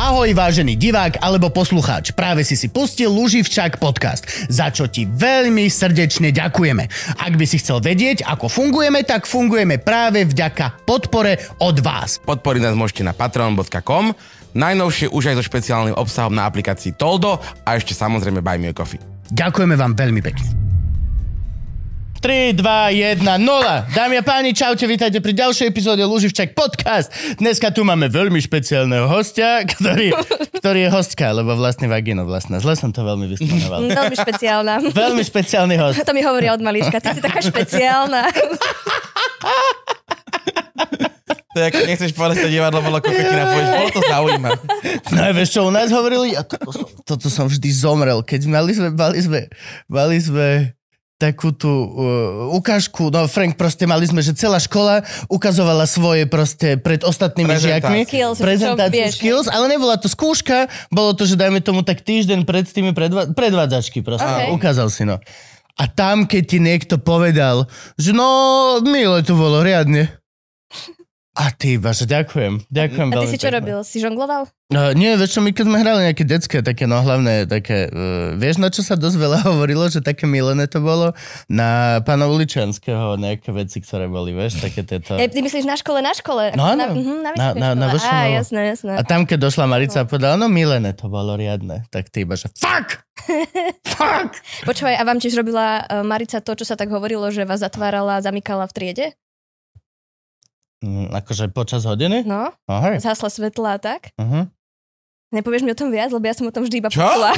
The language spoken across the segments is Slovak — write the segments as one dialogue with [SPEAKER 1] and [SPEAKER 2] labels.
[SPEAKER 1] Ahoj vážený divák alebo poslucháč, práve si si pustil Luživčák podcast, za čo ti veľmi srdečne ďakujeme. Ak by si chcel vedieť, ako fungujeme, tak fungujeme práve vďaka podpore od vás.
[SPEAKER 2] Podporiť nás môžete na patreon.com, najnovšie už aj so špeciálnym obsahom na aplikácii Toldo a ešte samozrejme Buy Me a Coffee.
[SPEAKER 1] Ďakujeme vám veľmi pekne. 3, 2, 1, 0. Dámy a páni, čaute, vítajte pri ďalšej epizóde Luživčak podcast. Dneska tu máme veľmi špeciálneho hostia, ktorý, ktorý je hostka, lebo vlastne vagino vlastná. Zle som to veľmi
[SPEAKER 3] Mm,
[SPEAKER 1] vysponoval.
[SPEAKER 3] Veľmi špeciálna.
[SPEAKER 1] Veľmi špeciálny host.
[SPEAKER 3] To mi hovoria od malička, ty si taká špeciálna.
[SPEAKER 2] To je ako nechceš povedať, to divadlo bolo kokotina, povieš, bolo to zaujímavé.
[SPEAKER 1] No a vieš, čo u nás hovorili? Ja toto, som, toto som vždy zomrel. Keď mali sme, mali sme, mali sme takú tú uh, ukážku, no Frank, proste mali sme, že celá škola ukazovala svoje proste pred ostatnými
[SPEAKER 2] Prezentáciu.
[SPEAKER 1] žiakmi.
[SPEAKER 3] Skills, čo
[SPEAKER 1] prezentáciu
[SPEAKER 3] vieš.
[SPEAKER 1] skills, ale nebola to skúška, bolo to, že dajme tomu tak týždeň pred tými predva- predvádzačky proste.
[SPEAKER 3] Ok.
[SPEAKER 1] Ukázal si, no. A tam, keď ti niekto povedal, že no, milé to bolo, riadne. A ty iba, že ďakujem. Ďakujem
[SPEAKER 3] A ty
[SPEAKER 1] veľmi
[SPEAKER 3] si čo
[SPEAKER 1] pekne.
[SPEAKER 3] robil? Si žongloval?
[SPEAKER 1] No, nie, vieš čo, my keď sme hrali nejaké detské, také no hlavné, také, uh, vieš na čo sa dosť veľa hovorilo, že také milené to bolo? Na pána Uličanského nejaké veci, ktoré boli, vieš, také tieto.
[SPEAKER 3] Ja, E, ty myslíš na škole, na škole?
[SPEAKER 1] No,
[SPEAKER 3] na,
[SPEAKER 1] áno.
[SPEAKER 3] mhm, na,
[SPEAKER 1] Na- na- na
[SPEAKER 3] vyššej škole. Á,
[SPEAKER 1] vyššom, no.
[SPEAKER 3] jasné, jasné.
[SPEAKER 1] A tam, keď došla Marica a povedala, no milené to bolo riadne, tak ty iba, že fuck! fuck!
[SPEAKER 3] Počúvaj, a vám tiež robila eh, Marica to, čo sa tak hovorilo, že vás zatvárala, zamykala v triede?
[SPEAKER 1] Mm, akože počas hodiny?
[SPEAKER 3] No,
[SPEAKER 1] No, hej.
[SPEAKER 3] zhasla svetla a tak?
[SPEAKER 1] Uh-huh.
[SPEAKER 3] Nepovieš mi o tom viac, lebo ja som o tom vždy iba
[SPEAKER 4] Čo?
[SPEAKER 3] počula.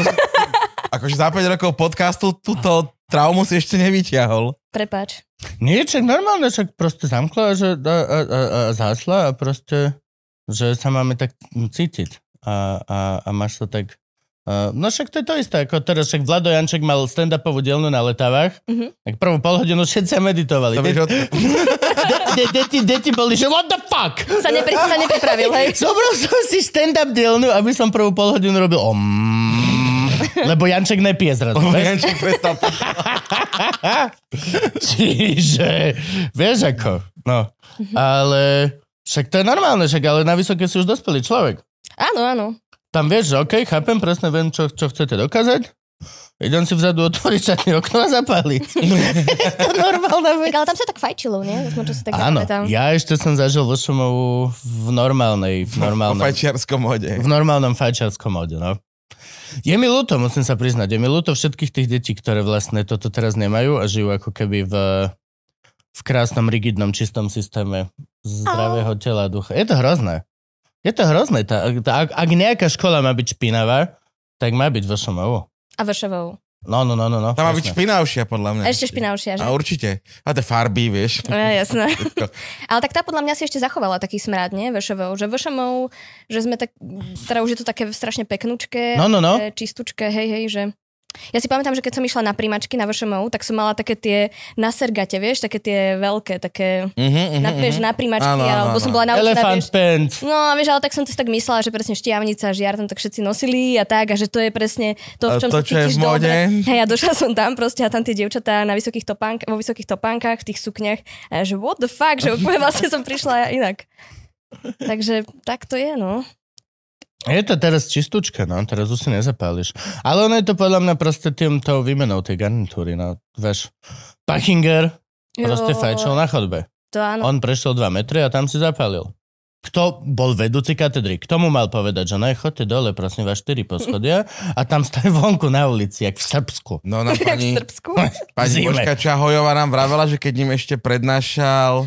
[SPEAKER 4] Akože za 5 rokov podcastu túto traumu si ešte nevyťahol.
[SPEAKER 3] Prepač.
[SPEAKER 1] Nie, čak normálne, čak proste zamkla že, a, a, a, a zásla a proste, že sa máme tak cítiť a, a, a máš to tak... A, no však to je to isté, ako teraz však Vlado Janček mal stand-upovú dielnu na letavách,
[SPEAKER 3] Mhm.
[SPEAKER 1] tak prvú pol hodinu všetci meditovali.
[SPEAKER 4] To
[SPEAKER 1] De-
[SPEAKER 4] vieš, od-
[SPEAKER 1] de- de- Deti deti boli, že what the fuck?
[SPEAKER 3] Sa, nepri, sa nepripravil, hej?
[SPEAKER 1] Zobral som si stand-up dielnu, aby som prvú pol hodinu robil om. Lebo Janček nepije zrazu.
[SPEAKER 4] lebo
[SPEAKER 1] vieš?
[SPEAKER 4] Jančík prestal piť.
[SPEAKER 1] Čiže, vieš ako, no. Ale však to je normálne, však ale na vysoké si už dospelý človek.
[SPEAKER 3] Áno, áno.
[SPEAKER 1] Tam vieš, že OK, chápem, presne viem, čo, čo chcete dokázať. Idem si vzadu otvoriť šatný okno a zapáliť. je to normálna
[SPEAKER 3] Tak
[SPEAKER 1] vec.
[SPEAKER 3] ale tam sa tak fajčilo, nie? Aspoň čo sa tak
[SPEAKER 1] Áno,
[SPEAKER 3] zapamätám.
[SPEAKER 1] ja ešte som zažil vo Šumovu v normálnej, v
[SPEAKER 4] po
[SPEAKER 1] normálnej
[SPEAKER 4] fajčiarskom hode.
[SPEAKER 1] v normálnom fajčiarskom mode, no. Je mi ľúto, musím sa priznať, je mi ľúto všetkých tých detí, ktoré vlastne toto teraz nemajú a žijú ako keby v, v krásnom, rigidnom, čistom systéme zdravého tela a ducha. Je to hrozné. Je to hrozné. Tá, tá, ak, ak nejaká škola má byť špinavá, tak má byť vo Šumovu.
[SPEAKER 3] A vršovou.
[SPEAKER 1] No, no, no, no. no
[SPEAKER 4] Tá má byť
[SPEAKER 1] jasné.
[SPEAKER 4] špinavšia, podľa mňa.
[SPEAKER 3] A ešte špinavšia, že?
[SPEAKER 4] A určite. A tie farby, vieš.
[SPEAKER 3] No, jasné.
[SPEAKER 4] Všetko.
[SPEAKER 3] Ale tak tá podľa mňa si ešte zachovala taký smrad, nie? Vešovou. Že vešomou, že sme tak, teda už je to také strašne peknúčke,
[SPEAKER 1] No, no, no.
[SPEAKER 3] také čistúčke, hej, hej, že... Ja si pamätám, že keď som išla na príjmačky na VŠMU, tak som mala také tie na sergate, vieš, také tie veľké, také,
[SPEAKER 4] Mhm, mhm,
[SPEAKER 3] na, vieš,
[SPEAKER 4] mhm.
[SPEAKER 3] na príjmačky,
[SPEAKER 4] Áno, áno,
[SPEAKER 3] alebo som
[SPEAKER 4] áno.
[SPEAKER 3] bola naučená,
[SPEAKER 1] Elephant
[SPEAKER 3] vieš,
[SPEAKER 1] pants.
[SPEAKER 3] No a vieš, ale tak som to tak myslela, že presne štiavnica, žiar tam tak všetci nosili a tak, a že to je presne
[SPEAKER 4] A
[SPEAKER 3] to, v čom
[SPEAKER 4] to,
[SPEAKER 3] sa
[SPEAKER 4] čo je
[SPEAKER 3] cítiš
[SPEAKER 4] v móde.
[SPEAKER 3] dobre. Hej, ja došla som tam proste a tam tie dievčatá na vysokých topánk- vo vysokých topánkach, v tých sukniach a ja, že what the fuck, že úplne vlastne som prišla ja inak. Takže tak to je, no.
[SPEAKER 1] Je to teraz čistúčka, no, teraz už si nezapáliš. Ale ono je to podľa mňa proste týmto výmenou tej garnitúry, no, vieš. Pachinger proste
[SPEAKER 3] Jo,
[SPEAKER 1] fajčil na chodbe.
[SPEAKER 3] To áno.
[SPEAKER 1] On prešiel 2 metre a tam si zapálil. Kto bol vedúci katedry? K tomu mal povedať, že ne, chodte dole, prosím vás, 4 poschodia a tam stojí vonku na ulici, jak v Srbsku.
[SPEAKER 4] No nám
[SPEAKER 3] Jak v
[SPEAKER 4] pani,
[SPEAKER 3] Srbsku.
[SPEAKER 4] pani
[SPEAKER 1] Zime.
[SPEAKER 4] Božka Čahojová nám vravela, že keď ním ešte prednášal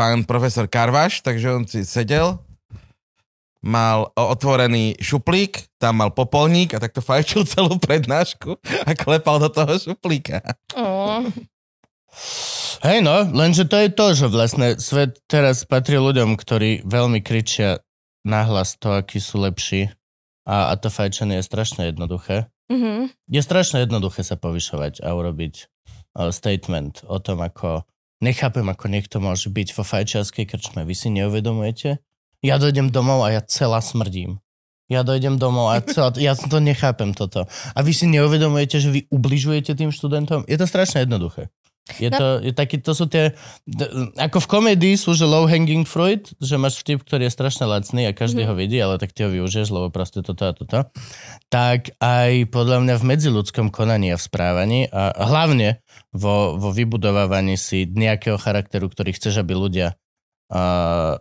[SPEAKER 4] pán profesor Karvaš, takže on si sedel, mal o- otvorený šuplík, tam mal popolník a takto fajčil celú prednášku a klepal do toho šuplíka.
[SPEAKER 3] Ó,
[SPEAKER 1] Hej no, lenže to je to, že vlastne svet teraz patrí ľuďom, ktorí veľmi kričia nahlas to, akí sú lepší. A, a to fajčenie je strašne jednoduché.
[SPEAKER 3] mhm.
[SPEAKER 1] je strašne jednoduché sa povyšovať a urobiť uh, statement o tom, ako nechápem, ako niekto môže byť vo fajčiarskej krčme. Vy si neuvedomujete? Ja dojdem domov a ja celá smrdím. Ja dojdem domov a celá... Ja to nechápem toto. A vy si neuvedomujete, že vy ubližujete tým študentom? Je to strašne jednoduché. Je to, je taký, to sú tie, d- ako v komedii sú, že low hanging fruit, že máš vtip, ktorý je strašne lacný a každý mm-hmm. ho vidí, ale tak ty ho využiješ, lebo proste toto a toto. Tak aj podľa mňa v medziludskom konaní a v správaní a hlavne vo, vo vybudovávaní si nejakého charakteru, ktorý chceš, aby ľudia uh,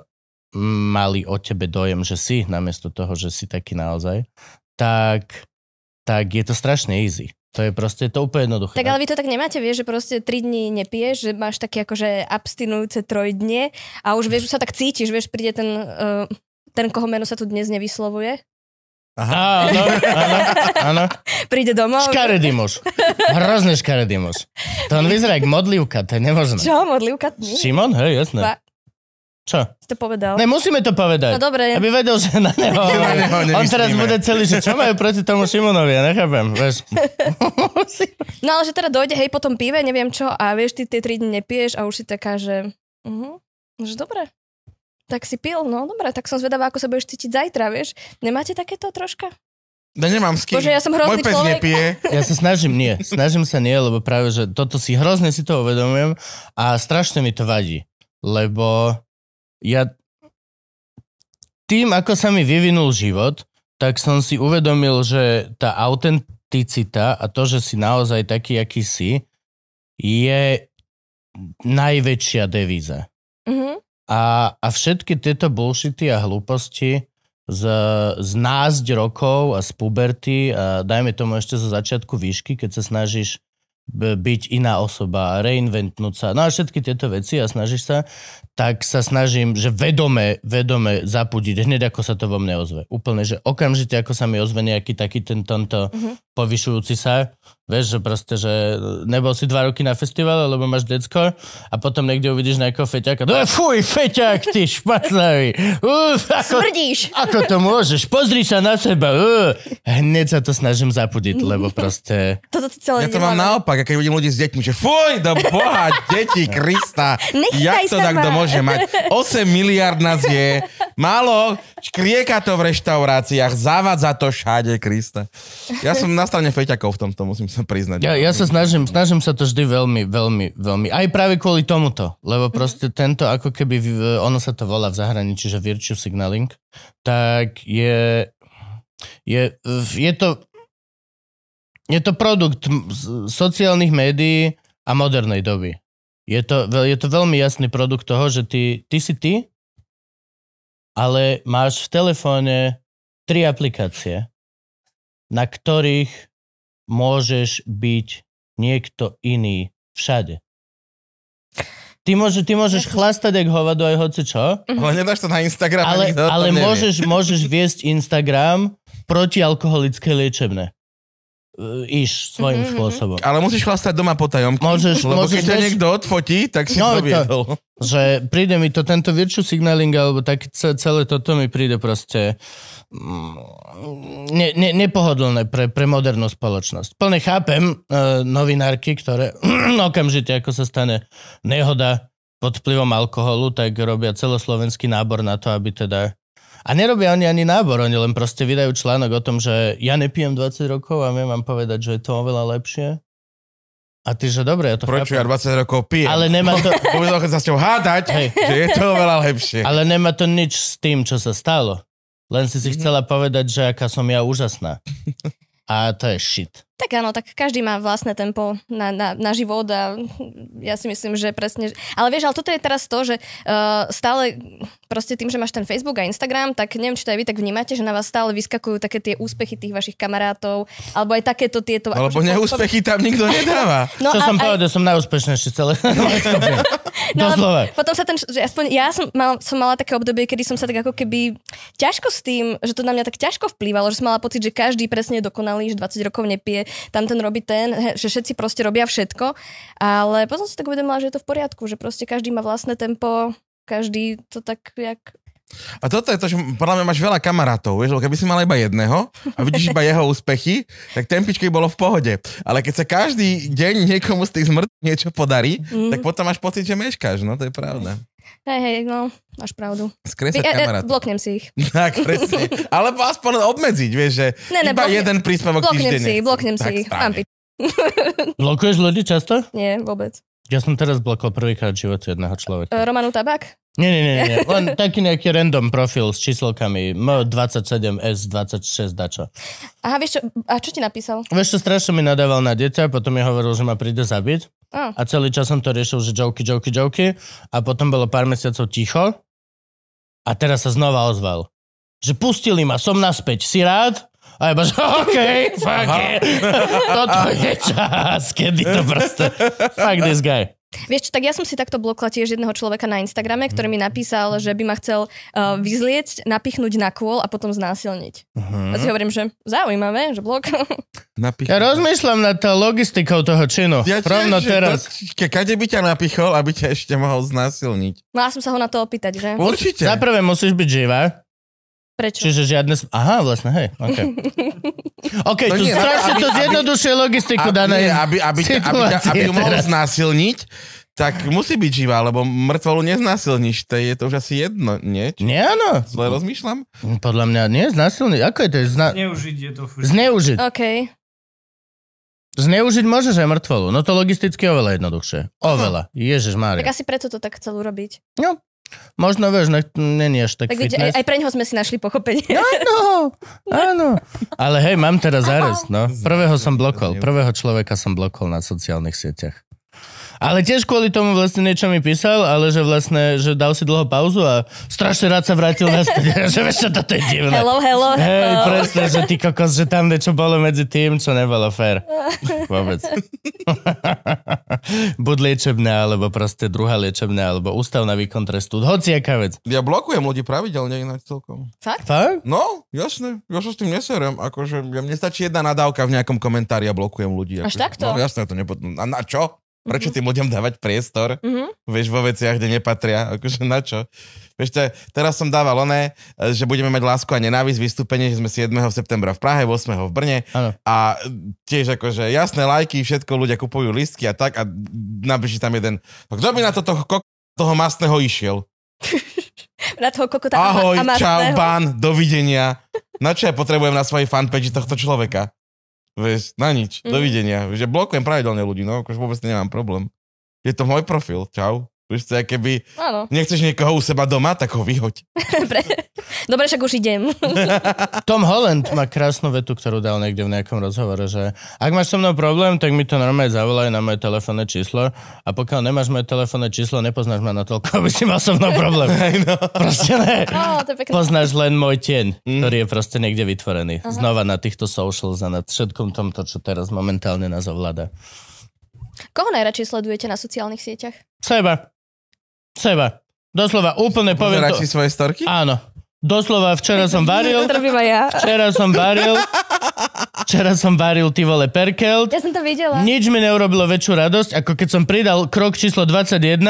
[SPEAKER 1] mali o tebe dojem, že si, namiesto toho, že si taký naozaj, tak, tak je to strašne easy. To je proste, je to úplne jednoduché.
[SPEAKER 3] Tak ale vy to tak nemáte, vieš, že proste 3 dní nepiješ, že máš také akože abstinujúce trojdnie a už vieš, už sa tak cítiš, vieš, príde ten, uh, ten koho meno sa tu dnes nevyslovuje,
[SPEAKER 1] Aha. Áno, áno, áno.
[SPEAKER 3] príde domov.
[SPEAKER 1] Škaredý muž. Hrozne škaredý muž. To on vyzerá jak modlivka, to je nemožné.
[SPEAKER 3] Čo, modlivka? Nie,
[SPEAKER 1] Šimon? Hej, jasné.
[SPEAKER 3] Ba-
[SPEAKER 1] Čo?
[SPEAKER 3] si to povedal.
[SPEAKER 1] Ne, musíme to
[SPEAKER 3] No
[SPEAKER 1] povedať.
[SPEAKER 3] dobre,
[SPEAKER 1] Aby vedel, že na neho...
[SPEAKER 2] Na neho
[SPEAKER 1] on teraz
[SPEAKER 2] nemyslíme.
[SPEAKER 1] bude celý, že čo majú proti tomu Šimonovi, ja nechápem, vieš.
[SPEAKER 3] no ale že teda dojde, hej, potom pive, neviem čo, a vieš, ty tie 3 dní nepiješ a už si taká, že... Uh-huh, že dobre, tak si pil, no dobre, tak som zvedavá, ako sa budeš cítiť zajtra, vieš. Nemáte takéto troška?
[SPEAKER 4] Ja nemám s kým.
[SPEAKER 3] Bože, ja som hrozný
[SPEAKER 4] Môj pes
[SPEAKER 3] človek.
[SPEAKER 4] nepije.
[SPEAKER 1] Ja sa snažím, nie. Snažím sa nie, lebo práve, že toto si hrozne si to uvedomujem a strašne mi to vadí. Lebo ja tým, ako sa mi vyvinul život, tak som si uvedomil, že tá autenticita a to, že si naozaj taký, aký si, je najväčšia devíza.
[SPEAKER 3] Uh-huh.
[SPEAKER 1] A, a všetky tieto bullshity a hlúposti z, z násť rokov a z puberty, a dajme tomu ešte zo začiatku výšky, keď sa snažíš b- byť iná osoba, reinventnúť sa, no a všetky tieto veci a snažíš sa, tak sa snažím, že vedome, vedome zapudiť hneď, ako sa to vo mne ozve. Úplne, že okamžite, ako sa mi ozve nejaký taký ten tento
[SPEAKER 3] Mhm.
[SPEAKER 1] povyšujúci sa, vieš, že proste, že nebol si dva roky na festivale, lebo máš decko a potom niekde uvidíš nejakého feťaka, no fuj, feťak, ty špatlavý, uf, ako
[SPEAKER 3] Smrdíš!
[SPEAKER 1] ako to môžeš? Pozri sa na seba. Uh. Hneď sa to snažím zapudiť, lebo proste...
[SPEAKER 3] Toto si
[SPEAKER 4] Ja
[SPEAKER 3] celé
[SPEAKER 4] to mám
[SPEAKER 3] nevládam.
[SPEAKER 4] naopak, a keď vidím ľudí s deťmi, že fuj, do boha, deti, Krista,
[SPEAKER 3] Nechytaj
[SPEAKER 4] jak to
[SPEAKER 3] sa
[SPEAKER 4] takto
[SPEAKER 3] ma.
[SPEAKER 4] môže mať? 8 miliard nás je, málo, škrieka to v reštauráciách, zavadza to všade, Krista. Ja som na strane feťakov v tomto, musím sa priznať.
[SPEAKER 1] Ja, ja sa snažím, snažím sa to vždy veľmi, veľmi, veľmi. Aj práve kvôli tomuto, lebo proste tento, ako keby, v- ono sa to volá v zahraničí, že virtue signaling, tak je, je, je to, je to produkt m- z- sociálnych médií a modernej doby. Je to, veľ- je to veľmi jasný produkt toho, že ty, ty si ty, ale máš v telefóne tri aplikácie, na ktorých môžeš byť niekto iný všade. Ty, môže, ty môžeš chlastať, ak hovado, aj hoci čo,
[SPEAKER 3] Mhm.
[SPEAKER 4] Ale nedáš to na Instagram,
[SPEAKER 1] ale,
[SPEAKER 4] nikto o tom
[SPEAKER 1] ale
[SPEAKER 4] nevie.
[SPEAKER 1] môžeš, môžeš viesť Instagram protialkoholické liečebné. Uh, iš svojím
[SPEAKER 3] Mhm, mhm.
[SPEAKER 1] spôsobom.
[SPEAKER 4] Ale musíš chlastať doma po tajomky.
[SPEAKER 1] Môžeš-
[SPEAKER 4] lebo
[SPEAKER 1] môžeš
[SPEAKER 4] keď ťa
[SPEAKER 1] vieš-
[SPEAKER 4] niekto odfotí, tak si
[SPEAKER 1] No, to-
[SPEAKER 4] no, to viedol.
[SPEAKER 1] Že príde mi to, tento virtue signaling, alebo tak ce- celé toto mi príde proste mm, ne, ne, nepohodlné pre, pre modernú spoločnosť. Plne chápem e, novinárky, ktoré okamžite, ako sa stane nehoda pod vplyvom alkoholu, tak robia celoslovenský nábor na to, aby teda... A nerobia oni ani nábor, oni len proste vydajú článok o tom, že ja nepijem 20 rokov a viem vám povedať, že je to oveľa lepšie. A ty, že dobre, ja to
[SPEAKER 4] Prečo ja
[SPEAKER 1] chápem.
[SPEAKER 4] 20 rokov pijem?
[SPEAKER 1] Ale nemá to...
[SPEAKER 4] Povedal, keď sa s ňou hádať,
[SPEAKER 1] Hej.
[SPEAKER 4] že je to oveľa lepšie.
[SPEAKER 1] Ale nemá to nič s tým, čo sa stalo. Len si si chcela povedať, že aká som ja úžasná. A to je shit.
[SPEAKER 3] Tak áno, tak každý má vlastné tempo na, na, na život a ja si myslím, že presne... Ale vieš, ale toto je teraz to, že uh, stále proste tým, že máš ten Facebook a Instagram, tak neviem, či to aj vy tak vnímate, že na vás stále vyskakujú také tie úspechy tých vašich kamarátov, alebo aj takéto tieto...
[SPEAKER 4] Alebo
[SPEAKER 3] akože
[SPEAKER 4] neúspechy tam nikto nedáva.
[SPEAKER 3] postupy-
[SPEAKER 1] No, čo
[SPEAKER 3] a-
[SPEAKER 1] som
[SPEAKER 3] aj-
[SPEAKER 1] povedal, som najúspešnejší celé.
[SPEAKER 3] No, ale
[SPEAKER 1] Doslova.
[SPEAKER 3] Potom sa ten, že aspoň ja som, mal, som mala také obdobie, kedy som sa tak ako keby ťažko s tým, že to na mňa tak ťažko vplývalo, že som mala pocit, že každý presne je dokonalý, že 20 rokov nepije, tam ten robí ten, he, že všetci proste robia všetko, ale potom som si tak uvedomila, že je to v poriadku, že proste každý má vlastné tempo, každý to tak jak...
[SPEAKER 4] A toto je to, že podľa mňa máš veľa kamarátov, vieš, lebo keby si mal iba jedného a vidíš iba jeho úspechy, tak tempičky bolo v pohode. Ale keď sa každý deň niekomu z tých zmrt niečo podarí,
[SPEAKER 3] Mm.
[SPEAKER 4] tak potom máš pocit, že meškáš, no to je pravda.
[SPEAKER 3] Hej, hej, no, máš pravdu.
[SPEAKER 4] Skresať
[SPEAKER 3] Ja- ja-
[SPEAKER 4] kamarátov.
[SPEAKER 3] bloknem si ich.
[SPEAKER 4] Tak, presne. Alebo aspoň obmedziť, vieš, že
[SPEAKER 3] Ne, ne,
[SPEAKER 4] iba
[SPEAKER 3] bloknem-
[SPEAKER 4] jeden príspevok
[SPEAKER 3] Bloknem
[SPEAKER 4] týždenne.
[SPEAKER 3] si ich, bloknem
[SPEAKER 4] Tak
[SPEAKER 3] si ich.
[SPEAKER 4] správne.
[SPEAKER 3] Mám piť.
[SPEAKER 1] Blokuješ ľudí často?
[SPEAKER 3] Nie, vôbec.
[SPEAKER 1] Ja som teraz blokol prvýkrát v živote jedného človeka.
[SPEAKER 3] E, Romanu Tabak?
[SPEAKER 1] Nie, nie, nie, nie, nie. Len taký nejaký random profil s číselkami M27S26 dačo.
[SPEAKER 3] Aha, vieš čo, a čo ti napísal?
[SPEAKER 1] Vieš čo, strašne mi nadával na dieťa, potom mi hovoril, že ma príde zabiť.
[SPEAKER 3] Á,
[SPEAKER 1] A celý čas som to riešil, že joky, joky, joky. A potom bolo pár mesiacov ticho. A teraz sa znova ozval. Že pustili ma, som naspäť, si rád? A iba, že OK, fuck it. Toto je čas, kedy to proste... Fuck this guy.
[SPEAKER 3] Vieš čo, tak ja som si takto blokla tiež jedného človeka na Instagrame, ktorý mi napísal, že by ma chcel uh, vyzliecť, napichnúť na kôl a potom znásilniť. A si hovorím, že zaujímavé, že blok.
[SPEAKER 4] Napichol.
[SPEAKER 1] Ja rozmýšľam nad tou logistikou toho činu.
[SPEAKER 4] Ja tiež,
[SPEAKER 1] Rovno
[SPEAKER 4] že
[SPEAKER 1] teraz.
[SPEAKER 4] to- ke- Kade by ťa napichol, aby ťa ešte mohol znásilniť?
[SPEAKER 3] Mala som sa ho na to opýtať, že?
[SPEAKER 4] Určite.
[SPEAKER 1] Za prvé musíš byť živá.
[SPEAKER 3] Prečo?
[SPEAKER 1] Čiže žiadne... sm- Aha, vlastne, hej, OK. OK,
[SPEAKER 4] To
[SPEAKER 1] to tu
[SPEAKER 4] nie,
[SPEAKER 1] strašne
[SPEAKER 4] aby-
[SPEAKER 1] to
[SPEAKER 4] aby-
[SPEAKER 1] zjednodušuje logistiku
[SPEAKER 4] A-
[SPEAKER 1] danej
[SPEAKER 4] nie, aby, aby, ťa- aby, ťa- aby
[SPEAKER 1] situácie
[SPEAKER 4] ju mohol
[SPEAKER 1] teraz.
[SPEAKER 4] znásilniť, tak musí byť živá, lebo mŕtvolu neznásilníš. To je to už asi jedno, nie? Či
[SPEAKER 1] Nie, áno.
[SPEAKER 4] Zle rozmýšľam?
[SPEAKER 1] Podľa mňa nie, znásilný. Ako je to? Zna...
[SPEAKER 5] Neužiť je to furt.
[SPEAKER 1] Zneužiť.
[SPEAKER 3] OK.
[SPEAKER 1] Zneužiť môžeš aj mŕtvolu. No to logisticky je oveľa jednoduchšie. Oveľa. Ježiš Mária.
[SPEAKER 3] Hm. Tak asi preto to tak chcel urobiť.
[SPEAKER 1] Možno, vieš, nech- není až tak,
[SPEAKER 3] Tak
[SPEAKER 1] tak
[SPEAKER 3] vidíte, aj,
[SPEAKER 1] fitness.
[SPEAKER 3] aj preňho sme si našli pochopenie.
[SPEAKER 1] Áno, áno. Ale hej, mám teraz zárez, no. Prvého som blokol. Prvého človeka som blokol na sociálnych sieťach. Ale tiež kvôli tomu vlastne niečo mi písal, ale že vlastne, že dal si dlho pauzu a strašne rád sa vrátil naspäť. že vieš čo, toto je divné.
[SPEAKER 3] Hello, hello,
[SPEAKER 1] Hej,
[SPEAKER 3] hello.
[SPEAKER 1] presne, že ty kokos, že tam niečo bolo medzi tým, čo nebolo fér. Vôbec. Buď liečebná, alebo proste druhá liečebná, alebo ústavná výkon trestu. Hoci aká vec.
[SPEAKER 4] Ja blokujem ľudí pravidelne ináč celkom.
[SPEAKER 1] Fakt?
[SPEAKER 4] No, jasne, ja sa s tým neserem. Akože ja- mne stačí jedna nadávka v nejakom komentári a blokujem ľudí. akože-
[SPEAKER 3] Až takto?
[SPEAKER 4] No jasne, to nepod... A na čo? Prečo tým ľuďom dávať priestor?
[SPEAKER 3] Mhm.
[SPEAKER 4] vieš, vo veciach, kde nepatria, akože na čo? Vieš, to je, teraz som dával oné, e, že budeme mať lásku a nenávisť, vystúpenie, že sme 7. septembra v Prahe, 8. v Brne
[SPEAKER 1] Áno.
[SPEAKER 4] a e, tiež akože jasné lajky, všetko, ľudia kupujú listky a tak a napíši tam jeden, "No kto by na toto kok- toho masného išiel?
[SPEAKER 3] Na toho kokota a ma-
[SPEAKER 4] Ahoj,
[SPEAKER 3] a
[SPEAKER 4] čau,
[SPEAKER 3] mastného.
[SPEAKER 4] pán, dovidenia. Na čo ja potrebujem na svojej fanpage tohto človeka? Vieš, na nič,
[SPEAKER 3] Mm.
[SPEAKER 4] dovidenia. Že blokujem pravidelne ľudí, no, akože vôbec nemám problém. Je to môj profil, čau. Vieš, to je keby,
[SPEAKER 3] Áno,
[SPEAKER 4] Nechceš niekoho u seba doma, tak ho vyhoď.
[SPEAKER 3] pre... Dobre, však už idem.
[SPEAKER 1] Tom Holland má krásnu vetu, ktorú dal niekde v nejakom rozhovore, že ak máš so mnou problém, tak mi to normálne zavolaj na moje telefónne číslo a pokiaľ nemáš moje telefónne číslo, nepoznáš ma na toľko, aby si mal so mnou problém.
[SPEAKER 4] no.
[SPEAKER 1] Proste ne.
[SPEAKER 3] Á, to je pekné.
[SPEAKER 1] Poznáš len môj tieň,
[SPEAKER 4] Mm.
[SPEAKER 1] mm. ktorý je proste niekde vytvorený. Aha. Znova na týchto socials a na všetkom tomto, čo teraz momentálne nás ovláda.
[SPEAKER 3] Koho najradšej sledujete na sociálnych sieťach?
[SPEAKER 1] Seba. Seba. Doslova úplne poviem
[SPEAKER 4] Pozeráš si
[SPEAKER 1] to.
[SPEAKER 4] svoje storky?
[SPEAKER 1] Áno. Doslova včera som varil,
[SPEAKER 3] To robím aj ja.
[SPEAKER 1] včera som varil, včera som varil ty vole perkelt.
[SPEAKER 3] Ja som to videla.
[SPEAKER 1] Nič mi neurobilo väčšiu radosť, ako keď som pridal krok číslo 21,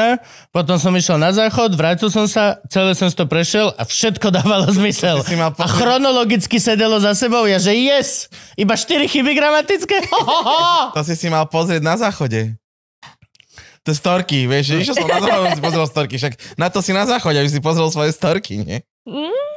[SPEAKER 1] potom som išiel na záchod, vrátil som sa, celé som si to prešiel a všetko dávalo zmysel.
[SPEAKER 4] Si
[SPEAKER 1] A
[SPEAKER 4] mal pocit-
[SPEAKER 1] chronologicky sedelo za sebou, ja že yes, iba 4 chyby gramatické. Ho, ho, ho.
[SPEAKER 4] To si si mal pozrieť na záchode. To storky, vieš, že išiel som na záchod, si pozrel storky, však na to si na záchode, aby si pozrel svoje storky, nie?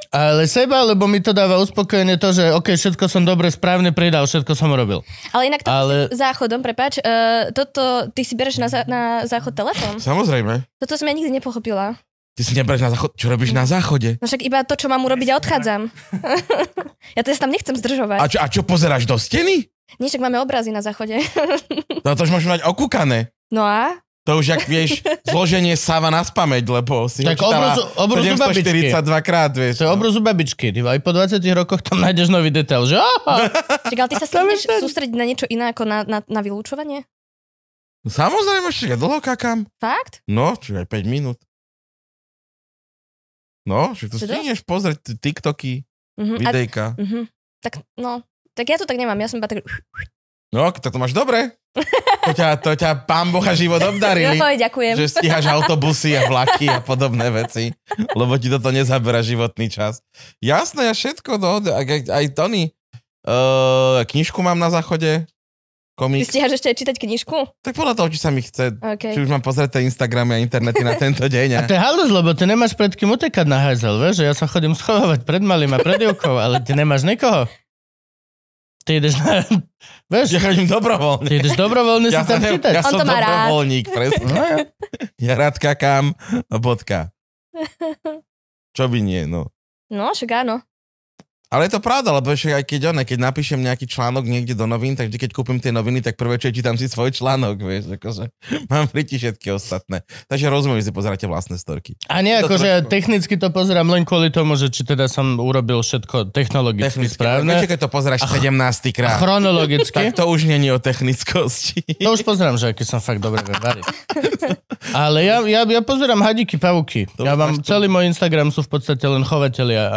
[SPEAKER 1] Ale seba, lebo mi to dáva uspokojenie to, že ok, všetko som dobre, správne pridal, všetko som robil.
[SPEAKER 3] Ale inak to
[SPEAKER 1] Ale-
[SPEAKER 3] záchodom, prepáč, uh, toto, ty si bereš na, zá, na záchod telefón.
[SPEAKER 4] Samozrejme.
[SPEAKER 3] Toto som ja nikdy nepochopila.
[SPEAKER 4] Ty si nebereš na záchod, čo robíš na záchode?
[SPEAKER 3] No však iba to, čo mám urobiť a odchádzam. ja to ja sa tam nechcem
[SPEAKER 4] A
[SPEAKER 3] zdržovať.
[SPEAKER 4] čo, a čo pozeráš do steny?
[SPEAKER 3] Nie, však máme obrazy na záchode.
[SPEAKER 4] No to už môžeš mať okúkané.
[SPEAKER 3] no a?
[SPEAKER 4] To už, jak vieš, zloženie sáva na spameť, lebo si ho
[SPEAKER 1] Tak
[SPEAKER 4] čítala
[SPEAKER 1] obrozu, obrozu babičky.
[SPEAKER 4] 742 krát, vieš. no.
[SPEAKER 1] To je obrozu babičky. Ty, aj po 20 rokoch tam nájdeš nový detail, že? Aha.
[SPEAKER 3] Čak, ale ty sa snažíš sústrediť na niečo iné ako na, na, na vylúčovanie?
[SPEAKER 4] No, Samozrejme, však ja dlho kakám.
[SPEAKER 3] Fakt?
[SPEAKER 4] No, čo aj 5 minút. No, že to
[SPEAKER 3] Čo to?
[SPEAKER 4] stihneš pozrieť t- TikToky,
[SPEAKER 3] Mhm. A,
[SPEAKER 4] videjka.
[SPEAKER 3] mhm. Tak no, tak ja to tak nemám, ja som iba tak...
[SPEAKER 4] No, tak to máš dobre. To ťa, to ťa pán Boha život obdarili.
[SPEAKER 3] Joj, ďakujem.
[SPEAKER 4] že stíhaš autobusy a vlaky a podobné veci, lebo ti toto nezabera životný čas. Jasné, ja všetko, no, aj, aj- aj Tony, uh, knižku mám na záchode,
[SPEAKER 3] Ty
[SPEAKER 4] komik,
[SPEAKER 3] stíhaš ešte aj čítať knižku?
[SPEAKER 4] tak podľa toho, či sa mi chce, či
[SPEAKER 3] OK.
[SPEAKER 4] už mám pozrieť tie Instagramy a internety na tento deň.
[SPEAKER 1] A to je halus, lebo ty nemáš pred kým utekať na hajzel, vieš? Že ja sa chodím schovávať pred malým a pred divkou, ale ty nemáš nikoho. Ty ideš na...
[SPEAKER 4] Ja
[SPEAKER 1] Vieš,
[SPEAKER 4] chodím
[SPEAKER 1] ty
[SPEAKER 4] dobrovoľne.
[SPEAKER 1] ideš dobrovoľne si tam
[SPEAKER 4] ne-
[SPEAKER 1] chytať.
[SPEAKER 4] ja
[SPEAKER 3] On
[SPEAKER 4] som
[SPEAKER 3] to má rád.
[SPEAKER 4] dobrovoľník, presne.
[SPEAKER 1] No, ja.
[SPEAKER 4] Ja rád kakám, bodka. Čo by nie, no.
[SPEAKER 3] No, však áno.
[SPEAKER 4] Ale je to pravda, lebo však aj keď on, keď napíšem nejaký článok niekde do novín, tak vždy, keď kúpim tie noviny, tak prvé čo je, čítam si svoj článok, vieš, akože mám priti všetky ostatné. Takže rozumiem, že si pozeráte vlastné storky.
[SPEAKER 1] A nie,
[SPEAKER 4] To
[SPEAKER 1] akože
[SPEAKER 4] trošku.
[SPEAKER 1] technicky to pozerám len kvôli tomu, že či teda som urobil všetko technologicky správne.
[SPEAKER 4] Vieš, keď No, to pozeráš 17
[SPEAKER 1] A
[SPEAKER 4] krát,
[SPEAKER 1] chronologicky.
[SPEAKER 4] tak to už není o technickosti.
[SPEAKER 1] To už pozerám, že aký som fakt dobre viem variť. Ale ja, ja, ja pozerám hadiky, pavuky.
[SPEAKER 4] To
[SPEAKER 1] Ja
[SPEAKER 4] už
[SPEAKER 1] mám,
[SPEAKER 4] máš tu.
[SPEAKER 1] celý môj Instagram sú v podstate len chovatelia a,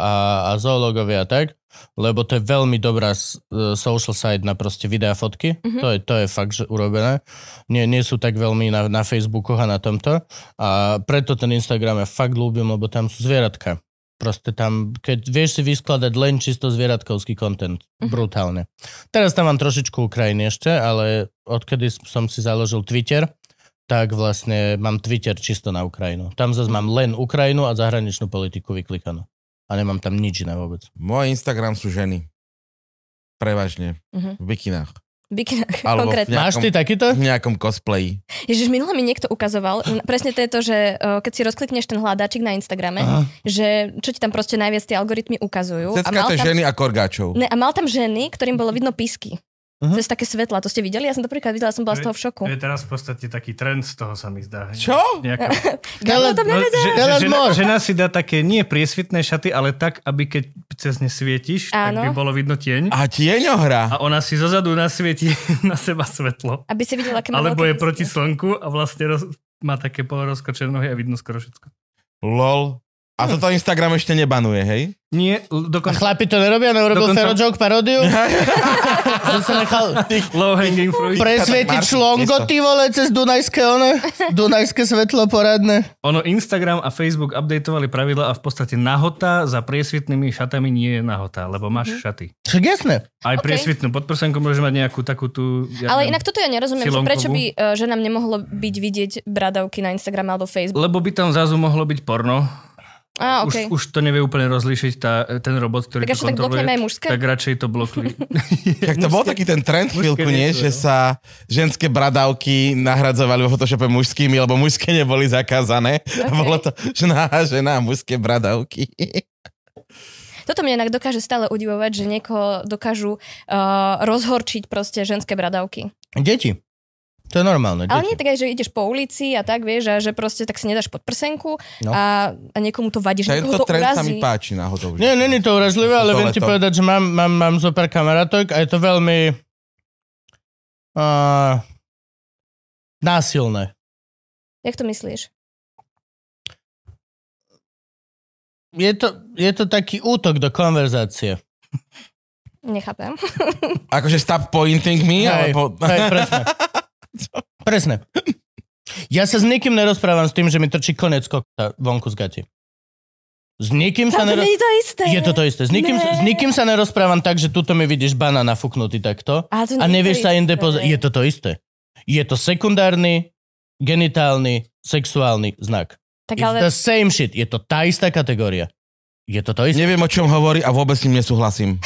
[SPEAKER 1] a, a zoológovia a tak, lebo to je veľmi dobrá s- e, social site na proste videá, fotky.
[SPEAKER 3] Mhm.
[SPEAKER 1] To, je, to je fakt že urobené. Nie, nie sú tak veľmi na, na Facebookoch a na tomto. A preto ten Instagram ja fakt ľúbim, lebo tam sú zvieratka. Proste tam, keď vieš si vyskladať len čisto zvieratkovský kontent. Brutálne. Teraz tam mám trošičku Ukrajiny ešte, ale odkedy som si založil Twitter, tak vlastne mám Twitter čisto na Ukrajinu. Tam zase mám len Ukrajinu a zahraničnú politiku vyklikanú. A nemám tam nič iné vôbec.
[SPEAKER 4] Môj Instagram sú ženy. Prevažne.
[SPEAKER 3] Mhm.
[SPEAKER 4] V bikinách.
[SPEAKER 3] Bikina,
[SPEAKER 4] Alebo v
[SPEAKER 3] konkrétne.
[SPEAKER 1] Máš ty
[SPEAKER 4] nejakom,
[SPEAKER 1] takýto?
[SPEAKER 4] v nejakom cosplayi.
[SPEAKER 3] Ježiš, minule mi niekto ukazoval, n- presne to je to, že eh, keď si rozklikneš ten hľadáčik na Instagrame,
[SPEAKER 1] Aha.
[SPEAKER 3] že čo ti tam proste najviac tie algoritmy ukazujú.
[SPEAKER 4] Cecka to je
[SPEAKER 3] tam,
[SPEAKER 4] ženy a korgáčov.
[SPEAKER 3] ne, a mal tam ženy, ktorým bolo vidno písky.
[SPEAKER 1] Mhm.
[SPEAKER 3] Cez také svetla, to ste videli? Ja som to prvýkrát videla, som bola z toho v šoku.
[SPEAKER 5] To je teraz v podstate taký trend z toho sa mi zdá.
[SPEAKER 4] Čo?
[SPEAKER 5] Nejaká... No,
[SPEAKER 1] Ale-
[SPEAKER 3] Gabo tam nevedel.
[SPEAKER 5] že,
[SPEAKER 1] Teraz
[SPEAKER 5] že, žena,
[SPEAKER 1] môž.
[SPEAKER 5] žena si dá také nie priesvitné šaty, ale tak, aby keď cez ne svietiš,
[SPEAKER 3] Áno.
[SPEAKER 5] tak by bolo vidno tieň.
[SPEAKER 4] A tieňohra.
[SPEAKER 5] A ona si zozadu nasvieti na seba svetlo.
[SPEAKER 3] Aby si videla, aké má
[SPEAKER 5] Alebo
[SPEAKER 3] veľké
[SPEAKER 5] je
[SPEAKER 3] písky.
[SPEAKER 5] proti slnku a vlastne roz, má také polorozkočené nohy a vidno skoro všetko.
[SPEAKER 4] Lol. A toto
[SPEAKER 1] Hm.
[SPEAKER 4] Instagram ešte nebanuje, hej?
[SPEAKER 5] Nie,
[SPEAKER 1] A
[SPEAKER 5] l- dokonca
[SPEAKER 1] chlapi to nerobia? Neurobil
[SPEAKER 5] Dokonca-
[SPEAKER 1] Fero Joke paródiu? Že sa nechal
[SPEAKER 5] low hanging fruit.
[SPEAKER 1] presvietiť
[SPEAKER 4] Martin,
[SPEAKER 1] člongo,
[SPEAKER 4] miesto.
[SPEAKER 1] ty vole, cez Dunajské, one, Dunajské svetlo poradné.
[SPEAKER 5] Ono Instagram a Facebook updateovali pravidla a v podstate nahota za priesvitnými šatami nie je nahota, lebo máš šaty.
[SPEAKER 1] Však jasné.
[SPEAKER 5] Aj
[SPEAKER 3] OK.
[SPEAKER 5] okay. priesvitnú podprsenku môže mať nejakú takú tú... Ja
[SPEAKER 3] Ale
[SPEAKER 5] neviem,
[SPEAKER 3] inak toto ja nerozumiem, že
[SPEAKER 5] silonkovú.
[SPEAKER 3] prečo by eh, ženám nemohlo byť vidieť bradavky na Instagram alebo Facebook.
[SPEAKER 5] Lebo by tam zrazu mohlo byť porno.
[SPEAKER 3] Á, okej.
[SPEAKER 5] Okay. Už, už to nevie úplne rozlíšiť tá, ten robot,
[SPEAKER 3] Tak
[SPEAKER 5] ktorý
[SPEAKER 3] až
[SPEAKER 5] to
[SPEAKER 3] to tak
[SPEAKER 5] kontroluje.
[SPEAKER 3] blokneme aj mužské?
[SPEAKER 5] tak radšej to blokli.
[SPEAKER 4] Tak to bol taký ten trend chvíľku,
[SPEAKER 5] mužské
[SPEAKER 4] nie?
[SPEAKER 5] niečo,
[SPEAKER 4] Že
[SPEAKER 5] no.
[SPEAKER 4] sa ženské bradavky nahradzovali vo Photoshope mužskými, lebo mužské neboli zakázané. A
[SPEAKER 3] Ok.
[SPEAKER 4] bolo to žena a žena a mužské bradavky.
[SPEAKER 3] Toto mňa inak dokáže stále udivovať, že niekoho dokážu eh, rozhorčiť proste ženské bradavky.
[SPEAKER 1] Deti. To je normálne.
[SPEAKER 3] Ale nie
[SPEAKER 1] Deti.
[SPEAKER 3] tak aj, že ideš po ulici a tak, vieš, a že proste tak si nedáš pod prsenku
[SPEAKER 1] No.
[SPEAKER 3] no. a, a niekomu to vadí, že niekomu
[SPEAKER 4] Tento
[SPEAKER 3] to
[SPEAKER 4] trend sa
[SPEAKER 3] urazí.
[SPEAKER 4] mi páči náhodou.
[SPEAKER 1] Nie, není to uražlivé, ale
[SPEAKER 4] To
[SPEAKER 1] viem ti
[SPEAKER 4] leto.
[SPEAKER 1] povedať, že mám, mám, mám zo pár kamarátok a je to veľmi uh, násilné.
[SPEAKER 3] Jak to myslíš?
[SPEAKER 1] Je to, je to taký útok do konverzácie.
[SPEAKER 3] Nechápem.
[SPEAKER 4] Akože stop pointing me,
[SPEAKER 1] Hej,
[SPEAKER 4] alebo...
[SPEAKER 1] hej, presne. presne. Ja sa s nikým nerozprávam s tým, že mi trčí konec kokta vonku z gati. S nikým sa
[SPEAKER 3] Tam to
[SPEAKER 1] nerozprávam.
[SPEAKER 3] nie je to isté.
[SPEAKER 1] Je to to isté. S nikým,
[SPEAKER 3] Ne.
[SPEAKER 1] s nikým sa nerozprávam tak, že tuto mi vidíš banán nafúknutý takto.
[SPEAKER 3] A, to
[SPEAKER 1] a
[SPEAKER 3] nie je
[SPEAKER 1] nevieš
[SPEAKER 3] to
[SPEAKER 1] sa inde
[SPEAKER 3] isté.
[SPEAKER 1] pozrieť. Je to to isté. Je to sekundárny, genitálny, sexuálny znak.
[SPEAKER 3] Tak
[SPEAKER 1] It's
[SPEAKER 3] ale
[SPEAKER 1] the same shit. Je to tá istá kategória. Je to to isté.
[SPEAKER 4] Neviem, o čom hovorí a vôbec s ním nesúhlasím.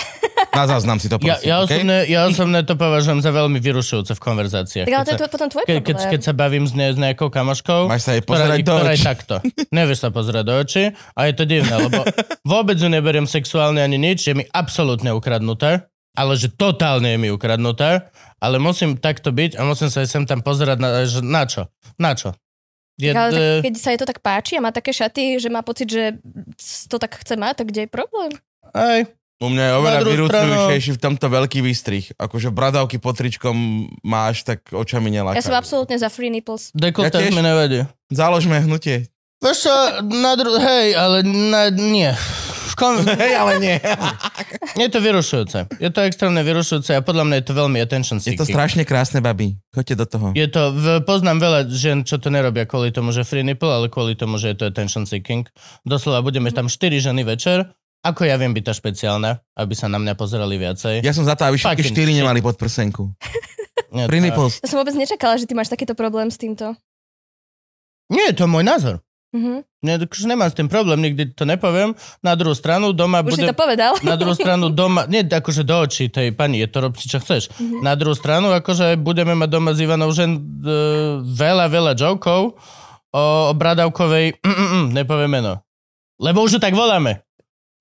[SPEAKER 4] Na záznam si
[SPEAKER 1] Ja,
[SPEAKER 4] to prosím,
[SPEAKER 1] ja,
[SPEAKER 4] okej?
[SPEAKER 1] osobne, ja osobne to považujem za veľmi vyrušujúce v konverzáciách.
[SPEAKER 3] tak ale to
[SPEAKER 1] Keď
[SPEAKER 3] je to potom tvoj
[SPEAKER 1] sa, ke, keď,
[SPEAKER 3] problém.
[SPEAKER 1] keď sa bavím s, ne, s nejakou kamoškou,
[SPEAKER 4] Máš sa jej
[SPEAKER 1] ktorá,
[SPEAKER 4] pozerať do
[SPEAKER 1] ktorá je
[SPEAKER 4] očí.
[SPEAKER 1] takto. Nevieš sa pozerať do očí a je to divné, lebo vôbec ju neberiem sexuálne ani nič, je mi absolútne ukradnuté, ale že totálne je mi ukradnuté, ale musím takto byť a musím sa aj sem tam pozerať na, že na čo, na čo. Je,
[SPEAKER 3] tak, ale tak,
[SPEAKER 1] e,
[SPEAKER 3] keď sa jej to tak páči a má také šaty, že má pocit, že to tak chce mať, tak kde je problém?
[SPEAKER 1] aj,
[SPEAKER 4] U mňa je
[SPEAKER 1] Na
[SPEAKER 4] oveľa
[SPEAKER 1] druhú
[SPEAKER 4] vyrúcujúcejší v tomto veľký výstrih. Akože bradavky pod tričkom máš, tak očami nelákajú.
[SPEAKER 3] Ja som absolútne za free nipples.
[SPEAKER 1] dekolta ja
[SPEAKER 4] Ja tiež.
[SPEAKER 1] mi nevadí.
[SPEAKER 4] Záložme hnutie.
[SPEAKER 1] Vieš čo, na dru- hej, ale na, nie. V Kon-
[SPEAKER 4] Hej, ale nie.
[SPEAKER 1] je to vyrušujúce. Je to extrémne vyrušujúce a podľa mňa je to veľmi attention
[SPEAKER 4] Je
[SPEAKER 1] seeking.
[SPEAKER 4] to strašne krásne, babi. Choďte do toho.
[SPEAKER 1] Je to, v, poznám veľa žien, čo to nerobia kvôli tomu, že free nipple, ale kvôli tomu, že je to attention seeking. Doslova budeme tam 4 ženy večer, ako ja viem byť tá špeciálna, aby sa na mňa pozerali viacej.
[SPEAKER 4] Ja som za to, aby všetky
[SPEAKER 1] Fucking
[SPEAKER 4] štyri
[SPEAKER 1] shit.
[SPEAKER 4] nemali pod prsenku.
[SPEAKER 1] Nie,
[SPEAKER 4] Pri nipples.
[SPEAKER 3] Ja som vôbec nečakala, že ty máš takýto problém s týmto.
[SPEAKER 1] Nie, to je môj názor.
[SPEAKER 3] Mhm.
[SPEAKER 1] Ne, akože nemám s tým problém, nikdy to nepoviem. Na druhú stranu doma
[SPEAKER 3] Už si
[SPEAKER 1] budem...
[SPEAKER 3] to povedal.
[SPEAKER 1] Na druhú stranu doma, nie akože do očí tej pani, je to rob si čo chceš. Mm-hmm. Na druhú stranu akože budeme mať doma s Ivanou žen e, veľa, veľa jokov o, o Bradavkovej, mm, mm, mm, nepoviem meno. Lebo už ju tak voláme.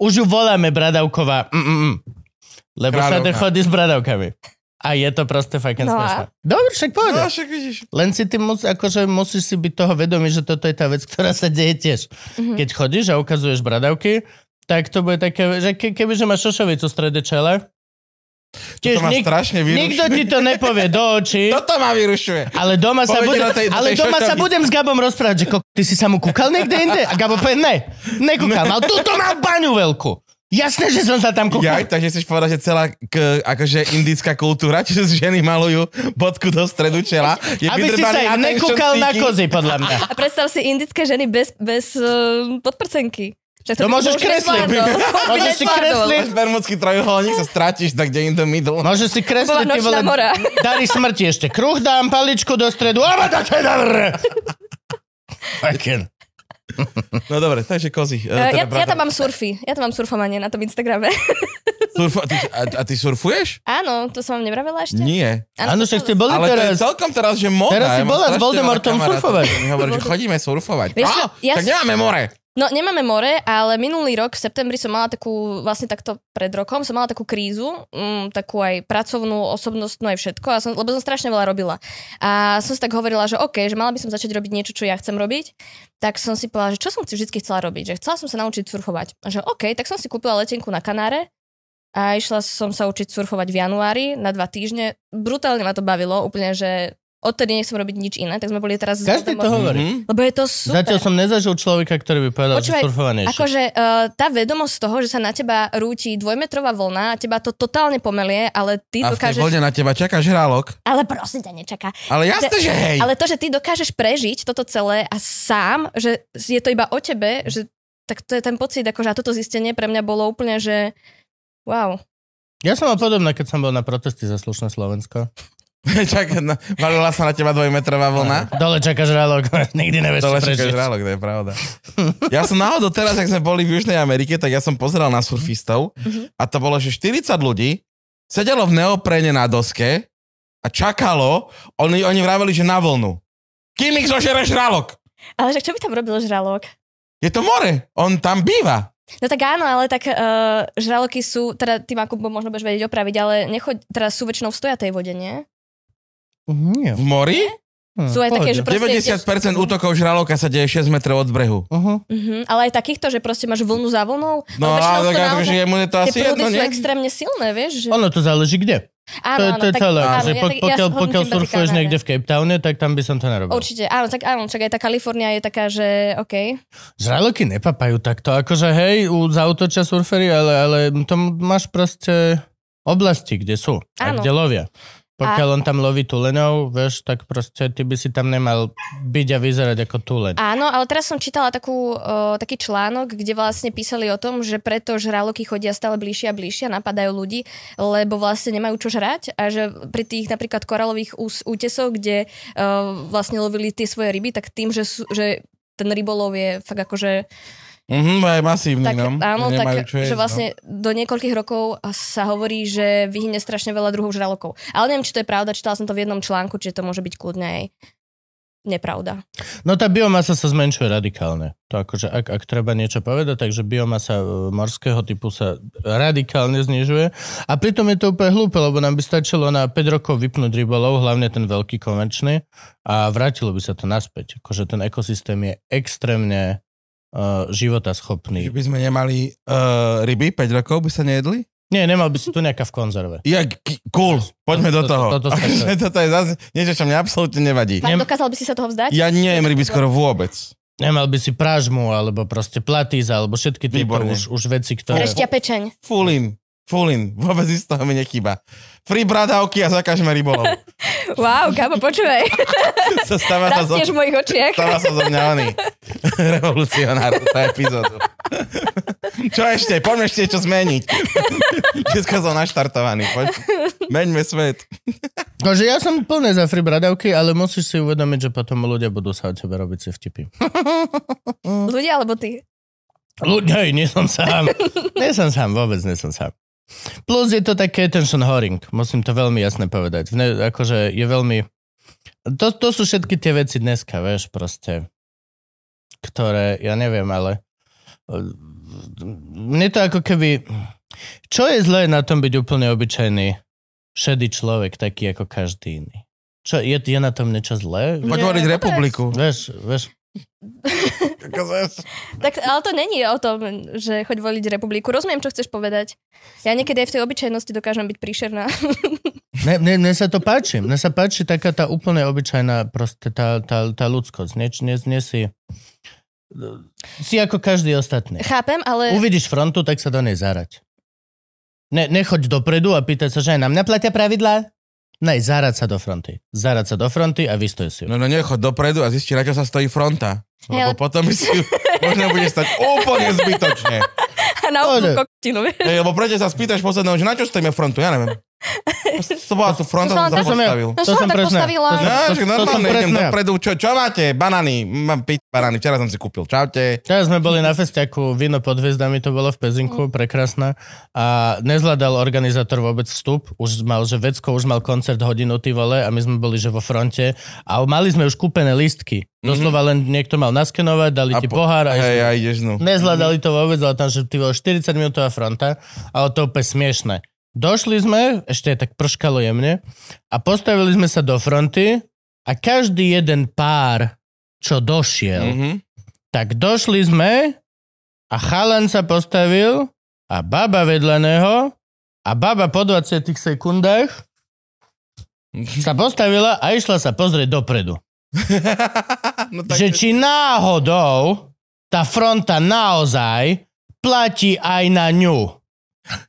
[SPEAKER 1] Už ju voláme Bradavková. Mm, mm, mm. Lebo sa
[SPEAKER 2] Bradavka.
[SPEAKER 1] chodí s Bradavkami. A je to proste fucking
[SPEAKER 3] No a?
[SPEAKER 1] smiešné. Dobre, však povedal.
[SPEAKER 4] No, však vidíš.
[SPEAKER 1] Len si ty mus, akože musíš si byť toho vedomý, že toto je tá vec, ktorá sa deje tiež.
[SPEAKER 3] Mhm.
[SPEAKER 1] Mm-hmm. Keď chodíš a ukazuješ bradavky, tak to bude také, že ke, keby že máš šošovicu v strede čele, tiež
[SPEAKER 4] To ma
[SPEAKER 1] nik,
[SPEAKER 4] strašne vyrušuje.
[SPEAKER 1] nikto ti to nepovie do očí,
[SPEAKER 4] Toto ma vyrušuje.
[SPEAKER 1] ale doma sa,
[SPEAKER 4] Povedi
[SPEAKER 1] budem,
[SPEAKER 4] na tej- na
[SPEAKER 1] ale
[SPEAKER 4] tej
[SPEAKER 1] doma sa
[SPEAKER 4] šošovici.
[SPEAKER 1] budem s Gabom rozprávať, že ko, ty si sa mu kúkal niekde inde? A Gabo povie, ne, nekúkal, ale tuto mal baňu veľkú. Jasné, že som sa tam
[SPEAKER 4] Jaj,
[SPEAKER 1] kúkal.
[SPEAKER 4] takže chceš povedať, že celá k, akože indická kultúra, čiže ženy malujú bodku do stredu čela. Je
[SPEAKER 1] Aby si sa
[SPEAKER 4] vydrbaný
[SPEAKER 1] aj
[SPEAKER 4] attention
[SPEAKER 1] nekúkal na
[SPEAKER 4] seeking.
[SPEAKER 1] kozy, podľa mňa.
[SPEAKER 3] A predstav si indické ženy bez, bez uh, podprsenky. Že
[SPEAKER 1] To
[SPEAKER 3] by-
[SPEAKER 1] môžeš
[SPEAKER 3] už
[SPEAKER 1] kresliť.
[SPEAKER 3] nezvládol. Už Eh, by
[SPEAKER 1] Môžeš si
[SPEAKER 3] nezvládol.
[SPEAKER 1] kresliť.
[SPEAKER 4] Máš bermudský trojuholník, sa stratíš tak, kde in the middle.
[SPEAKER 1] Môže si kresliť,
[SPEAKER 3] Bola
[SPEAKER 1] ty vole,
[SPEAKER 3] nočná mora.
[SPEAKER 1] dary smrti ešte. Kruh dám, paličku do stredu. Ava da kedavr! Fucking.
[SPEAKER 4] No dobre, takže kozy. teda
[SPEAKER 3] Eh, Ja, ja tam mám surfy. Ja tam mám surfovanie na tom Instagrame.
[SPEAKER 4] Surfa, ty, a, a ty surfuješ?
[SPEAKER 3] Áno, to som vám nevravela ešte?
[SPEAKER 4] Nie.
[SPEAKER 1] Áno, však ste boli
[SPEAKER 4] Ale to je
[SPEAKER 1] teraz.
[SPEAKER 4] celkom teraz, že moda.
[SPEAKER 1] Teraz
[SPEAKER 4] Ja
[SPEAKER 1] si
[SPEAKER 4] mám
[SPEAKER 1] bola s
[SPEAKER 4] strašne
[SPEAKER 1] Voldemortom
[SPEAKER 4] veľa kamarátov,
[SPEAKER 1] surfovať.
[SPEAKER 4] ktorí Mi hovorí, že chodíme surfovať.
[SPEAKER 3] Vieš čo,
[SPEAKER 4] Á,
[SPEAKER 3] ja
[SPEAKER 4] tak
[SPEAKER 3] s-
[SPEAKER 4] nemáme more.
[SPEAKER 3] No nemáme more, ale minulý rok v septembri som mala takú, vlastne takto pred rokom, som mala takú krízu, mm, takú aj pracovnú, osobnostnú aj všetko, a som, lebo som strašne veľa robila. A som si tak hovorila, že OK, že mala by som začať robiť niečo, čo ja chcem robiť, tak som si povedala, že čo som si vždy chcela robiť, že chcela som sa naučiť surfovať. A že OK, tak som si kúpila letenku na Kanáre a išla som sa učiť surfovať v januári na dva týždne. Brutálne ma to bavilo, úplne, že odtedy nechcem robiť nič iné, tak sme boli teraz... s
[SPEAKER 1] Každý to
[SPEAKER 3] Voldemortom.
[SPEAKER 1] hovorí.
[SPEAKER 4] Mhm.
[SPEAKER 3] Lebo je to super.
[SPEAKER 1] Zatiaľ som nezažil človeka, ktorý by povedal, že
[SPEAKER 3] Počúvaj,
[SPEAKER 1] surfovanie je
[SPEAKER 3] Akože uh, tá vedomosť toho, že sa na teba rúti dvojmetrová vlna, teba to totálne pomelie, ale ty
[SPEAKER 4] A v tej
[SPEAKER 3] dokážeš...
[SPEAKER 4] vlne na teba čaká žralok.
[SPEAKER 3] Ale prosím ťa, nečaká.
[SPEAKER 4] Ale jasné, že hej.
[SPEAKER 3] Ale to, že ty dokážeš prežiť toto celé a sám, že je to iba o tebe, že tak to je ten pocit, akože a toto zistenie pre mňa bolo úplne, že wow.
[SPEAKER 1] Ja som mal podobné, keď som bol na protesty za slušné Slovensko.
[SPEAKER 4] Čaká, no, valila sa na teba dvojmetrová vlna.
[SPEAKER 1] Dole čaká žralok, nikdy nevieš,
[SPEAKER 4] To
[SPEAKER 1] čo
[SPEAKER 4] leží
[SPEAKER 1] prežiť.
[SPEAKER 4] žralok, to je pravda. Ja som náhodou teraz, ak sme boli v Južnej Amerike, tak ja som pozeral na surfistov a to bolo, že 40 ľudí sedelo v neoprene na doske a čakalo, oni, oni vraveli, že na vlnu. Kým ich zožere žralok?
[SPEAKER 3] Ale že čo by tam robil žralok?
[SPEAKER 4] Je to more, on tam býva.
[SPEAKER 3] No tak áno, ale tak uh, žraloky sú, teda ty Makubo možno budeš vedieť opraviť, ale nechoď, teraz sú väčšinou v stojatej vode, nie?
[SPEAKER 1] Mhm, jo.
[SPEAKER 4] V mori?
[SPEAKER 1] Hm,
[SPEAKER 3] Sú aj
[SPEAKER 1] pohode.
[SPEAKER 3] také, že proste
[SPEAKER 4] 90% útokov žraloka sa deje 6 metrov od brehu.
[SPEAKER 1] Mhm.
[SPEAKER 3] Mhm, ale aj takýchto, že proste máš vlnu za vlnou.
[SPEAKER 4] No
[SPEAKER 3] ale väčšinou
[SPEAKER 4] a
[SPEAKER 3] sú
[SPEAKER 4] tak,
[SPEAKER 3] naozaj-
[SPEAKER 4] že jemu je to
[SPEAKER 3] Tie
[SPEAKER 4] asi
[SPEAKER 3] prúdy
[SPEAKER 4] jedno,
[SPEAKER 3] sú
[SPEAKER 4] nie?
[SPEAKER 3] extrémne silné, vieš? Že...
[SPEAKER 1] Ono to záleží kde.
[SPEAKER 3] áno,
[SPEAKER 1] To je, to je
[SPEAKER 3] tak-
[SPEAKER 1] celé. Že
[SPEAKER 3] áno, ja
[SPEAKER 1] po-
[SPEAKER 3] tak- ja
[SPEAKER 1] Pokiaľ
[SPEAKER 3] hodnotím
[SPEAKER 1] pokiaľ
[SPEAKER 3] iba tie
[SPEAKER 1] surfuješ
[SPEAKER 3] kanáre.
[SPEAKER 1] niekde v Cape Towne, tak tam by som to nerobil.
[SPEAKER 3] Určite, áno, tak áno, čak aj tá Kalifornia je taká, že OK.
[SPEAKER 1] Žraloky nepapajú takto, akože hej, u- zautočia surfery, ale, ale to m- máš proste oblasti, kde sú a
[SPEAKER 3] Áno.
[SPEAKER 1] kde lovia. Pokiaľ on tam loví tuleňov, vieš, tak proste ty by si tam nemal byť a vyzerať ako tuleň.
[SPEAKER 3] Áno, ale teraz som čítala takú, o, taký článok, kde vlastne písali o tom, že preto žraloky chodia stále bližšie a bližšie a napadajú ľudí, lebo vlastne nemajú čo žrať a že pri tých napríklad koralových ús- útesoch, kde o, vlastne lovili tie svoje ryby, tak tým, že, sú, že ten rybolov je fakt akože
[SPEAKER 4] Mhm, aj masívny,
[SPEAKER 3] Tak,
[SPEAKER 4] no.
[SPEAKER 3] áno,
[SPEAKER 4] Nemajú
[SPEAKER 3] tak,
[SPEAKER 4] čo jesť,
[SPEAKER 3] že
[SPEAKER 4] no.
[SPEAKER 3] vlastne do niekoľkých rokov sa hovorí, že vyhynie strašne veľa druhov žralokov. Ale neviem, či to je pravda, čítala som to v jednom článku, čiže to môže byť kľudne aj nepravda.
[SPEAKER 1] No tá biomasa sa zmenšuje radikálne. To akože, ak, ak treba niečo povedať, takže biomasa e, morského typu sa radikálne znižuje. A pritom je to úplne hlúpe, lebo nám by stačilo na 5 rokov vypnúť rybolov, hlavne ten veľký komerčný, a vrátilo by sa to naspäť. Akože ten ekosystém je extrémne uh,
[SPEAKER 4] Že
[SPEAKER 1] životaschopný.
[SPEAKER 4] by sme nemali uh, ryby, 5 rokov by sa nejedli?
[SPEAKER 1] Nie, nemal by si tu nejaká v konzerve.
[SPEAKER 4] Ja, k- cool, poďme
[SPEAKER 1] To-
[SPEAKER 4] do
[SPEAKER 1] to-
[SPEAKER 4] toho.
[SPEAKER 1] toto sa-
[SPEAKER 4] Akože toto je zase niečo, čo mne absolútne nevadí.
[SPEAKER 3] Pán,
[SPEAKER 1] Nem-
[SPEAKER 3] dokázal by si sa toho vzdať?
[SPEAKER 4] Ja nejem ryby skoro vôbec.
[SPEAKER 1] Nemal by si prážmu, alebo proste platíza, alebo všetky tieto
[SPEAKER 4] Výborne.
[SPEAKER 1] už, už veci, ktoré...
[SPEAKER 3] Preštia pečeň.
[SPEAKER 4] Fulin, fulin, vôbec z toho mi nechýba. Free bradavky a zakažme rybolov.
[SPEAKER 3] Wow, Gabo, počúvaj,
[SPEAKER 4] sa stáva sa zo,
[SPEAKER 3] rastieš v mojich očiach.
[SPEAKER 4] stáva sa zo mňa oný revolucionár tá epizódu. čo ešte? Poďme ešte niečo zmeniť. Všetko som naštartovaný. Poď. Meňme svet.
[SPEAKER 1] Takže ja som plne za free bradavky, ale musíš si uvedomiť, že potom ľudia budú sa o tebe robiť si vtipy.
[SPEAKER 3] Ľudia alebo ty?
[SPEAKER 1] Ľudia, nie som sám. nie som sám, vôbec nie som sám. Plus je to také attention horing, musím to veľmi jasne povedať. Ne, akože je veľmi... To, to sú všetky tie veci dneska, vieš, proste, ktoré, ja neviem, ale eh, mne to ako keby... Čo je zlé na tom byť úplne obyčajný šedý človek, taký ako každý iný? Čo, je, je na tom niečo zlé?
[SPEAKER 4] No.
[SPEAKER 2] Poď
[SPEAKER 3] Nie,
[SPEAKER 2] hovoriť
[SPEAKER 3] vôbec.
[SPEAKER 2] republiku.
[SPEAKER 1] Vieš, vieš,
[SPEAKER 3] Tak, ale to není o tom, že choď voliť republiku. Rozumiem, čo chceš povedať. Ja niekedy aj v tej obyčajnosti dokážem byť príšerná.
[SPEAKER 1] Ne, ne, mne sa to páči. Mne sa páči taká tá úplne obyčajná proste tá, tá, tá ľudskosť. Nie, nie, nie si... Si ako každý ostatný.
[SPEAKER 3] Chápem, ale...
[SPEAKER 1] Uvidíš frontu, tak sa do nej zarať. Ne, nechoď dopredu a pýtaj sa, že aj nám neplatia pravidlá. Ne, zarať sa do fronty. Zarať sa do fronty a vystoj si. ju.
[SPEAKER 4] No, no nechod dopredu a zisti, na čo sa stojí fronta.
[SPEAKER 3] Ja-
[SPEAKER 4] Lebo potom si ju možno bude stať úplne zbytočne.
[SPEAKER 3] A na úplnú
[SPEAKER 1] Ale-
[SPEAKER 3] kokotinu.
[SPEAKER 4] Hej, lebo prečo sa spýtaš posledného, že na čo stojíme frontu, ja neviem. To bola tu fronta,
[SPEAKER 3] To sa
[SPEAKER 4] som
[SPEAKER 3] len
[SPEAKER 4] sa
[SPEAKER 3] tak-
[SPEAKER 4] postavil.
[SPEAKER 3] To No, som tak postavila.
[SPEAKER 1] To som,
[SPEAKER 4] No,
[SPEAKER 1] to,
[SPEAKER 4] že
[SPEAKER 1] to, to som
[SPEAKER 4] normálne idem
[SPEAKER 1] presne. ja.
[SPEAKER 4] dopredu. Čo, čo máte? Banany. Mám piť banany. Včera som si kúpil. Čaute.
[SPEAKER 1] Teraz sme boli na festiaku Víno pod hviezdami, to bolo v Pezinku, prekrásne. A nezvládal organizátor vôbec vstup, už mal, že vecko, už mal koncert hodinu, ty vole, a my sme boli, že vo fronte. A mali sme už kúpené listky. Doslova len niekto mal naskenovať, dali ti pohár a
[SPEAKER 4] Hej, Mhm. a ideš no.
[SPEAKER 1] Nezvládali to vôbec, ale tam, že ty vole 40 minútová fronta, ale to úplne smiešne. Došli sme, ešte aj tak prškalo jemne, a postavili sme sa do fronty a každý jeden pár, čo došiel,
[SPEAKER 4] Mhm.
[SPEAKER 1] tak došli sme a chalan sa postavil a baba vedľa neho a baba po 20 sekundách sa postavila a išla sa pozrieť dopredu.
[SPEAKER 4] no tak,
[SPEAKER 1] Že či náhodou tá fronta naozaj platí aj na ňu.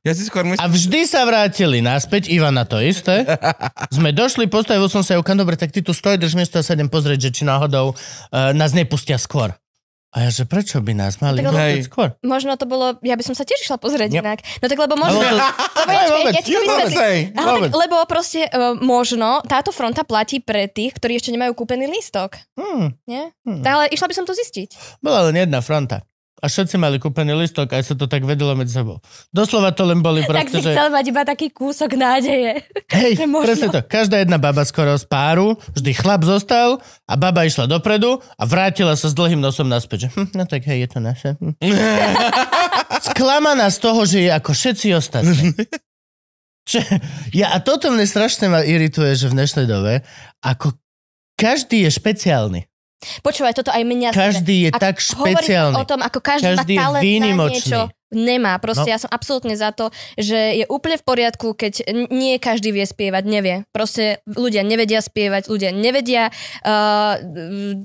[SPEAKER 4] ja si skôr
[SPEAKER 1] A
[SPEAKER 4] myslím,
[SPEAKER 1] vždy sa vrátili naspäť, Ivan na to isté. Sme došli, postavil som sa, Jukan, dobre, tak ty tu stoj, drž miesto a sa idem pozrieť, že či náhodou uh, nás nepustia skôr. A ja, že prečo by nás mali
[SPEAKER 3] Tak lebo-
[SPEAKER 1] pustiť skôr?
[SPEAKER 3] Možno to bolo... Ja by som sa tiež išla pozrieť
[SPEAKER 1] Nie.
[SPEAKER 3] inak. No tak lebo možno...
[SPEAKER 1] Ale to-
[SPEAKER 3] počkaj,
[SPEAKER 1] vôbec,
[SPEAKER 3] ja ti to
[SPEAKER 1] nie,
[SPEAKER 3] vysvetlím.
[SPEAKER 1] vôbec.
[SPEAKER 3] Ale
[SPEAKER 1] Vôbec.
[SPEAKER 3] tak, lebo proste uh, možno táto fronta platí pre tých, ktorí ešte nemajú kúpený lístok.
[SPEAKER 1] Hm.
[SPEAKER 3] Nie?
[SPEAKER 1] Hm.
[SPEAKER 3] Ale išla by som to zistiť.
[SPEAKER 1] Bola len jedna fronta. A všetci mali kúpený listok, aj sa to tak vedelo medzi sebou. Doslova to len boli
[SPEAKER 3] Tak
[SPEAKER 1] proste,
[SPEAKER 3] si
[SPEAKER 1] že...
[SPEAKER 3] chcel mať iba taký kúsok nádeje.
[SPEAKER 1] Hej,
[SPEAKER 3] že možno.
[SPEAKER 1] presne to. Každá jedna baba skoro z páru, vždy chlap zostal a baba išla dopredu a vrátila sa s dlhým nosom naspäť. Že, hm, no tak hej, je to naše. Hm. Sklamaná z toho, že je ako všetci ostatní. Čo, ja, a toto mne strašne ma irituje, že v dnešnej dobe, ako každý je špeciálny.
[SPEAKER 3] Počúvaj, toto aj mňa...
[SPEAKER 1] Každý je
[SPEAKER 3] Ak
[SPEAKER 1] tak
[SPEAKER 3] hovoriť
[SPEAKER 1] špeciálny.
[SPEAKER 3] o tom, ako každý,
[SPEAKER 1] Každý je
[SPEAKER 3] má talent na
[SPEAKER 1] výnimočný.
[SPEAKER 3] niečo, nemá.
[SPEAKER 1] No.
[SPEAKER 3] Proste no. ja som absolútne za to, že je úplne v poriadku, keď n- nie každý vie spievať, nevie. Proste ľudia nevedia spievať, ľudia nevedia uh,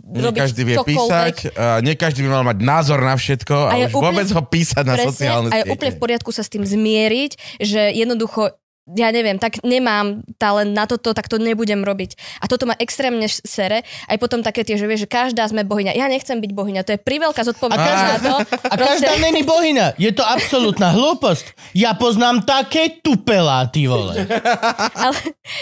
[SPEAKER 4] nie
[SPEAKER 3] robiť
[SPEAKER 4] každý vie
[SPEAKER 3] čokoľvek.
[SPEAKER 4] písať, a nie každý by mal mať názor na všetko a,
[SPEAKER 3] A je
[SPEAKER 4] už
[SPEAKER 3] úplne-
[SPEAKER 4] vôbec ho písať na sociálne
[SPEAKER 3] a je
[SPEAKER 4] siete.
[SPEAKER 3] úplne v poriadku sa s tým zmieriť, že jednoducho ja neviem, tak nemám talent na toto, tak to nebudem robiť. A toto ma extrémne š- sere. Aj potom také tie, že vieš, že každá sme bohyňa. Ja nechcem byť bohyňa, to je priveľká
[SPEAKER 1] A
[SPEAKER 3] zodpovednosť
[SPEAKER 1] každá-
[SPEAKER 3] na to.
[SPEAKER 1] A každá není bohyňa. Je to absolútna hlúposť. Ja poznám také tupelá, ty vole.
[SPEAKER 3] Ale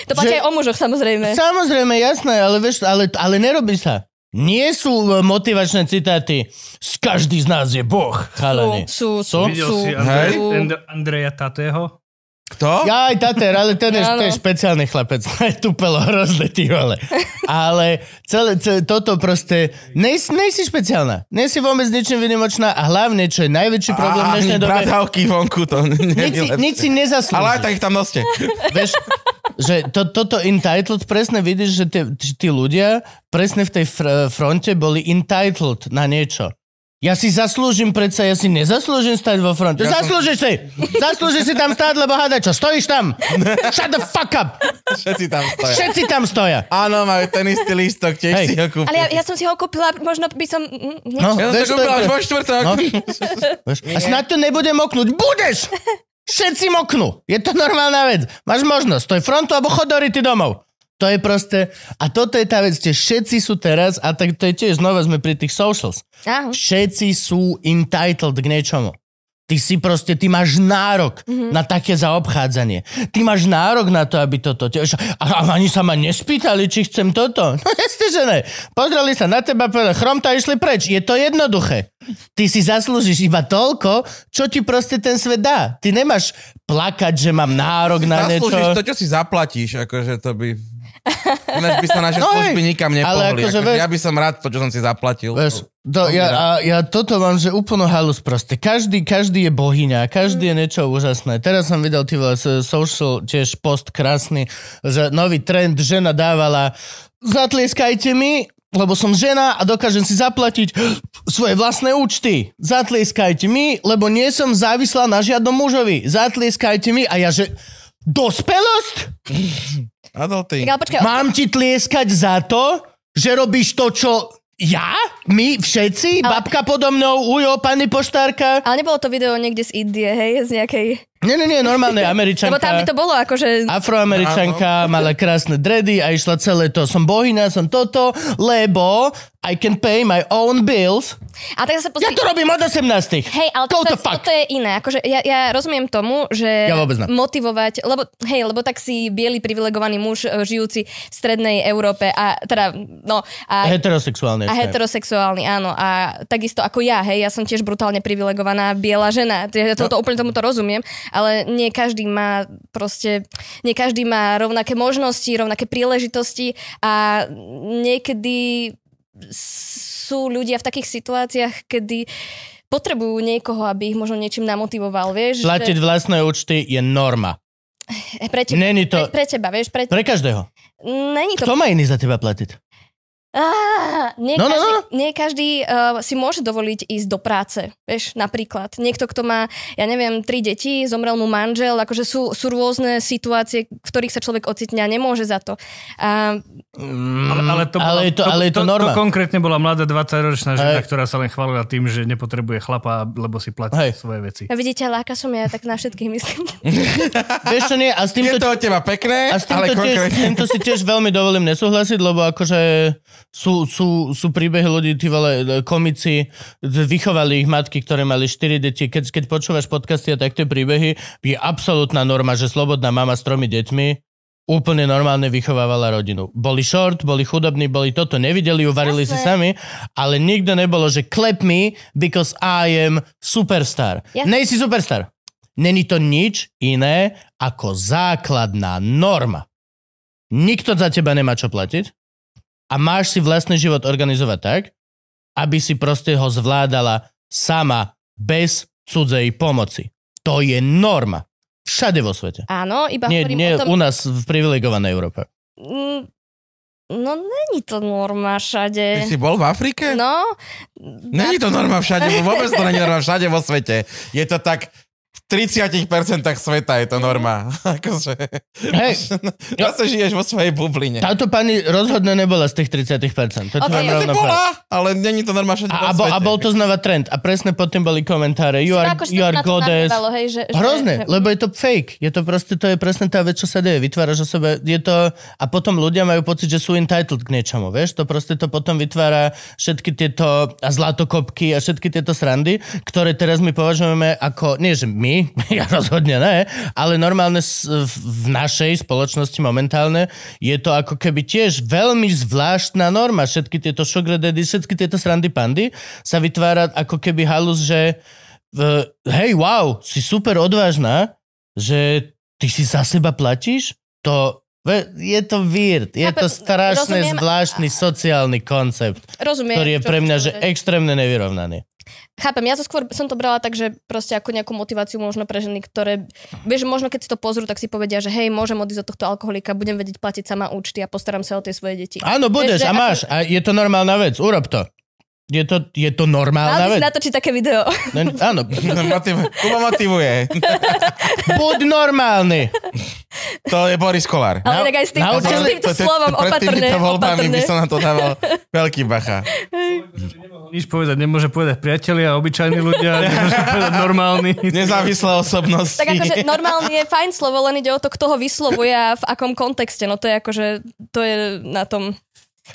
[SPEAKER 3] to platí
[SPEAKER 1] Že-
[SPEAKER 3] aj o mužoch samozrejme.
[SPEAKER 1] Samozrejme, jasné, ale, vieš, ale, ale nerobí sa. Nie sú e, motivačné citáty. "Z- Každý z nás je boh, chalani.
[SPEAKER 3] Sú,
[SPEAKER 1] Sú?
[SPEAKER 3] sú,
[SPEAKER 5] Videl
[SPEAKER 3] sú.
[SPEAKER 5] si
[SPEAKER 4] Hej.
[SPEAKER 5] Andrej, Andre- Andreja Tatého?
[SPEAKER 4] Kto?
[SPEAKER 1] Ja aj Tater, ale ten je,
[SPEAKER 3] Áno.
[SPEAKER 1] ten je špeciálny chlapec. Tupelo hrozne, ty vole. Ale celé, celé toto proste... Nejsi, nejsi špeciálna. Nejsi vôbec ničím vynimočná a hlavne, čo je najväčší problém v
[SPEAKER 4] Á,
[SPEAKER 1] dnešnej dobe...
[SPEAKER 4] bradavky vonku, to
[SPEAKER 1] Nič,
[SPEAKER 4] nie
[SPEAKER 1] si- nič si nezaslúži.
[SPEAKER 4] Ale aj tak ich tam noste.
[SPEAKER 1] Vieš, že to, toto entitled, presne vidíš, že tie- že tí ľudia presne v tej fr- fronte boli entitled na niečo. Ja si zaslúžim predsa, ja si nezaslúžim stať vo fronte. Ja zaslúžiš si! Zaslúžiš si tam stáť, lebo hádaj čo, stojíš tam! Shut the fuck up!
[SPEAKER 4] Všetci tam stoja.
[SPEAKER 1] Všetci tam stoja!
[SPEAKER 4] Áno, majú ten istý lístok, tiež
[SPEAKER 1] Hej.
[SPEAKER 4] si ho kúpil.
[SPEAKER 3] Ale ja, ja som si ho kúpila, možno by som... mm, Nie,
[SPEAKER 1] No,
[SPEAKER 4] Ja som to
[SPEAKER 1] vieš, to
[SPEAKER 4] kúpil
[SPEAKER 1] je-
[SPEAKER 4] až vo štvrtok.
[SPEAKER 1] No. Vieš, A snad to nebude moknúť. Budeš! Všetci moknú. Je to normálna vec. Máš možnosť. To je frontu alebo chodory ty domov. To je proste... A toto je tá vec, že všetci sú teraz, a tak to je tiež znova sme pri tých socials.
[SPEAKER 3] Áno.
[SPEAKER 1] Všetci sú entitled k niečomu. Ty si proste, ty máš nárok mm-hmm. na také zaobchádzanie. Ty máš nárok na to, aby toto... Te... A, a ani sa ma nespýtali, či chcem toto. No jasne, že ne. Pozreli sa na teba, povedali, chromta išli preč. Je to jednoduché. Ty si zaslúžiš iba toľko, čo ti proste ten svet dá. Ty nemáš plakať, že mám nárok na niečo.
[SPEAKER 4] Zaslúžiš to, čo si zaplatíš, akože to by... Ináč by sa naše
[SPEAKER 1] No hej,
[SPEAKER 4] služby nikam nepohli.
[SPEAKER 1] akože
[SPEAKER 4] Akože
[SPEAKER 1] vieš-
[SPEAKER 4] ja by som rád to, čo som si zaplatil.
[SPEAKER 1] Vieš, to, ja, a, ja toto mám, že úplnú halus proste. Každý, každý je bohyňa, každý je niečo úžasné. Teraz som videl ty vole, so- social, tiež post krásny, že nový trend, žena dávala zatlieskajte mi, lebo som žena a dokážem si zaplatiť svoje vlastné účty. Zatlieskajte mi, lebo nie som závislá na žiadnom mužovi. Zatlieskajte mi a ja že... Dospelosť?
[SPEAKER 4] Adulty.
[SPEAKER 3] Tak ale počkaj,
[SPEAKER 1] Mám ti tlieskať za to, že robíš to, čo ja? My všetci? Ale...
[SPEAKER 3] Ale-
[SPEAKER 1] Babka podo mnou, ujo, pani poštárka?
[SPEAKER 3] ale nebolo to video niekde z Indie, hej, z nejakej...
[SPEAKER 1] Nie, nie, nie, normálne američanka.
[SPEAKER 3] Lebo tam by to bolo akože...
[SPEAKER 1] Afroameričanka, mala krásne dredy a išla celé to. Som bohyňa, som toto, lebo I can pay my own bills.
[SPEAKER 3] A tak sa pozri...
[SPEAKER 1] Ja to robím od 18.
[SPEAKER 3] Hej, ale
[SPEAKER 1] Go the
[SPEAKER 3] toto,
[SPEAKER 1] fuck.
[SPEAKER 3] toto je iné. Akože ja, ja rozumiem tomu, že
[SPEAKER 1] Ja vôbec ne.
[SPEAKER 3] motivovať, lebo, hej, lebo tak si biely privilegovaný muž e, žijúci v strednej Európe a teda, no, a,
[SPEAKER 1] Heterosexuálne.
[SPEAKER 3] a
[SPEAKER 1] ešte.
[SPEAKER 3] heterosexuálny, áno. A takisto ako ja, hej, ja som tiež brutálne privilegovaná biela žena. T- Ja toto, úplne tomu to rozumiem, ale nie každý má proste, nie každý má rovnaké možnosti, rovnaké príležitosti a niekedy sú ľudia v takých situáciách, kedy potrebujú niekoho, aby ich možno niečím namotivoval, vieš?
[SPEAKER 1] Platiť vlastné účty je norma.
[SPEAKER 3] že, pre, teba,
[SPEAKER 1] Není to... No,
[SPEAKER 3] pre, pre teba, vieš? Pre,
[SPEAKER 1] Pre každého.
[SPEAKER 3] není to
[SPEAKER 1] Kto má iný za teba platiť?
[SPEAKER 3] Á, nie,
[SPEAKER 1] No,
[SPEAKER 3] no,
[SPEAKER 1] no,
[SPEAKER 3] každý,
[SPEAKER 1] no,
[SPEAKER 3] no, no. nie každý uh, si môže dovoliť ísť do práce, vieš, napríklad. Niekto, kto má, ja neviem, tri deti, zomrel mu manžel, akože sú, sú rôzne situácie, v ktorých sa človek ocitne a nemôže za to. A,
[SPEAKER 5] Ale, ale, to
[SPEAKER 1] Mm, ale
[SPEAKER 5] bola-
[SPEAKER 1] je to- ale je to
[SPEAKER 5] to,
[SPEAKER 1] norma.
[SPEAKER 5] to konkrétne bola mladá 20-ročná žena,
[SPEAKER 1] Hej.
[SPEAKER 5] ktorá sa len chválila tým, že nepotrebuje chlapa, lebo si platí
[SPEAKER 1] Hej.
[SPEAKER 5] svoje veci.
[SPEAKER 3] a vidíte, ale aká som ja, tak na všetkých myslím.
[SPEAKER 1] Vieš čo nie? A s
[SPEAKER 4] Je
[SPEAKER 1] týmto
[SPEAKER 4] to od teba pekné,
[SPEAKER 1] A s týmto,
[SPEAKER 4] ale
[SPEAKER 1] tiež, s
[SPEAKER 4] konkrétne...
[SPEAKER 1] týmto si tiež veľmi dovolím nesúhlasiť, lebo akože sú, sú, sú príbehy ľudí, tí vole komici, vychovali ich matky, ktoré mali 4 deti. Keď, keď počúvaš podcasty a takto príbehy, je absolútna norma, že slobodná mama s tromi deťmi úplne normálne vychovávala rodinu. Boli short, boli chudobní, boli toto, nevideli ju, varili si
[SPEAKER 3] Jasné.
[SPEAKER 1] sami, ale nikto nebolo, že clap me because I am superstar.
[SPEAKER 3] Jasné.
[SPEAKER 1] Nej si superstar. Není to nič iné ako základná norma. Nikto za teba nemá čo platiť a máš si vlastný život organizovať tak, aby si proste ho zvládala sama bez cudzej pomoci. To je norma. Všade vo svete.
[SPEAKER 3] Áno, iba
[SPEAKER 1] Nie,
[SPEAKER 3] hovorím
[SPEAKER 1] nie
[SPEAKER 3] o tom...
[SPEAKER 1] u nás v privilegovanej Európe.
[SPEAKER 3] Mm, No, není to norma
[SPEAKER 4] Ty
[SPEAKER 3] všade.
[SPEAKER 4] si bol v Afrike?
[SPEAKER 3] No,
[SPEAKER 4] Není to norma všade, vôbec to není norma všade vo svete. Je to tak v 30% sveta je to norma. Akože...
[SPEAKER 1] Hej,
[SPEAKER 4] Zase žiješ vo svojej bubline.
[SPEAKER 1] táto pani rozhodne nebola z tých 30%. To ti mám
[SPEAKER 3] Ok, ale
[SPEAKER 1] rovno povedať.
[SPEAKER 4] Bola, ale není to norma všade
[SPEAKER 1] a, a, bol,
[SPEAKER 4] vo svete.
[SPEAKER 1] a bol to znova trend. A presne pod tým boli komentáre. You are,
[SPEAKER 3] akože
[SPEAKER 1] you
[SPEAKER 3] to
[SPEAKER 1] are
[SPEAKER 3] na to
[SPEAKER 1] goddess.
[SPEAKER 3] nahnevalo, hej, že, že-
[SPEAKER 1] Hrozné,
[SPEAKER 3] že-
[SPEAKER 1] lebo je to fake. Je to proste, to je presne tá vec, čo sa deje. Vytváraš o sebe, je to... A potom ľudia majú pocit, že sú entitled k niečomu, vieš? To proste to potom vytvára všetky tieto a zlatokopky a všetky tieto srandy, ktoré teraz my považujeme ako... Nie, že my, ja rozhodne ne, ale normálne s- v v našej spoločnosti momentálne je to ako keby tiež veľmi zvláštna norma. Všetky tieto sugar daddy, všetky tieto srandy pandy sa vytvára ako keby halus, že v, hej, wow, si super odvážna, že ty si za seba platíš, to ve- je to weird, je
[SPEAKER 3] Chápem,
[SPEAKER 1] to strašne
[SPEAKER 3] rozumiem.
[SPEAKER 1] zvláštny sociálny koncept,
[SPEAKER 3] Rozumiem,
[SPEAKER 1] ktorý je
[SPEAKER 3] čo
[SPEAKER 1] pre mňa
[SPEAKER 3] chceš
[SPEAKER 1] že
[SPEAKER 3] povedať.
[SPEAKER 1] extrémne nevyrovnaný.
[SPEAKER 3] Chápem, ja to skôr som to brala tak, že proste ako nejakú motiváciu možno pre ženy, ktoré, vieš, možno keď si to pozrú, tak si povedia, že hej, môžem odísť od tohto alkoholika, budem vedieť platiť sama účty a postaram sa o tie svoje deti.
[SPEAKER 1] Áno, budeš
[SPEAKER 3] že
[SPEAKER 1] a
[SPEAKER 3] ako-
[SPEAKER 1] máš a je to normálna vec, urob to. Je to, je to normálna
[SPEAKER 3] Mal by si
[SPEAKER 1] vec.
[SPEAKER 3] natočiť také video.
[SPEAKER 1] No, áno,
[SPEAKER 4] Motiv- Kuba motivuje.
[SPEAKER 1] buď normálny.
[SPEAKER 4] To je Boris Kolár.
[SPEAKER 3] Ale inak aj s tým-
[SPEAKER 1] na-
[SPEAKER 3] s tým- s týmto
[SPEAKER 4] To- to-
[SPEAKER 3] slovom
[SPEAKER 4] to- pred
[SPEAKER 3] opatrne.
[SPEAKER 4] týmito voľbami
[SPEAKER 3] opatrne.
[SPEAKER 4] by som na to dával veľký bacha.
[SPEAKER 5] Nič povedať, nemôže povedať priatelia, obyčajní ľudia, nemôže povedať normálni.
[SPEAKER 4] Nezávislé osobnosti.
[SPEAKER 3] Tak akože normálne je fajn slovo, len ide o to, kto ho vyslovuje a v akom kontexte. No to je akože, to je na tom.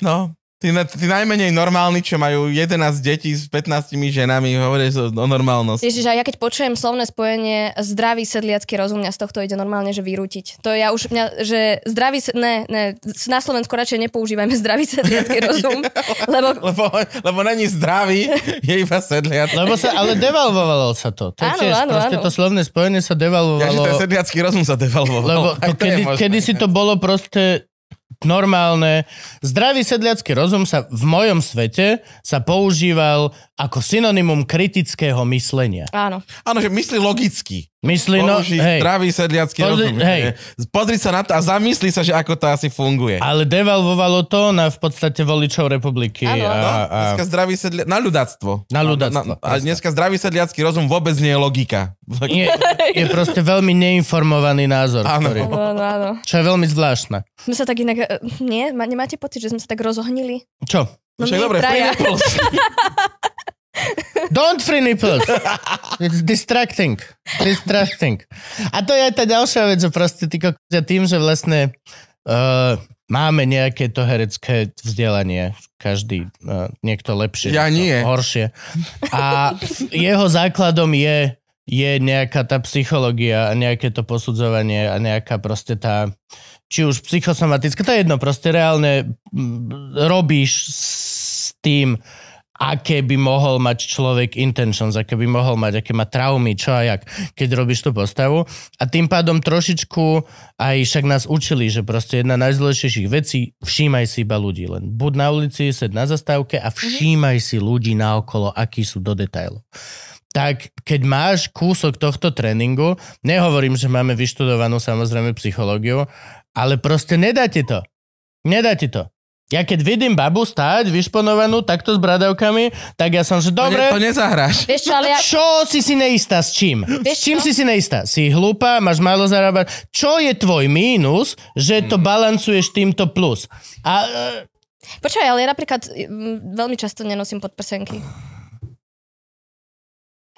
[SPEAKER 4] No. Ty, na- ty najmenej normálni, čo majú 11 detí s 15 ženami, hovoríš o, o normálnosti.
[SPEAKER 3] Ježiš, a ja keď počujem slovné spojenie zdravý sedliacký rozum, mňa z tohto ide normálne, že vyrútiť. To ja už, mňa, že zdravý, se- ne, ne, na Slovensku radšej nepoužívajme zdravý sedliacký rozum, lebo
[SPEAKER 4] Lebo, lebo není zdravý, je iba sedliac.
[SPEAKER 1] Lebo sa, ale devalvovalo sa to. to je
[SPEAKER 3] Áno,
[SPEAKER 1] tiež,
[SPEAKER 3] áno,
[SPEAKER 1] proste
[SPEAKER 3] áno.
[SPEAKER 1] to slovné spojenie sa
[SPEAKER 4] Ja, že ten
[SPEAKER 1] devalvovalo.
[SPEAKER 4] sedliacký rozum sa devalvoval.
[SPEAKER 1] lebo to
[SPEAKER 4] Aj to je
[SPEAKER 1] kedy,
[SPEAKER 4] možné.
[SPEAKER 1] kedy si to bolo proste normálne. Zdravý sedliacký rozum sa v mojom svete sa používal ako synonymum kritického myslenia.
[SPEAKER 3] áno.
[SPEAKER 4] Áno, že myslí logicky.
[SPEAKER 1] Myslí, no,
[SPEAKER 4] Použí
[SPEAKER 1] hej,
[SPEAKER 4] zdravý sedliacký
[SPEAKER 1] Pozri-
[SPEAKER 4] rozum.
[SPEAKER 1] hej.
[SPEAKER 4] Pozri sa na to a zamysli sa, že ako to asi funguje.
[SPEAKER 1] ale devalvovalo to na v podstate voličov republiky a,
[SPEAKER 3] Áno,
[SPEAKER 4] No,
[SPEAKER 1] a
[SPEAKER 4] dneska zdravý sedlia... Na ľudáctvo. No,
[SPEAKER 1] Na ľudáctvo,
[SPEAKER 4] a
[SPEAKER 1] presne.
[SPEAKER 4] dneska zdravý sedliacký rozum vôbec nie je logika.
[SPEAKER 1] je, je proste veľmi neinformovaný názor.
[SPEAKER 4] Áno.
[SPEAKER 1] Ktorý,
[SPEAKER 3] Áno, áno, áno.
[SPEAKER 1] čo je veľmi zvláštne.
[SPEAKER 3] Sme sa tak inak... e, Nie? Ma- Nemáte pocit, že sme sa tak rozohnili?
[SPEAKER 1] Čo?
[SPEAKER 3] No
[SPEAKER 4] Však
[SPEAKER 3] my
[SPEAKER 4] dobre,
[SPEAKER 3] traja.
[SPEAKER 4] free nipples.
[SPEAKER 1] Don't free nipples. It's distracting. Distracting. A to je aj tá ďalšia vec, že proste ty kokos, že tým, že vlastne uh, máme nejaké to herecké vzdelanie, každý, uh, niekto lepšie,
[SPEAKER 4] Ja
[SPEAKER 1] niekto
[SPEAKER 4] nie.
[SPEAKER 1] horšie. A jeho základom je, je nejaká tá psychológia a nejaké to posudzovanie a nejaká proste tá či už psychosomatická, to je jedno, proste reálne mm, robíš s tým, aké by mohol mať človek intentions, aké by mohol mať, aké má traumy, čo a jak, keď robíš tú postavu. A tým pádom trošičku aj však nás učili, že proste jedna najdôležitejších vecí, všímaj si iba ľudí. Len buď na ulici, sed na zastávke a všímaj si ľudí naokolo, akí sú do detailu. Tak keď máš kúsok tohto tréningu, nehovorím, že máme vyštudovanú samozrejme psychológiu, ale proste nedá ti to. Nedá ti to. Ja keď vidím babu stáť vyšponovanú takto s bradavkami, tak ja som, že
[SPEAKER 4] To
[SPEAKER 1] dobre,
[SPEAKER 4] ne- To nezahráš.
[SPEAKER 3] Vieš čo, ale ja...
[SPEAKER 1] čo si si neistá s čím?
[SPEAKER 3] Vieš
[SPEAKER 1] s čím
[SPEAKER 3] čo?
[SPEAKER 1] si si neistá? Si hlúpa, máš málo zarábať. Čo je tvoj mínus, že to
[SPEAKER 4] Mm.
[SPEAKER 1] balancuješ týmto plus? A e,
[SPEAKER 3] Počkaj, ale ja napríklad mm, veľmi často nenosím podprsenky.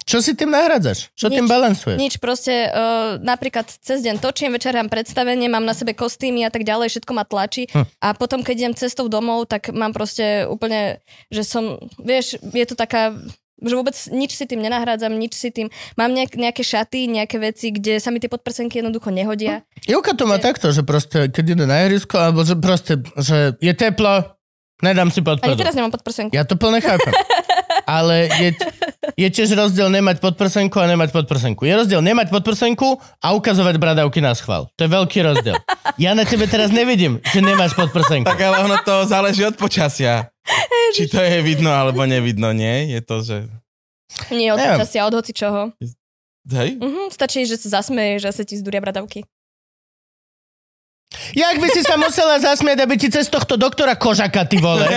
[SPEAKER 1] čo si tým nahradzaš? Čo
[SPEAKER 3] Nič.
[SPEAKER 1] tým balancuješ?
[SPEAKER 3] Nič, proste uh, napríklad cez deň točím, večer mám predstavenie, mám na sebe kostýmy a tak ďalej, všetko ma tlačí.
[SPEAKER 1] Hm.
[SPEAKER 3] Hm. A potom, keď idem cestou domov, tak mám proste úplne, že som, vieš, je to taká že vôbec nič si tým nenahrádzam, nič si tým... Mám nejak, nejaké šaty, nejaké veci, kde sa mi tie podprsenky jednoducho
[SPEAKER 1] Hm,
[SPEAKER 3] nehodia.
[SPEAKER 1] Juka to má
[SPEAKER 3] Je-
[SPEAKER 1] takto, že proste, keď ide na ihrisko, alebo že proste, že je teplo, nedám si
[SPEAKER 3] Ani
[SPEAKER 1] podprsenku.
[SPEAKER 3] teraz nemám podprsenky.
[SPEAKER 1] Ja
[SPEAKER 3] Ja.
[SPEAKER 1] to plne chápem. Ale je, je tiež rozdiel nemať podprsenku a nemať podprsenku. Je rozdiel nemať podprsenku a ukazovať bradavky na schvál. To je veľký rozdiel. Ja na tebe teraz nevidím, že nemáš podprsenku.
[SPEAKER 4] Tak ale ono to záleží od počasia. Či to je vidno alebo nevidno, nie? Je to, že...
[SPEAKER 3] Nie od
[SPEAKER 1] Neviem.
[SPEAKER 3] počasia, od hoci čoho.
[SPEAKER 4] Hej?
[SPEAKER 3] Mhm, stačí, že sa zasmeješ, že sa ti zdúria bradavky.
[SPEAKER 1] Jak by si sa musela zasmiať, aby ti cez tohto doktora Kožaka, ty vole.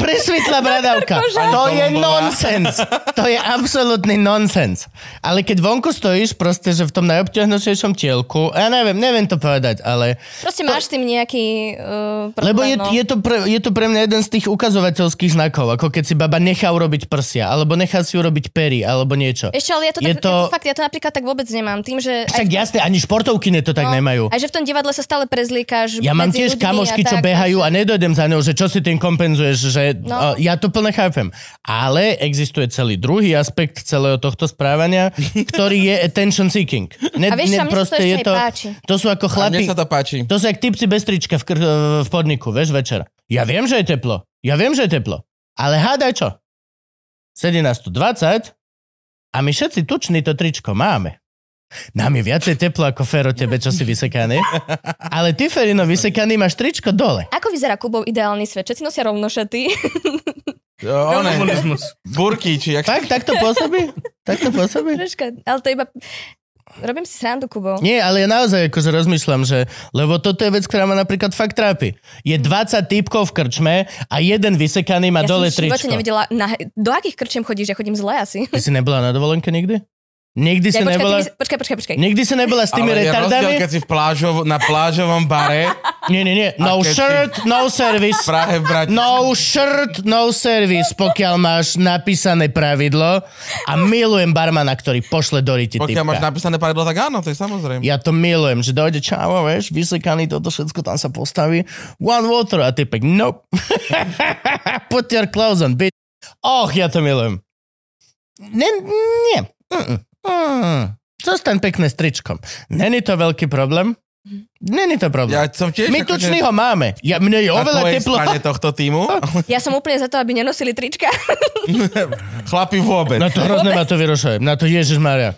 [SPEAKER 1] Presvitla bradavka.
[SPEAKER 3] Kožak.
[SPEAKER 1] To je
[SPEAKER 4] Tombová.
[SPEAKER 1] nonsens. To je absolútny nonsens. Ale keď vonku stojíš, proste, že v tom najobťahnutejšom tielku, ja neviem, neviem to povedať, ale
[SPEAKER 3] Proste máš s tým nejaký uh, problém.
[SPEAKER 1] Lebo je,
[SPEAKER 3] no.
[SPEAKER 1] je, to pre, je to pre mňa jeden z tých ukazovateľských znakov, ako keď si baba nechá urobiť prsia, alebo nechá si urobiť pery, alebo niečo.
[SPEAKER 3] Ešte, ale ja to,
[SPEAKER 1] Je
[SPEAKER 3] tak,
[SPEAKER 1] to-
[SPEAKER 3] ja to fakt, ja to napríklad tak vôbec nemám. Tým, že... aj
[SPEAKER 1] Však
[SPEAKER 3] v-
[SPEAKER 1] jasne, ani športovky ne to tak
[SPEAKER 3] no,
[SPEAKER 1] nemajú.
[SPEAKER 3] Aj že v tom divadle sa stále prezlíkáš.
[SPEAKER 1] Ja mám
[SPEAKER 3] medzi
[SPEAKER 1] tiež
[SPEAKER 3] ľuďmi
[SPEAKER 1] kamošky,
[SPEAKER 3] a
[SPEAKER 1] čo
[SPEAKER 3] tak.
[SPEAKER 1] behajú a nedojdem za ňou, že čo si tým kompenzuješ, že no.
[SPEAKER 3] No.
[SPEAKER 1] ja to plne chápem. Ale existuje celý druhý aspekt celého tohto správania, ktorý je attention seeking. Ne,
[SPEAKER 3] A vieš, čo, mne sa to ešte aj páči.
[SPEAKER 1] to sú ako
[SPEAKER 4] A mne
[SPEAKER 1] chlapi,
[SPEAKER 4] sa to páči.
[SPEAKER 1] to sú jak typci bez trička v, kr- v podniku, vieš, večer. Ja viem, že je teplo. Ja viem, že je teplo. Ale hádaj čo? Sedí nás tu 20 a my všetci tuční to tričko máme. Nám je viacej teplo ako Fero tebe, čo si vysekaný. Ale ty, Ferino, vysekaný, máš tričko dole.
[SPEAKER 3] Ako vyzerá Kubov ideálny svet? Všetci nosia rovno šaty.
[SPEAKER 4] O, One,
[SPEAKER 5] Komunizmus.
[SPEAKER 4] burky, či jak...
[SPEAKER 1] Tak, tak to pôsobí? Tak to pôsobí?
[SPEAKER 3] Troška, ale to je iba... Robím si srandu, Kubo.
[SPEAKER 1] Nie, ale ja naozaj akože rozmýšľam, že, lebo toto je vec, ktorá ma napríklad fakt trápi. Je 20 typkov v krčme a jeden vysekaný má
[SPEAKER 3] ja
[SPEAKER 1] dole
[SPEAKER 3] som v živote
[SPEAKER 1] tričko.
[SPEAKER 3] nevidela, na, do akých krčiem chodíš? Ja chodím zle asi.
[SPEAKER 1] Ty si nebola na dovolenke nikdy? Nikdy si
[SPEAKER 3] Ja, počkaj, ty
[SPEAKER 1] nebola...
[SPEAKER 3] mi- počkaj, počkaj, počkaj.
[SPEAKER 1] Nikdy si nebola s tými
[SPEAKER 4] Ale je rozdiel,
[SPEAKER 1] retardami?
[SPEAKER 4] keď si v plážov, na plážovom bare
[SPEAKER 1] Nie, nie, nie.
[SPEAKER 4] A
[SPEAKER 1] No
[SPEAKER 4] keď si-
[SPEAKER 1] shirt, no service.
[SPEAKER 4] Prahe v Bratislave.
[SPEAKER 1] No shirt, no service, pokiaľ máš napísané pravidlo a milujem barmana, ktorý pošle do riti
[SPEAKER 4] Pokiaľ
[SPEAKER 1] No,
[SPEAKER 4] máš
[SPEAKER 1] typka.
[SPEAKER 4] napísané pravidlo, tak áno, to je samozrejme.
[SPEAKER 1] Ja to milujem, že dojde čavo, vieš, vysekaný toto všetko, tam sa postaví. One water a typek, nope. Put your clothes on, bitch. Och, ja to milujem. Ne, nie. Mm, mm. Zostaň pekne stričkom. Není to veľký problém. Není to problém.
[SPEAKER 4] Ja som tiež...
[SPEAKER 1] My
[SPEAKER 4] akože
[SPEAKER 1] tučný ho máme. Ja, mne je
[SPEAKER 4] na
[SPEAKER 1] oveľa
[SPEAKER 4] tvojej
[SPEAKER 1] teplo.
[SPEAKER 4] strane tohto týmu.
[SPEAKER 3] Ja som úplne za to, aby nenosili trička.
[SPEAKER 4] Chlapi vôbec.
[SPEAKER 1] Na to hrozne ma to vyrošuje. Na to Ježiš Maria.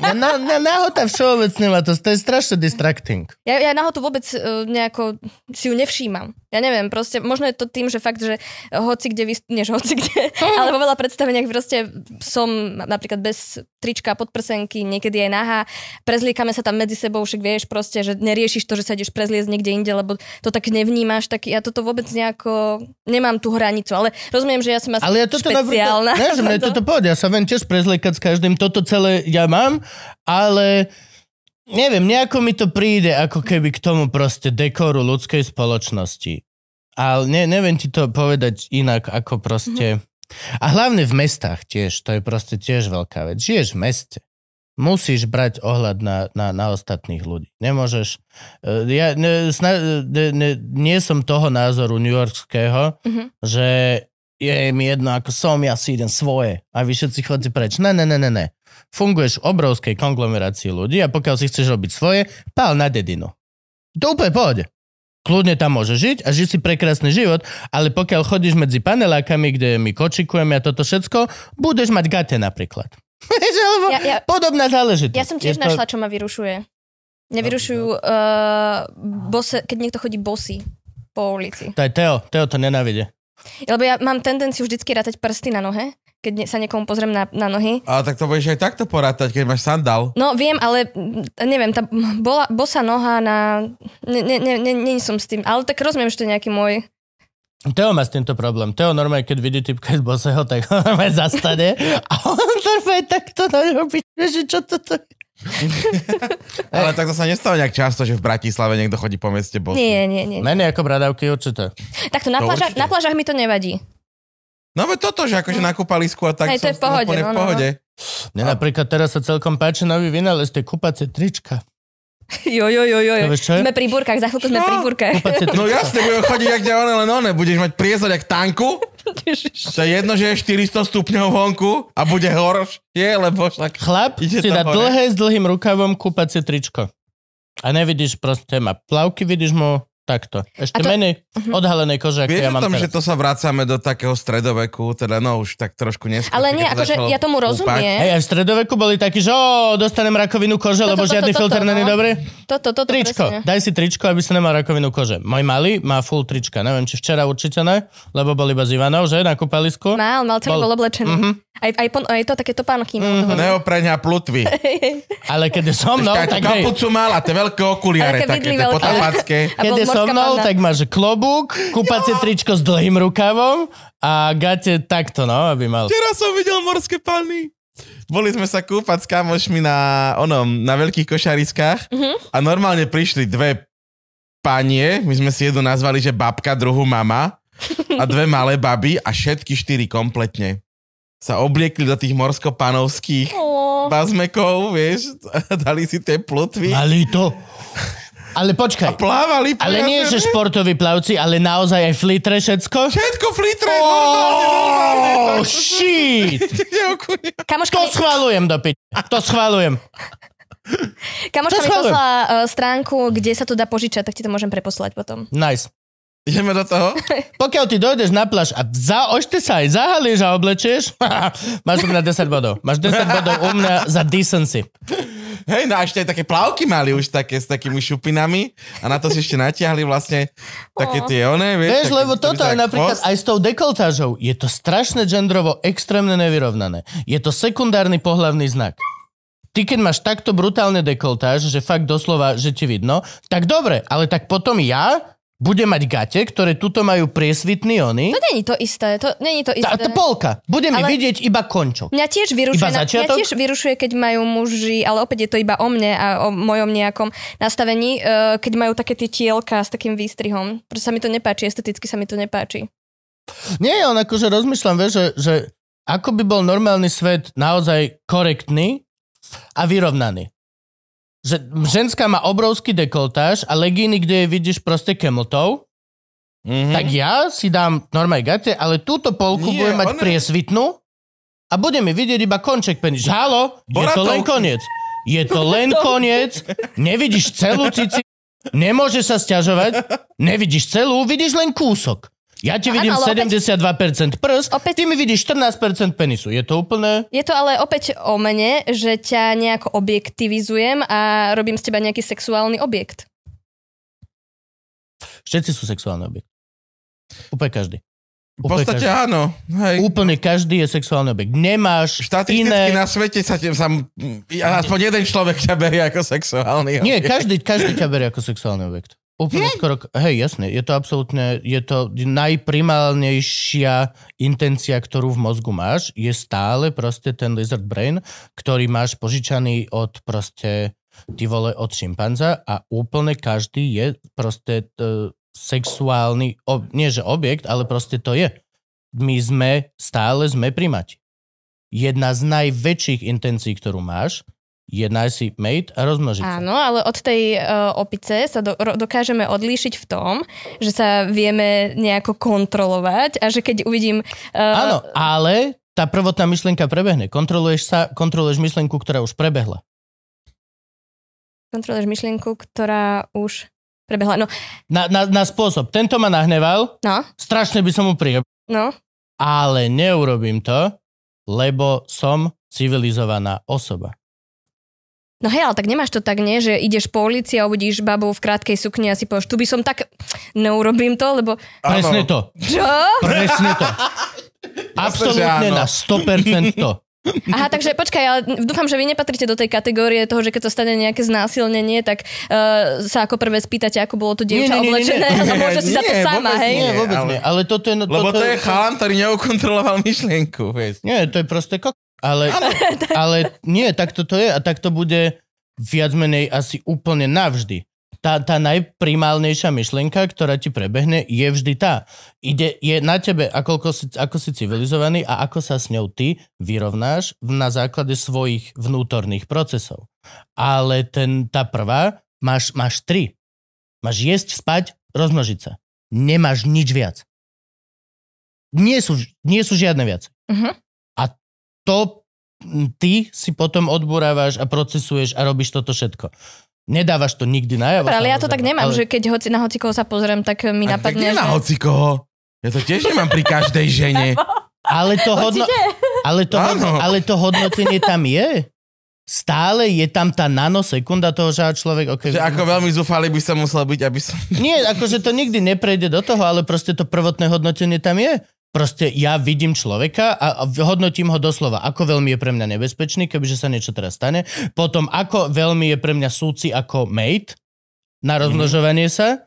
[SPEAKER 1] Na, na, na, nahota všeobecne ma to, to je strašne distracting.
[SPEAKER 3] Ja, ja nahotu vôbec eh, nejako si ju nevšímam. Ja neviem, proste, možno je to tým, že fakt, že hoci kde, vys- než hoci kde, ale vo veľa predstaveniach proste som napríklad bez trička, podprsenky, niekedy aj nahá, prezliekame sa tam medzi sebou, však vieš proste, že neriešiš to, že sa ideš prezliecť niekde inde, lebo to tak nevnímaš, tak ja toto vôbec nejako, nemám tú hranicu, ale rozumiem, že ja som asi
[SPEAKER 1] Ale ja toto
[SPEAKER 3] špeciálna.
[SPEAKER 1] napríklad- Ne, že mne toto povedia, ja sa viem tiež prezliekať s každým, toto celé ja mám, ale neviem, nejako mi to príde ako keby k tomu proste dekoru ľudskej spoločnosti. Ale ne, neviem ti to povedať inak ako proste... A hlavne v mestách tiež, to je proste tiež veľká vec. Žiješ v meste. Musíš brať ohľad na, na, na ostatných ľudí. Nemôžeš... eh, Ja ne, sna, ne, ne, nie som toho názoru newyorského,
[SPEAKER 3] Mhm.
[SPEAKER 1] že je mi jedno, ako som, ja si idem svoje a vy všetci chodíte preč. Ne, ne, ne, ne, ne. Funguješ v obrovskej konglomerácii ľudí a pokiaľ si chceš robiť svoje, pál na dedinu. To úplne pohode. Kľudne tam môže žiť a žiť si prekrásny život, ale pokiaľ chodíš medzi panelákami, kde my kočikujeme a toto všetko, budeš mať gate napríklad. Vieš, Alebo
[SPEAKER 3] Ja-
[SPEAKER 1] ja, ja,
[SPEAKER 3] ja-
[SPEAKER 1] podobná záležitosť.
[SPEAKER 3] Ja som tiež
[SPEAKER 1] Je
[SPEAKER 3] to... našla, čo ma vyrušuje. Nevyrušujú uh, bose, keď niekto chodí bosy po ulici.
[SPEAKER 1] To je Teo, Teo to nenávidie.
[SPEAKER 3] Lebo ja mám tendenciu vždycky rátať prsty na nohe, keď ne, sa niekomu pozriem na, na nohy.
[SPEAKER 4] Ale tak to budeš aj takto porátať, keď máš sandál.
[SPEAKER 3] No viem, ale mm, neviem, tá bola, bosa noha na... Ne, ne, ne, ne, nie som s tým, ale tak rozumiem, že to je nejaký môj...
[SPEAKER 1] Teo má s týmto problém. Teo normálne, keď vidí typka z boseho, tak ho normálne zastane a on normálne takto na neho píše, že čo toto je.
[SPEAKER 3] Eh.
[SPEAKER 4] Ale tak to sa nestáva nejak často, že v Bratislave niekto chodí po meste bol.
[SPEAKER 3] Nie, nie, nie.
[SPEAKER 1] Menej ako bradavky určite.
[SPEAKER 3] Takto na,
[SPEAKER 4] To
[SPEAKER 3] plážach,
[SPEAKER 4] určite.
[SPEAKER 3] na plážach mi to nevadí.
[SPEAKER 4] No veď toto, že akože na kúpalisku a tak
[SPEAKER 3] Hej,
[SPEAKER 4] som
[SPEAKER 3] to je v pohode,
[SPEAKER 4] úplne v
[SPEAKER 3] no, no, no.
[SPEAKER 4] pohode.
[SPEAKER 1] Mne napríklad teraz sa celkom páči nový vynález, tie kupacie trička.
[SPEAKER 3] Jo, jo, jo, jo. jo.
[SPEAKER 1] To No, vieš, čo je?
[SPEAKER 3] Sme pri burkách, za chvíľku sme
[SPEAKER 4] Čo?
[SPEAKER 3] pri burkách.
[SPEAKER 1] Kupacie
[SPEAKER 4] No
[SPEAKER 1] trička.
[SPEAKER 4] jasne, budem chodiť jak ďalej, len one. Budeš mať priezor jak tanku. To je jedno, že je 400 stupňov vonku a bude horšie, lebo však...
[SPEAKER 1] Chlap
[SPEAKER 4] Ide
[SPEAKER 1] si
[SPEAKER 4] to
[SPEAKER 1] dá
[SPEAKER 4] hore.
[SPEAKER 1] dlhé s dlhým rukavom kupacie tričko. A nevidíš proste, má plavky, vidíš mu takto. Ešte
[SPEAKER 3] A
[SPEAKER 1] to...
[SPEAKER 3] to- Mhm.
[SPEAKER 1] menej odhalenej kože, ako
[SPEAKER 4] Vieš
[SPEAKER 1] ja
[SPEAKER 4] o
[SPEAKER 1] mám
[SPEAKER 4] tom,
[SPEAKER 1] teraz.
[SPEAKER 4] že to sa vracame do takého stredoveku, teda no už tak trošku neskôr.
[SPEAKER 3] Ale
[SPEAKER 4] keď
[SPEAKER 3] nie,
[SPEAKER 4] to
[SPEAKER 3] akože
[SPEAKER 4] začalo
[SPEAKER 3] ja tomu
[SPEAKER 4] kúpať.
[SPEAKER 1] Hej,
[SPEAKER 3] rozumiem.
[SPEAKER 1] aj v stredoveku boli takí, že o, dostanem rakovinu kože,
[SPEAKER 3] Toto,
[SPEAKER 1] lebo
[SPEAKER 3] toto,
[SPEAKER 1] žiadny
[SPEAKER 3] toto,
[SPEAKER 1] filter
[SPEAKER 3] no.
[SPEAKER 1] není dobrý.
[SPEAKER 3] Toto, toto,
[SPEAKER 1] Tričko,
[SPEAKER 3] presne.
[SPEAKER 1] daj si tričko, aby si nemal rakovinu kože. Môj malý má full trička, neviem, či včera určite ne, lebo bol iba z Ivanov, že, na kúpalisku.
[SPEAKER 3] Mal, mal, celý
[SPEAKER 1] Bol.
[SPEAKER 3] bol oblečený.
[SPEAKER 1] Mhm.
[SPEAKER 3] Aj, aj, pon, aj to také topánky mal.
[SPEAKER 4] No,
[SPEAKER 1] Mhm.
[SPEAKER 4] Neoprenia plutvy.
[SPEAKER 1] Ale keď je so
[SPEAKER 4] No,
[SPEAKER 1] mnou, tak hej,
[SPEAKER 4] kapucu mal a tie veľké okuliare,
[SPEAKER 3] Ale také
[SPEAKER 4] také
[SPEAKER 3] vidli
[SPEAKER 4] tie
[SPEAKER 3] veľké.
[SPEAKER 4] potapácké.
[SPEAKER 3] A
[SPEAKER 1] keď
[SPEAKER 3] bol
[SPEAKER 1] je so
[SPEAKER 3] morská
[SPEAKER 1] mnou,
[SPEAKER 3] panna.
[SPEAKER 1] tak máš klobúk, kúpacie tričko s dlhým rukavom a gate takto, no, aby mal.
[SPEAKER 4] Teraz som videl morské panny. Boli sme sa kúpať s kamošmi na onom, na veľkých košariskách
[SPEAKER 3] Mhm.
[SPEAKER 4] a normálne prišli dve panie, my sme si jednu nazvali, že babka, druhú mama a dve malé baby a všetky štyri kompletne sa obliekli do tých morskopanovských
[SPEAKER 3] Ó.
[SPEAKER 4] bazmekov, vieš, a dali si tie plutvy a
[SPEAKER 1] Malý to. Ale počkaj,
[SPEAKER 4] plávali. po
[SPEAKER 1] ale nie, že
[SPEAKER 4] jazere.
[SPEAKER 1] športoví plavci, ale naozaj aj flitre všetko?
[SPEAKER 4] Všetko flitre, oh! normálne,
[SPEAKER 1] Oh,
[SPEAKER 4] normálne.
[SPEAKER 1] shit!
[SPEAKER 4] Ďakujem.
[SPEAKER 3] Kamoška,
[SPEAKER 1] To
[SPEAKER 3] mi,
[SPEAKER 1] schvalujem do piť. To schvalujem.
[SPEAKER 3] kamoška
[SPEAKER 1] to
[SPEAKER 3] mi
[SPEAKER 1] schvalujem.
[SPEAKER 3] poslala uh, stránku, kde sa to dá požičať, tak ti to môžem preposlať potom.
[SPEAKER 1] Nice.
[SPEAKER 4] Ideme do toho?
[SPEAKER 1] Pokiaľ ty dojdeš na pláž a za, ošte sa aj zahalíš a oblečieš, máš u mňa 10 bodov. Máš 10 bodov u mňa za decency.
[SPEAKER 4] Hej, no a ešte aj také plavky mali už také s takými šupinami a na to si ešte natiahli vlastne také
[SPEAKER 3] Ó.
[SPEAKER 4] tie one, vieš.
[SPEAKER 1] Vieš,
[SPEAKER 4] také,
[SPEAKER 1] lebo
[SPEAKER 4] ktorý
[SPEAKER 1] toto
[SPEAKER 4] sa
[SPEAKER 1] je
[SPEAKER 4] tak
[SPEAKER 1] napríklad
[SPEAKER 4] chvost.
[SPEAKER 1] aj s tou dekoltážou. Je to strašne genderovo extrémne nevyrovnané. Je to sekundárny pohlavný znak. Ty keď máš takto brutálne dekoltáž, že fakt doslova, že ti vidno, tak dobre, ale tak potom ja bude mať gate, ktoré tuto majú priesvitný oni.
[SPEAKER 3] To není to isté, to není to
[SPEAKER 1] Tá, tá
[SPEAKER 3] isté.
[SPEAKER 1] polka. Bude mi
[SPEAKER 3] Ale-
[SPEAKER 1] vidieť iba končok.
[SPEAKER 3] Mňa tiež, vyrušuje,
[SPEAKER 1] Iba
[SPEAKER 3] na- mňa
[SPEAKER 1] začiatok?
[SPEAKER 3] tiež vyrušuje, keď majú muži, ale opäť je to iba o mne a o mojom nejakom nastavení, eh, keď majú také tie tielka s takým výstrihom. Proste sa mi to nepáči, esteticky sa mi to nepáči.
[SPEAKER 1] Nie, on akože rozmýšľam, vieš, že, že ako by bol normálny svet naozaj korektný a vyrovnaný. Že ženská má obrovský dekoltáž a legíny, kde jej vidíš proste kemotov,
[SPEAKER 4] Mm-hmm.
[SPEAKER 1] tak ja si dám normálne gate, ale túto polku
[SPEAKER 4] Nie,
[SPEAKER 1] budem mať
[SPEAKER 4] ona-
[SPEAKER 1] priesvitnú a bude mi vidieť iba konček penis. Halo, je to
[SPEAKER 4] Boratov-
[SPEAKER 1] len koniec. Je to len koniec. Nevidíš celú cici. Nemôže sa sťažovať. Nevidíš celú, vidíš len kúsok. Ja ti
[SPEAKER 3] Áno,
[SPEAKER 1] vidím
[SPEAKER 3] ale opäť-
[SPEAKER 1] 72% prs, ty
[SPEAKER 3] Opäť-
[SPEAKER 1] mi vidíš 14% penisu. Je to úplne...
[SPEAKER 3] Je to ale opäť o mne, že ťa nejako objektivizujem a robím z teba nejaký sexuálny objekt.
[SPEAKER 1] Všetci sú sexuálny objekt. Úplne každý.
[SPEAKER 4] V podstate
[SPEAKER 1] každý.
[SPEAKER 4] áno. Hej.
[SPEAKER 1] Úplne každý je sexuálny objekt. Nemáš
[SPEAKER 4] Štatisticky
[SPEAKER 1] iné...
[SPEAKER 4] na svete sa, tým, sa m- aspoň jeden človek ťa berie ako sexuálny.
[SPEAKER 1] Nie,
[SPEAKER 4] objekt.
[SPEAKER 1] každý, každý ťa berie ako sexuálny objekt. Úplne skoro... Hej, jasne. Je to absolútne... Je to najprimálnejšia intencia, ktorú v mozgu máš. Je stále proste ten lizard brain, ktorý máš požičaný od proste... Ty vole od šimpanza a úplne každý je proste e, sexuálny, ob, nie že objekt, ale proste to je. My sme, stále sme primati. Jedna z najväčších intencií, ktorú máš, je nájsť si mate a rozmnožiť sa.
[SPEAKER 3] Áno, ale od tej uh, opice sa do, ro, dokážeme odlíšiť v tom, že sa vieme nejako kontrolovať a že keď uvidím...
[SPEAKER 1] Áno,
[SPEAKER 3] Uh,
[SPEAKER 1] ale tá prvotná myšlienka prebehne. Kontroluješ sa, kontroluješ myšlienku, ktorá už prebehla.
[SPEAKER 3] Kontroluješ myšlienku, ktorá už prebehla. No,
[SPEAKER 1] Na, na, na spôsob. Tento ma nahneval,
[SPEAKER 3] no,
[SPEAKER 1] strašne by som mu prijel,
[SPEAKER 3] no.
[SPEAKER 1] ale neurobím to, lebo som civilizovaná osoba.
[SPEAKER 3] No hej, ale tak nemáš to tak, nie? Že ideš po ulici a uvidíš babu v krátkej sukni a si povieš, tu by som tak... Neurobím to, lebo...
[SPEAKER 4] Áno.
[SPEAKER 1] Presne to.
[SPEAKER 3] Čo?
[SPEAKER 1] Presne to. Absolútne
[SPEAKER 4] áno.
[SPEAKER 1] na 100% to.
[SPEAKER 3] Aha, takže počkaj, ale dúfam, že vy nepatrite do tej kategórie toho, že keď to stane nejaké znásilnenie, tak uh, sa ako prvé spýtate, ako bolo to dievča
[SPEAKER 1] Nie, nie, nie, nie,
[SPEAKER 3] oblečené
[SPEAKER 1] nie.
[SPEAKER 3] a môže si za to
[SPEAKER 4] Nie,
[SPEAKER 3] sama,
[SPEAKER 4] vôbec
[SPEAKER 3] hej?
[SPEAKER 1] Nie, vôbec
[SPEAKER 4] ale-
[SPEAKER 1] nie. Ale toto je... no-
[SPEAKER 4] Lebo
[SPEAKER 1] toto
[SPEAKER 4] to je chalán, ktorý neukontroloval myšlienku. Vieš.
[SPEAKER 1] Nie, to je proste kok... Ale, ale nie, tak toto je a tak to bude viac menej asi úplne navždy. Tá, tá najprimálnejšia myšlienka, ktorá ti prebehne, je vždy tá. Ide, je na tebe, akoľko si, ako si civilizovaný a ako sa s ňou ty vyrovnáš v- na základe svojich vnútorných procesov. Ale ten, tá prvá, máš, máš tri. Máš jesť, spať, rozmnožiť sa. Nemáš nič viac. Nie sú, nie sú žiadne viac
[SPEAKER 3] Mhm.
[SPEAKER 1] to mm, ty si potom odburávaš a procesuješ a robíš toto všetko. Nedávaš to nikdy najavo.
[SPEAKER 3] Dobre, ale ja to tak nemám,
[SPEAKER 1] ale
[SPEAKER 3] že keď hoci, na hocikoho sa pozriem, tak mi
[SPEAKER 4] A tak nie
[SPEAKER 3] napadne, že...
[SPEAKER 4] na hoci koho. Ja to tiež nemám pri každej žene.
[SPEAKER 1] Ale to, hodno,
[SPEAKER 3] Určite.
[SPEAKER 1] ale, to hodno,
[SPEAKER 4] Áno.
[SPEAKER 1] ale to hodnotenie tam je. Stále je tam tá nanosekunda toho, že človek... Okay,
[SPEAKER 4] Že ako veľmi zúfalý by som musel byť, aby som...
[SPEAKER 1] Nie, akože to nikdy neprejde do toho, ale proste to prvotné hodnotenie tam je. Proste ja vidím človeka a a hodnotím ho doslova, ako veľmi je pre mňa nebezpečný, kebyže sa niečo teraz stane. Potom, ako veľmi je pre mňa súci ako mate
[SPEAKER 4] Mhm.
[SPEAKER 1] na rozmnožovanie sa.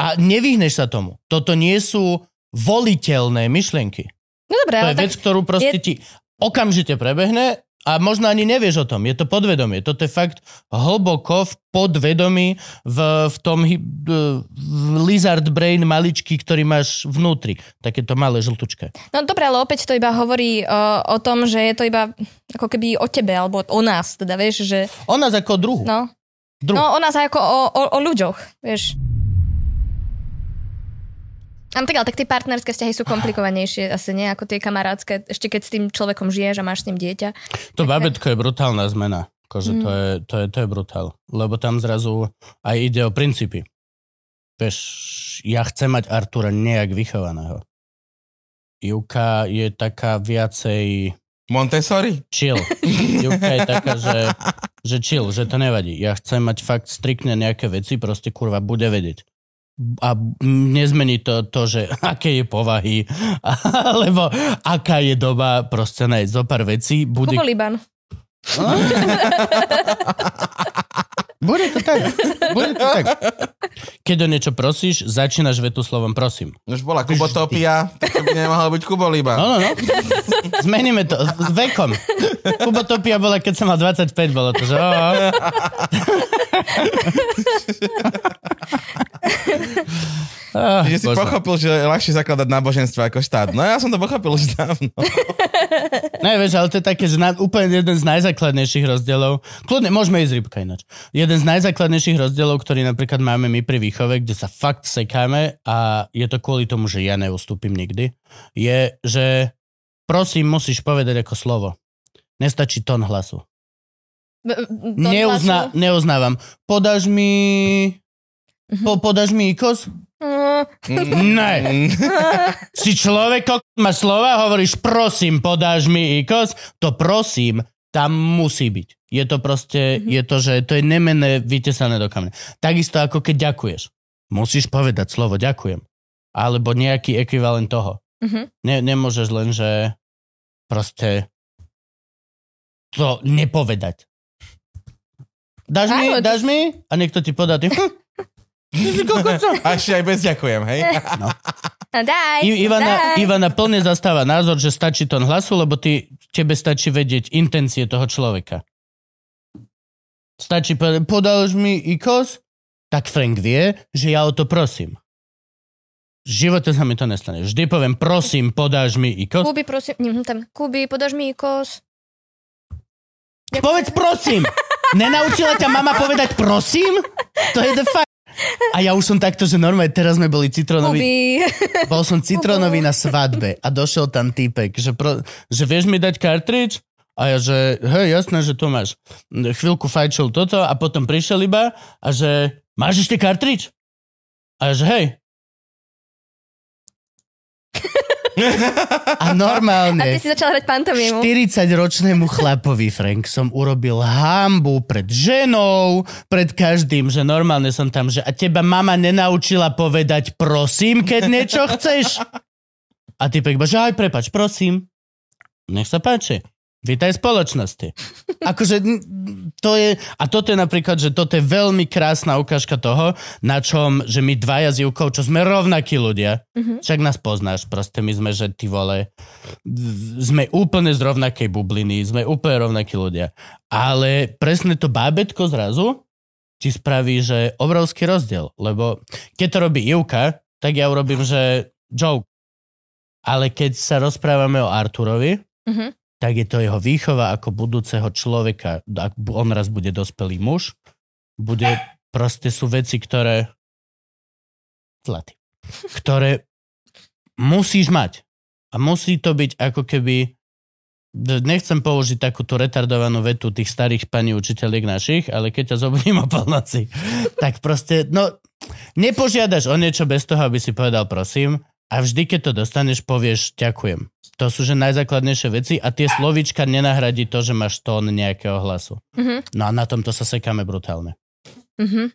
[SPEAKER 1] A nevyhneš sa tomu. Toto nie sú voliteľné myšlienky.
[SPEAKER 3] No
[SPEAKER 1] To
[SPEAKER 3] dobré, ale
[SPEAKER 1] je
[SPEAKER 3] tak...
[SPEAKER 1] vec, ktorú proste
[SPEAKER 3] je-
[SPEAKER 1] ti okamžite prebehne a možno ani nevieš o tom. Je to podvedomie. Toto je fakt hlboko v podvedomí v, v tom hy- v lizard brain maličky, ktorý máš vnútri. Takéto malé žltučké.
[SPEAKER 3] No dobré, ale opäť to iba hovorí o, o tom, že je to iba ako keby o tebe, alebo o nás, teda vieš, že...
[SPEAKER 1] O nás ako o druhu. No.
[SPEAKER 3] No,
[SPEAKER 1] Druh.
[SPEAKER 3] no o nás ako o, o, o ľuďoch, vieš. Ale tak, ale tak tie partnerské vzťahy
[SPEAKER 1] Ah.
[SPEAKER 3] sú komplikovanejšie asi, nie? Ako tie kamarátske, ešte keď s tým človekom žiješ a máš s ním dieťa.
[SPEAKER 1] To babetko je brutálna zmena. Akože
[SPEAKER 3] Mm.
[SPEAKER 1] to, je, to, je, to je brutál. Lebo tam zrazu aj ide o princípy. Vieš, ja chcem mať Artura nejak vychovaného. Juka je taká viacej...
[SPEAKER 4] Montessori?
[SPEAKER 1] chill. Júka je taká, že, že chill, že to nevadí. Ja chcem mať fakt striktne nejaké veci, proste kurva bude vedieť. A nezmení to to, že aké je povahy, alebo aká je doba, proste nájsť zo pár vecí. Bude,
[SPEAKER 3] Kubo Liban.
[SPEAKER 1] bude to tak. Bude to tak. keď o niečo prosíš, začínaš vetu slovom prosím.
[SPEAKER 4] Už bola Kubotopia, tak to by nemohla byť Kubolíba.
[SPEAKER 1] Áno, no. Zmeníme to s vekom. Kubotopia bola, keď som mal 25, bolo to, že... Oh, oh. Ah,
[SPEAKER 4] Že si
[SPEAKER 1] Bože.
[SPEAKER 4] pochopil, že je ľahšie zakladať náboženstvo ako štát. No ja som to pochopil už dávno.
[SPEAKER 1] Ne, vieš, ale to je také, že na, úplne jeden z najzákladnejších rozdielov, kľudne, môžeme ísť rybka ináč, jeden z najzákladnejších rozdielov, ktorý napríklad máme my pri výchove, kde sa fakt sekáme a je to kvôli tomu, že ja neustúpim nikdy, je, že prosím, musíš povedať ako slovo. Nestačí tón hlasu.
[SPEAKER 3] B- b- to
[SPEAKER 1] Neuzna,
[SPEAKER 3] hlasu.
[SPEAKER 1] neuznávam. Podáš mi... Po, podáš mi ikos?
[SPEAKER 3] Mm,
[SPEAKER 1] Ne.
[SPEAKER 4] Mm.
[SPEAKER 1] Si človek, kok- máš slova, hovoríš prosím, podáš mi ikos, to prosím tam musí byť. Je to proste,
[SPEAKER 3] Mhm.
[SPEAKER 1] mm-hmm. je to, že to je nemené vytesané do kamene. Takisto ako keď ďakuješ. Musíš povedať slovo ďakujem. Alebo nejaký ekvivalent toho.
[SPEAKER 3] mhm.
[SPEAKER 1] Ne, nemôžeš len, že proste to nepovedať. Dáš mi,
[SPEAKER 3] Áno, to-
[SPEAKER 1] dáš mi? A niekto ti podá, ty... Hm. Ty si kokoco.
[SPEAKER 4] A ešte aj bez ďakujem, hej?
[SPEAKER 1] Eh.
[SPEAKER 3] A daj,
[SPEAKER 1] I, Ivana,
[SPEAKER 3] daj.
[SPEAKER 1] Ivana plne zastáva názor, že stačí tón hlasu, lebo ty, tebe stačí vedieť intencie toho človeka. Stačí povedať, podal už mi ikos, tak Frank vie, že ja o to prosím. V živote sa mi to nestane. Vždy poviem, prosím, podáš mi ikos.
[SPEAKER 3] Kuby, prosím, nie, hm, tam. Kuby, podáš mi kos.
[SPEAKER 1] Povedz prosím! Nenaučila ťa mama povedať prosím? To je the fuck. A ja už som takto, že normálne, teraz sme boli citronoví.
[SPEAKER 3] Kuby.
[SPEAKER 1] Bol som citronový na svadbe a došiel tam týpek, že, pro, že vieš mi dať kartridž? A ja, že hej, jasné, že tu máš. Chvíľku fajčil toto a potom prišiel iba a že máš ešte kartridž? A ja, že hej. A
[SPEAKER 3] A ty
[SPEAKER 1] normálne
[SPEAKER 3] si začal hrať pantomimu.
[SPEAKER 1] 40-ročnému chlapovi, Frank, som urobil hambu pred ženou, pred každým, že normálne som tam, že a teba mama nenaučila povedať prosím, keď niečo chceš. A ty iba, že aj prepač, prosím. Nech sa páči. Vítaj spoločnosti. Akože n- to je, a toto je napríklad, že toto je veľmi krásna ukážka toho, na čom, že my dvaja s Jukov, čo sme rovnakí ľudia,
[SPEAKER 3] Mhm.
[SPEAKER 1] však nás poznáš, proste my sme, že ty vole, v- sme úplne z rovnakej bubliny, sme úplne rovnakí ľudia. Ale presne to bábetko zrazu ti spraví, že obrovský rozdiel, lebo keď to robí Ivka, tak ja urobím, že joke. Ale keď sa rozprávame o Arturovi,
[SPEAKER 3] Mhm.
[SPEAKER 1] tak je to jeho výchova ako budúceho človeka. Ak bu- on raz bude dospelý muž, bude, proste sú veci, ktoré zlatý, ktoré musíš mať. A musí to byť ako keby d- nechcem použiť takú tú retardovanú vetu tých starých pani učiteľiek našich, ale keď ťa zobudím o polnoci, tak proste, no, nepožiadaš o niečo bez toho, aby si povedal prosím a vždy, keď to dostaneš, povieš ďakujem. To sú že najzákladnejšie veci a tie slovíčka nenahradí to, že máš tón nejakého hlasu.
[SPEAKER 3] Mhm.
[SPEAKER 1] No a na tomto sa sekáme brutálne.
[SPEAKER 3] Mhm.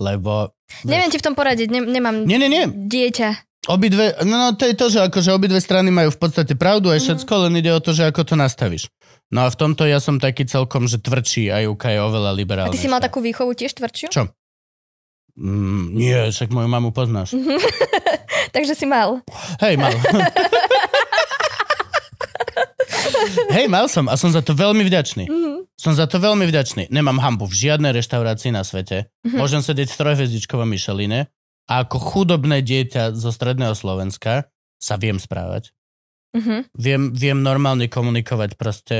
[SPEAKER 1] Lebo...
[SPEAKER 3] Neviem ti v tom poradiť, ne- nemám
[SPEAKER 1] Nie, nie, nie.
[SPEAKER 3] dieťa.
[SPEAKER 1] Obidve, no, no to je to, že akože obidve strany majú v podstate pravdu
[SPEAKER 3] Mhm.
[SPEAKER 1] aj všetko, len ide o to, že ako to nastavíš. No a v tomto ja som taký celkom, že tvrdší a Juka je oveľa
[SPEAKER 3] A
[SPEAKER 1] liberálnejšia.
[SPEAKER 3] ty si mal takú výchovu tiež tvrdšiu?
[SPEAKER 1] Čo? Mm, nie, však moju mamu poznáš.
[SPEAKER 3] Mhm. Takže si mal.
[SPEAKER 1] Hej, mal. Hej, mal som a som za to veľmi vďačný.
[SPEAKER 3] Mhm.
[SPEAKER 1] Som za to veľmi vďačný. Nemám hambu v žiadnej reštaurácii na svete.
[SPEAKER 3] Mhm.
[SPEAKER 1] Mm-hmm. Môžem sedieť v trojhvezdičkovom Micheline a ako chudobné dieťa zo stredného Slovenska sa viem správať.
[SPEAKER 3] Mhm.
[SPEAKER 1] Viem, viem normálne komunikovať proste.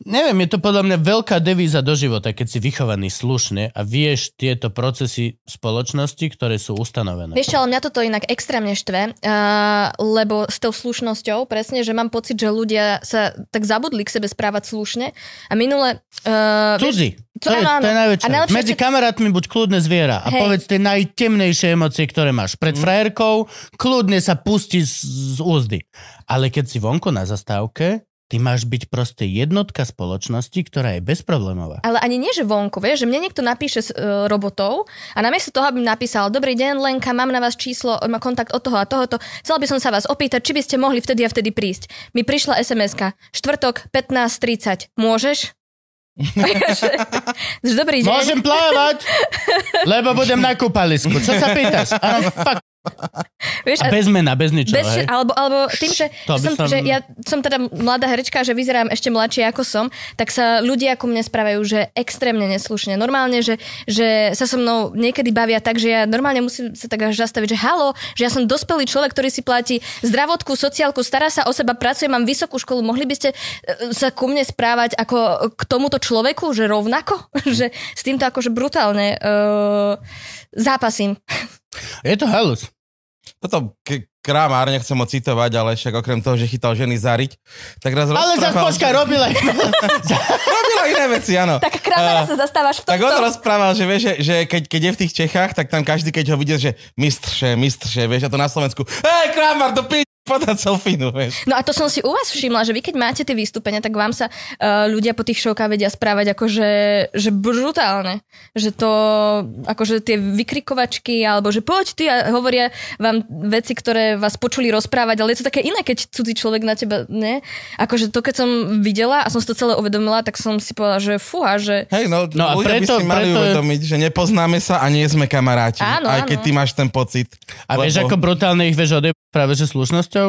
[SPEAKER 1] Neviem, je to podľa mňa veľká devíza do života, keď si vychovaný slušne a vieš tieto procesy spoločnosti, ktoré sú ustanovené.
[SPEAKER 3] Vieš čo, ale mňa toto inak extrémne štve, uh, lebo s tou slušnosťou, presne, že mám pocit, že ľudia sa tak zabudli k sebe správať slušne. A minule... Uh,
[SPEAKER 1] Cudzí. To, je,
[SPEAKER 3] áno, áno.
[SPEAKER 1] to je najväčšia.
[SPEAKER 3] A
[SPEAKER 1] vec.
[SPEAKER 3] najlepšie,
[SPEAKER 1] Medzi
[SPEAKER 3] keď-
[SPEAKER 1] kamarátmi buď kľudne zviera a
[SPEAKER 3] Hej. Mm.
[SPEAKER 1] povedz tie najtemnejšie emócie, ktoré máš. Pred frajerkou kľudne sa pustí z, z úzdy. Ale keď si vonku na zastávke, ty máš byť proste jednotka spoločnosti, ktorá je bezproblémová.
[SPEAKER 3] ale ani nie, že vonku, vieš, že mne niekto napíše s uh, robotov a namiesto toho, aby mi napísal, dobrý deň, Lenka, mám na vás číslo, má kontakt od toho a tohoto, chcela by som sa vás opýtať, či by ste mohli vtedy a vtedy prísť. Mi prišla SMS-ka, štvrtok 15.30, môžeš? Že- že Dobrý deň.
[SPEAKER 1] Môžem plávať, lebo budem na kúpalisku. Čo sa pýtaš? Áno, fuck.
[SPEAKER 3] Vieš,
[SPEAKER 1] A bez mena, bez ničoho,
[SPEAKER 3] Bez,
[SPEAKER 1] hej?
[SPEAKER 3] alebo, alebo tým, že,
[SPEAKER 1] To by
[SPEAKER 3] že, som,
[SPEAKER 1] som-
[SPEAKER 3] že ja som teda mladá herečka, že vyzerám ešte mladšie ako som, tak sa ľudia ku mne správajú, že extrémne neslušne. Normálne, že, že sa so mnou niekedy bavia tak, že ja normálne musím sa tak až zastaviť, že halo, že ja som dospelý človek, ktorý si platí zdravotku, sociálku, stará sa o seba, pracuje, mám vysokú školu, mohli by ste e, sa ku mne správať ako k tomuto človeku, že rovnako? že s týmto akože brutálne uh, zápasím.
[SPEAKER 1] Je to halus.
[SPEAKER 4] Toto k- Kramár, nechcem ho citovať, ale však okrem toho, že chytal ženy zariť, tak raz
[SPEAKER 1] Ale za
[SPEAKER 4] rozprával-
[SPEAKER 1] počkaj, robila
[SPEAKER 4] Robila iné veci, áno.
[SPEAKER 3] Tak kramera
[SPEAKER 4] Eh,
[SPEAKER 3] sa zastávaš v tomto.
[SPEAKER 4] Tak on rozprával, že, vieš, že, že keď, keď je v tých Čechách, tak tam každý, keď ho vidie, že mistrše, mistrše, vieš, a to na Slovensku, hej, Kramár, do pi***, podať selfinu, vieš.
[SPEAKER 3] No a to som si u vás všimla, že vy keď máte tie vystúpenia, tak vám sa uh, ľudia po tých šovkách vedia správať akože že brutálne. Že to, akože tie vykrikovačky, alebo že poď ty a hovoria vám veci, ktoré vás počuli rozprávať, ale je to také iné, keď cudzí človek na teba, ne? Akože to, keď som videla a som si to celé uvedomila, tak som si povedala, že fúha, že
[SPEAKER 4] Hej, no,
[SPEAKER 1] No a
[SPEAKER 4] ľudia
[SPEAKER 1] preto-
[SPEAKER 4] by si mali
[SPEAKER 1] preto je-
[SPEAKER 4] uvedomiť, že nepoznáme sa a nie sme kamaráti.
[SPEAKER 3] Áno,
[SPEAKER 4] aj
[SPEAKER 3] áno.
[SPEAKER 4] keď ty máš ten pocit.
[SPEAKER 1] A vieš, ako brutálne ich vieš odjeb práve že slušnosťou?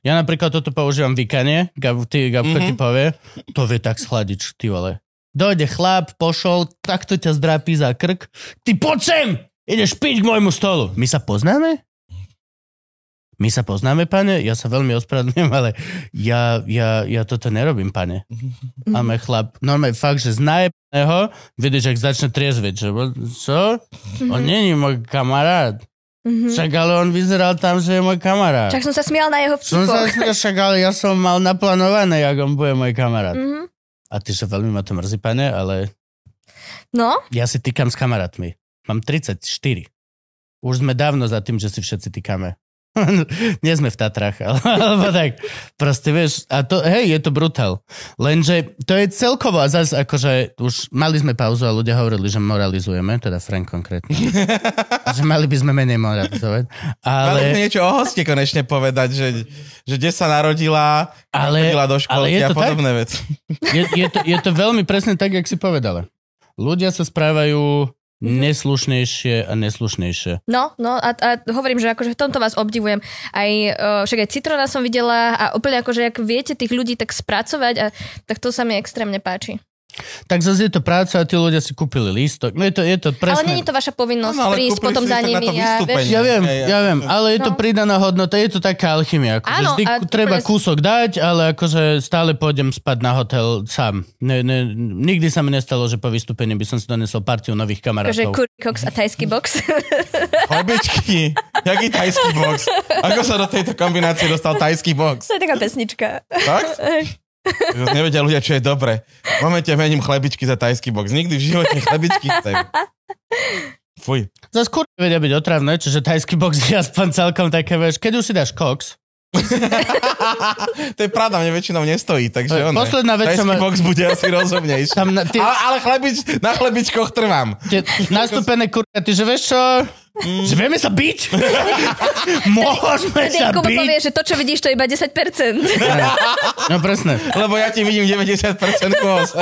[SPEAKER 1] Ja napríklad toto používam vykanie, Gab, ty, Gabko mm-hmm. ti povie, to vie tak schladič, ty vole. Dojde chlap, pošol, takto ťa zdrapí za krk, ty poď sem, ideš piť k môjmu stolu. My sa poznáme? My sa poznáme, pane? Ja sa veľmi ospravedlňujem, ale ja, ja, ja toto nerobím, pane. Máme chlap, normálne fakt, že z najebaného, vidíš, ak začne triezveť, že čo? On není môj kamarát.
[SPEAKER 3] Mhm.
[SPEAKER 1] Však ale on vyzeral tam, že je môj kamarát.
[SPEAKER 3] Čak som sa smiala na jeho
[SPEAKER 1] Som sa smiel,
[SPEAKER 3] vtipoch.
[SPEAKER 1] však ale ja som mal naplánované, jak on bude môj kamarát.
[SPEAKER 3] Mhm.
[SPEAKER 1] A ty, že veľmi ma to mrzí, pane, ale
[SPEAKER 3] No,
[SPEAKER 1] ja si týkam s kamarátmi. Mám 34. Už sme dávno za tým, že si všetci týkame. Nie sme v Tatrach, ale, alebo tak. Proste vieš, a to, hej, je to brutál. Lenže to je celkovo, a zase akože už mali sme pauzu a ľudia hovorili, že moralizujeme, teda Frank konkrétne. že mali by sme menej moralizovať.
[SPEAKER 4] Ale...
[SPEAKER 1] Ale...
[SPEAKER 4] Mali by niečo o hoste konečne povedať, že, že kde sa narodila,
[SPEAKER 1] Ale-
[SPEAKER 4] ale, chodila do
[SPEAKER 1] ale
[SPEAKER 4] školy
[SPEAKER 1] je
[SPEAKER 4] a
[SPEAKER 1] to tak?
[SPEAKER 4] podobné veci.
[SPEAKER 1] Je, je, to, je to veľmi presne tak, jak si povedala. Ľudia sa
[SPEAKER 3] Mhm.
[SPEAKER 1] správajú neslušnejšie a neslušnejšie.
[SPEAKER 3] No, no a, a hovorím, že akože v tomto vás obdivujem. Aj, uh, však aj Citrona som videla a úplne akože, ak viete tých ľudí tak spracovať, a, tak to sa mi extrémne páči.
[SPEAKER 1] Tak zase je to práca a tí ľudia si kúpili lístok. No je to, je to
[SPEAKER 3] Presne. Ale
[SPEAKER 1] presne...
[SPEAKER 3] není to vaša povinnosť
[SPEAKER 4] Áno, No, ale
[SPEAKER 3] prísť
[SPEAKER 4] kúpili
[SPEAKER 3] potom
[SPEAKER 4] si
[SPEAKER 3] za
[SPEAKER 4] lístok na
[SPEAKER 3] nimi.
[SPEAKER 4] to
[SPEAKER 3] A,
[SPEAKER 4] vystúpenie.
[SPEAKER 3] vieš,
[SPEAKER 1] Ja viem,
[SPEAKER 4] Hej,
[SPEAKER 1] ja viem, ale je to
[SPEAKER 3] No.
[SPEAKER 1] pridaná hodnota, je to taká alchymia. Akože
[SPEAKER 3] Áno,
[SPEAKER 1] vždy
[SPEAKER 3] a
[SPEAKER 1] ku- treba
[SPEAKER 3] pres-
[SPEAKER 1] kúsok dať, ale akože stále pôjdem spať na hotel sám. Ne, ne, nikdy sa mi nestalo, že po vystúpení by som si donesol partiu nových
[SPEAKER 3] akože
[SPEAKER 1] kamarátov.
[SPEAKER 3] curry cox a tajský box.
[SPEAKER 4] Hobičky, jaký tajský box. Ako sa do tejto kombinácie dostal tajský box?
[SPEAKER 3] to je taká pesnička.
[SPEAKER 4] Tak? Už nevedia ľudia, čo je dobre. V momente mením chlebičky za tajský box. Nikdy v živote chlebičky chcem. Fuj.
[SPEAKER 1] Zas kurvy vedia byť otravné, čiže tajský box je aspoň celkom také, vieš, keď už si dáš koks,
[SPEAKER 4] To je pravda, mne väčšinou nestojí, takže
[SPEAKER 1] Hej,
[SPEAKER 4] ono.
[SPEAKER 1] posledná vec, čo
[SPEAKER 4] tajský
[SPEAKER 1] ma-
[SPEAKER 4] box bude asi rozumnejší.
[SPEAKER 1] tam na, ty,
[SPEAKER 4] Ale, ale chlebič, na chlebičkoch trvám.
[SPEAKER 1] Tie nastúpené kurka, ty že vieš čo? Že vieme sa byť? Môžeme sa
[SPEAKER 3] Kubo
[SPEAKER 1] byť?
[SPEAKER 3] povie, Mm. že to, čo vidíš, to je iba 10%.
[SPEAKER 1] No presne.
[SPEAKER 4] Lebo ja ti vidím 90% kôz.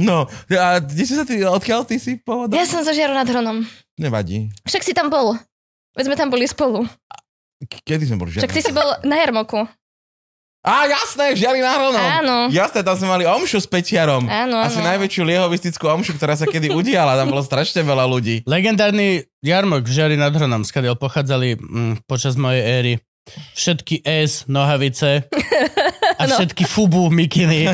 [SPEAKER 4] No, a kde si sa ty, odkiaľ ty si pôvodom?
[SPEAKER 3] ja som zo Žiaru nad Hronom.
[SPEAKER 4] Nevadí.
[SPEAKER 3] Však si tam bol. Veď sme tam boli spolu.
[SPEAKER 4] Kedy sme boli žiadne?
[SPEAKER 3] Však ty si bol na Jarmoku.
[SPEAKER 4] Á, jasné, v Žiari na Hronom.
[SPEAKER 3] Áno.
[SPEAKER 4] Jasné, tam sme mali omšu s Pečiarom.
[SPEAKER 3] Áno,
[SPEAKER 4] Asi
[SPEAKER 3] áno.
[SPEAKER 4] najväčšiu liehovistickú omšu, ktorá sa kedy udiala. Tam bolo strašne veľa ľudí.
[SPEAKER 1] Legendárny jarmok v Žiari nad Hronom, skadiaľ pochádzali mm, počas mojej éry všetky S, nohavice a
[SPEAKER 3] No.
[SPEAKER 1] všetky Fubu mikiny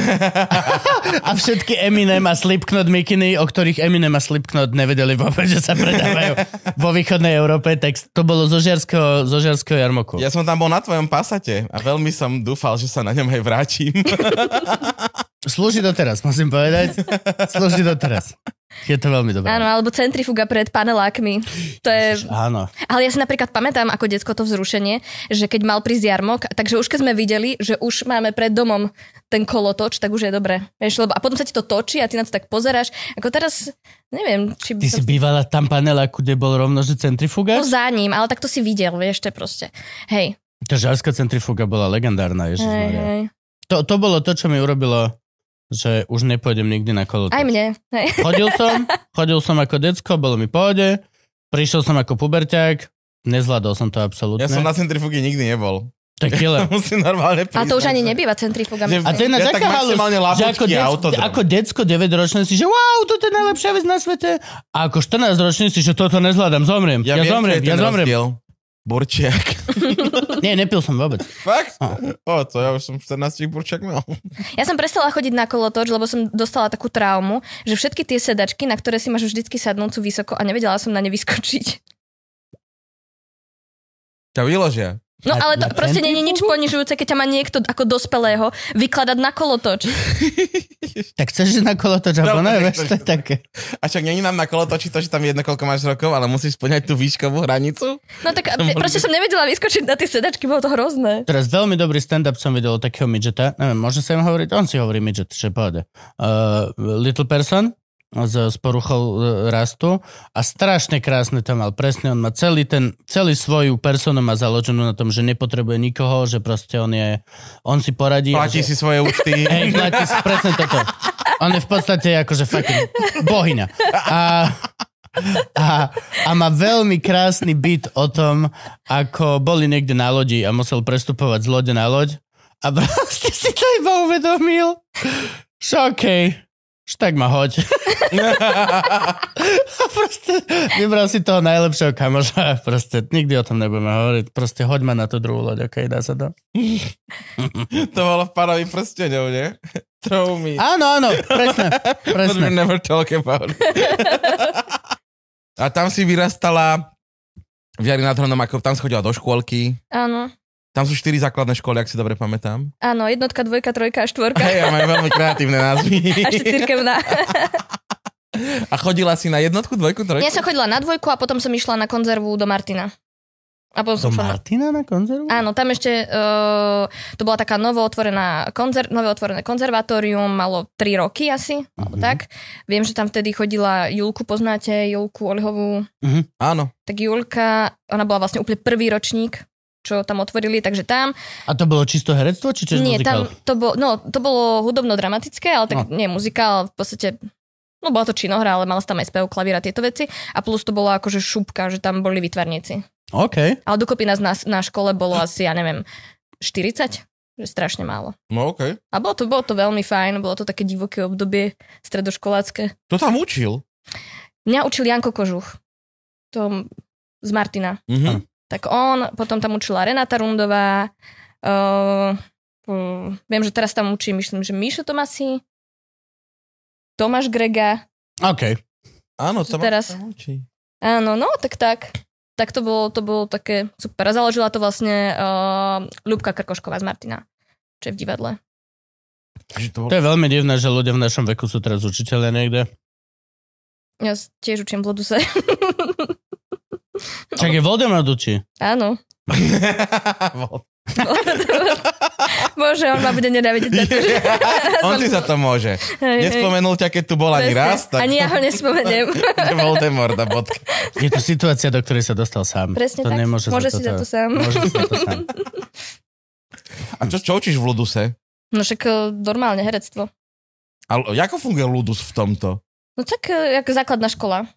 [SPEAKER 1] a všetky Eminem a Slipknot mikiny, o ktorých Eminem a Slipknot nevedeli vôbec, že sa predávajú vo východnej Európe, tak to bolo zo žiarského, zo žiarského jarmoku.
[SPEAKER 4] Ja som tam bol na tvojom pasate a veľmi som dúfal, že sa na ňom aj vrátim.
[SPEAKER 1] Slúži doteraz, musím povedať. Slúži doteraz. Je to veľmi dobré.
[SPEAKER 3] Áno, alebo centrifuga pred panelákmi. To je
[SPEAKER 1] Áno.
[SPEAKER 3] Ale ja si napríklad pamätám ako decko to vzrušenie, že keď mal prísť jarmok, takže už keď sme videli, že už máme pred domom ten kolotoč, tak už je dobre. Vieš, lebo, a potom sa ti to točí a ty na to tak pozeráš. Ako teraz, neviem, či by
[SPEAKER 1] Ty si
[SPEAKER 3] som...
[SPEAKER 1] bývala tam paneláku, kde bol rovno, že
[SPEAKER 3] To
[SPEAKER 1] centrifuga?
[SPEAKER 3] za ním, ale tak to si videl, vieš, to je proste. Hej,
[SPEAKER 1] Tá žarská centrifuga bola legendárna,
[SPEAKER 3] Hej,
[SPEAKER 1] ježišmaria.
[SPEAKER 3] hej.
[SPEAKER 1] To, to bolo to, čo mi urobilo, že už nepôjdem nikdy na kolotoč.
[SPEAKER 3] Aj mne. Hej.
[SPEAKER 1] Chodil som, chodil som ako decko, bolo mi v pohode, prišiel som ako puberťák, nezvládol som to absolútne.
[SPEAKER 4] Ja som na centrifuge nikdy nebol.
[SPEAKER 1] To je killer.
[SPEAKER 4] Musím normálne
[SPEAKER 3] A
[SPEAKER 4] priznať.
[SPEAKER 3] to už ani nebýva centrifuga.
[SPEAKER 4] Že-
[SPEAKER 1] A to je na
[SPEAKER 4] Ja tak
[SPEAKER 1] taká halus,
[SPEAKER 4] maximálne
[SPEAKER 1] že ako,
[SPEAKER 4] labuťky a
[SPEAKER 1] decko,
[SPEAKER 4] autodrom.
[SPEAKER 1] ako decko 9 ročné si, že wow, toto je najlepšia vec na svete. A ako 14 ročný si, že toto nezvládam, zomriem. Ja, ja
[SPEAKER 4] viem,
[SPEAKER 1] zomriem,
[SPEAKER 4] čo je
[SPEAKER 1] ja
[SPEAKER 4] ten
[SPEAKER 1] zomriem.
[SPEAKER 4] rozdiel. Burčiak.
[SPEAKER 1] Nie, nepil som vôbec.
[SPEAKER 4] Fakt?
[SPEAKER 1] A.
[SPEAKER 4] O, to ja už som 14 burčiak mal.
[SPEAKER 3] Ja som prestala chodiť na kolotoč, lebo som dostala takú traumu, že všetky tie sedačky, na ktoré si máš vždycky sadnúcu vysoko a nevedela som na ne vyskočiť.
[SPEAKER 4] Ťa vyložia.
[SPEAKER 3] No
[SPEAKER 1] Na-
[SPEAKER 3] ale
[SPEAKER 1] na
[SPEAKER 3] to proste nie je nič ponižujúce, keď ťa má niekto ako dospelého vykladať na kolotoč.
[SPEAKER 1] Tak chceš ísť na kolotoč, alebo
[SPEAKER 4] Dobre,
[SPEAKER 1] ne,
[SPEAKER 4] No, tak
[SPEAKER 1] vieš,
[SPEAKER 4] to-
[SPEAKER 1] to je také.
[SPEAKER 4] A však není nám na kolo točí to, že tam je jedno, koľko máš rokov, ale musíš splňať tú výškovú hranicu.
[SPEAKER 3] No tak e, proste som nevedela vyskočiť na tie sedačky, bolo to hrozné.
[SPEAKER 1] Teraz veľmi dobrý stand-up som videl od takého midgeta, neviem, môže sa im hovoriť? On si hovorí midget, že pohode. Uh, little person s, s poruchou eh, rastu a strašne krásne to mal. Presne, on má celý ten, celý svoju personu má založenú na tom, že nepotrebuje nikoho, že proste on je, on si poradí. a
[SPEAKER 4] Platí
[SPEAKER 1] že,
[SPEAKER 4] si svoje účty.
[SPEAKER 1] Hej, platí si presne toto. On je v podstate akože fucking bohyňa. A, a, a má veľmi krásny byt o tom, ako boli niekde na lodi a musel prestupovať z lode na loď a proste si to iba uvedomil. Že okej, už tak ma hoď. a proste vybral si toho najlepšieho kamoša. Proste nikdy o tom nebudeme hovoriť. Proste hoď ma na tú druhú loď, okej, dá sa to.
[SPEAKER 4] To bolo v pánovi prsteňov, nie? Throw me.
[SPEAKER 1] Áno, áno, presne,
[SPEAKER 4] What
[SPEAKER 1] presne.
[SPEAKER 4] we never talk about. A tam si vyrastala v Jari nad Hronom, ako tam si chodila do škôlky.
[SPEAKER 3] Áno,
[SPEAKER 4] Tam sú štyri základné školy, ak si dobre pamätám.
[SPEAKER 3] áno, jednotka, dvojka, trojka a štvorka.
[SPEAKER 4] Hej, a majú veľmi kreatívne názvy.
[SPEAKER 3] A ešte cirkevná.
[SPEAKER 4] A chodila si na jednotku, dvojku, trojku?
[SPEAKER 3] Ja som chodila na dvojku a potom som išla na konzervu do Martina. A
[SPEAKER 1] Do
[SPEAKER 3] potom som šla na...
[SPEAKER 1] Martina na konzervu?
[SPEAKER 3] Áno, tam ešte uh, to bola taká novo otvorená konzer- nové otvorené konzervatórium, malo 3 roky asi, alebo
[SPEAKER 1] Mhm.
[SPEAKER 3] tak. Viem, že tam vtedy chodila Julku, poznáte Julku Olihovú,
[SPEAKER 4] Áno.
[SPEAKER 3] tak Julka, ona bola vlastne úplne prvý ročník, čo tam otvorili, takže tam.
[SPEAKER 1] A to bolo čisto herectvo, či čo
[SPEAKER 3] nie, tam to, bo, no, to bolo hudobno-dramatické, ale tak nie muzikál, v podstate No bola to činohra, ale mala sa tam aj spev, klavír a tieto veci. A plus to bola akože šupka, že tam boli vytvarníci.
[SPEAKER 1] OK.
[SPEAKER 3] Ale dokopy nás na, na škole bolo asi, ja neviem, 40? Že strašne málo.
[SPEAKER 4] No okej.
[SPEAKER 3] A bolo to, bolo to veľmi fajn, bolo to také divoké obdobie stredoškolácké.
[SPEAKER 4] To tam učil.
[SPEAKER 3] Mňa učil Janko Kožuch, to z Martina.
[SPEAKER 4] Mhm.
[SPEAKER 3] Tak on, potom tam učila Renata Rundová, uh, uh, viem, že teraz tam učí, myslím, že Mišo Tomasi, Tomáš Grega.
[SPEAKER 1] OK.
[SPEAKER 4] Áno, to
[SPEAKER 3] Že teraz-
[SPEAKER 4] tam učí.
[SPEAKER 3] Áno, no, tak tak. Tak to bolo, to bolo také super. A Založila to vlastne uh, Ľubka Krkošková z Martina, čo je v divadle.
[SPEAKER 4] Že to
[SPEAKER 1] To
[SPEAKER 4] bolo...
[SPEAKER 1] je veľmi divné, že ľudia v našom veku sú teraz učiteľe niekde.
[SPEAKER 3] Ja s- tiež učím v Loduse.
[SPEAKER 1] Čak je Voldemort učí.
[SPEAKER 3] Áno. Bože, on ma bude nenávidieť za to, že...
[SPEAKER 4] On si za to môže.
[SPEAKER 3] Hej, hej.
[SPEAKER 4] Nespomenul ťa, keď tu bol ani
[SPEAKER 3] Presne.
[SPEAKER 4] raz, tak
[SPEAKER 3] Ani ja ho nespomeniem.
[SPEAKER 4] Voldemort a bodka.
[SPEAKER 1] Je to situácia, do ktorej sa dostal sám.
[SPEAKER 3] Presne
[SPEAKER 1] to
[SPEAKER 3] tak.
[SPEAKER 1] Nemôže
[SPEAKER 3] Môže
[SPEAKER 1] za to
[SPEAKER 3] si za to sám.
[SPEAKER 1] Môže si za to sám.
[SPEAKER 4] A čo, čo učíš v Luduse?
[SPEAKER 3] No však e, normálne herectvo.
[SPEAKER 4] A l- ako funguje Ludus v tomto?
[SPEAKER 3] No tak e, ako základná škola.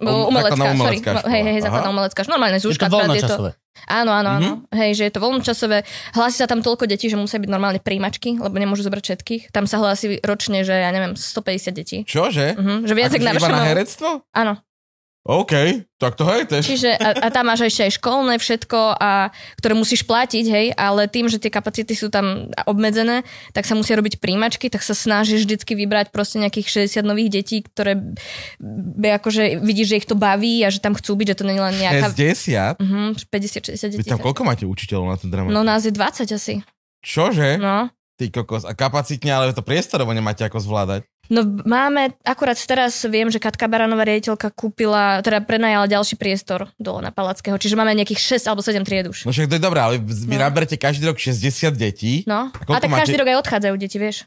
[SPEAKER 4] Um,
[SPEAKER 3] Bo, umelecká,
[SPEAKER 4] základná
[SPEAKER 3] sorry.
[SPEAKER 4] umelecká škola,
[SPEAKER 3] Hej, hej, hej, základná
[SPEAKER 4] aha. Mhm.
[SPEAKER 3] umelecká škola.
[SPEAKER 1] Je
[SPEAKER 3] Normálne
[SPEAKER 1] to
[SPEAKER 3] zúška. akurát
[SPEAKER 1] voľnočasové.
[SPEAKER 3] Áno, áno, áno. Hej, že je to voľnočasové. Hlási sa tam toľko detí, že musia byť normálne príjimačky, lebo nemôžu zobrať všetkých. Tam sa hlási ročne, že ja neviem, 150 detí.
[SPEAKER 4] Čože?
[SPEAKER 3] Mhm, že viac
[SPEAKER 4] Akože
[SPEAKER 3] jak na
[SPEAKER 4] iba
[SPEAKER 3] vašom...
[SPEAKER 4] na herectvo?
[SPEAKER 3] Áno.
[SPEAKER 4] OK, tak to hej, to je...
[SPEAKER 3] Čiže a, a tam máš ešte aj školné všetko, a, ktoré musíš platiť, hej, ale tým, že tie kapacity sú tam obmedzené, tak sa musia robiť príjmačky, tak sa snažíš vždycky vybrať proste nejakých 60 nových detí, ktoré by akože vidíš, že ich to baví a že tam chcú byť, že to nie je len nejaká...
[SPEAKER 4] 60?
[SPEAKER 3] Mhm,
[SPEAKER 4] Vy
[SPEAKER 3] 50-60 detí.
[SPEAKER 4] tam koľko máte Eh? učiteľov na ten drama?
[SPEAKER 3] No nás je 20 asi.
[SPEAKER 4] Čože?
[SPEAKER 3] No.
[SPEAKER 4] Ty kokos. A kapacitne, ale to priestorovo nemáte ako zvládať.
[SPEAKER 3] No máme, akurát teraz viem, že Katka Baranová riaditeľka kúpila, teda prenajala ďalší priestor dole na Palackého, čiže máme nejakých 6 alebo 7 tried už.
[SPEAKER 4] No však to je dobré, ale vy no.
[SPEAKER 3] No.
[SPEAKER 4] naberete každý rok 60 detí.
[SPEAKER 3] No, a
[SPEAKER 4] koľko
[SPEAKER 3] tak
[SPEAKER 4] máte-
[SPEAKER 3] každý rok aj odchádzajú deti, vieš.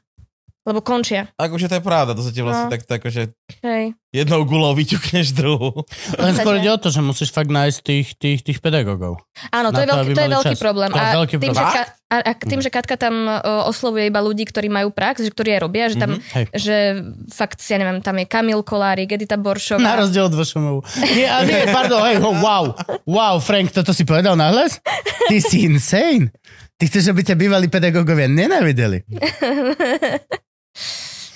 [SPEAKER 3] Lebo končia.
[SPEAKER 4] Akože to je pravda, to sa ti vlastne
[SPEAKER 3] No.
[SPEAKER 4] no. takto akože
[SPEAKER 3] Hej.
[SPEAKER 4] jednou gulou vyťukneš druhú.
[SPEAKER 1] Len skôr
[SPEAKER 3] Podstate.
[SPEAKER 1] ide o to, že musíš fakt nájsť tých, tých, tých pedagógov.
[SPEAKER 3] Áno,
[SPEAKER 1] Na
[SPEAKER 3] to je,
[SPEAKER 1] to,
[SPEAKER 3] veľký,
[SPEAKER 1] aby
[SPEAKER 3] to je
[SPEAKER 1] mali
[SPEAKER 3] veľký
[SPEAKER 1] čas.
[SPEAKER 3] problém.
[SPEAKER 1] To je
[SPEAKER 3] a,
[SPEAKER 1] veľký
[SPEAKER 3] tým, že
[SPEAKER 1] problém. Mhm.
[SPEAKER 3] Ka- a, a tým, že Katka tam o, oslovuje iba ľudí, ktorí majú prax, že ktorí aj robia, že tam,
[SPEAKER 1] Mhm. Hej.
[SPEAKER 3] že fakt, ja neviem, tam je Kamil Kolárik, Edita Boršová.
[SPEAKER 1] Na rozdiel od Vošomovu. Nie, a nie, pardon, hej, ho, wow. Wow, Frank, toto si povedal nahlas? Ty si insane. Ty chceš, aby ťa bývalí pedagógovia nenávideli.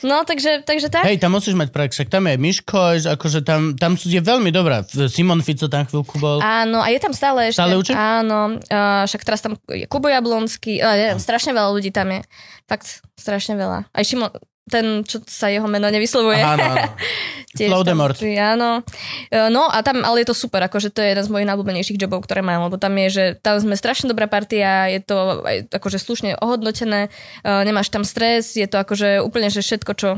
[SPEAKER 3] No, takže, takže tak.
[SPEAKER 1] Hej, tam musíš mať prax, však tam je Miško, akože tam, tam sú, je veľmi dobrá. Simon Fico tam chvíľku bol.
[SPEAKER 3] Áno, a je tam stále ešte.
[SPEAKER 1] Stále učí?
[SPEAKER 3] Áno, uh, však teraz tam je Kubo Jablonský, uh, neviem, strašne veľa ľudí tam je. Fakt, strašne veľa. Aj Šimo, ten, čo sa jeho meno nevyslovuje.
[SPEAKER 4] Áno, áno.
[SPEAKER 3] tiež tam
[SPEAKER 1] Laudemort.
[SPEAKER 3] učí, áno. E, No a tam, ale je to super, akože to je jeden z mojich najobľúbenejších jobov, ktoré mám, lebo tam je, že tam sme strašne dobrá partia, je to aj akože slušne ohodnotené, e, nemáš tam stres, je to akože úplne, že všetko, čo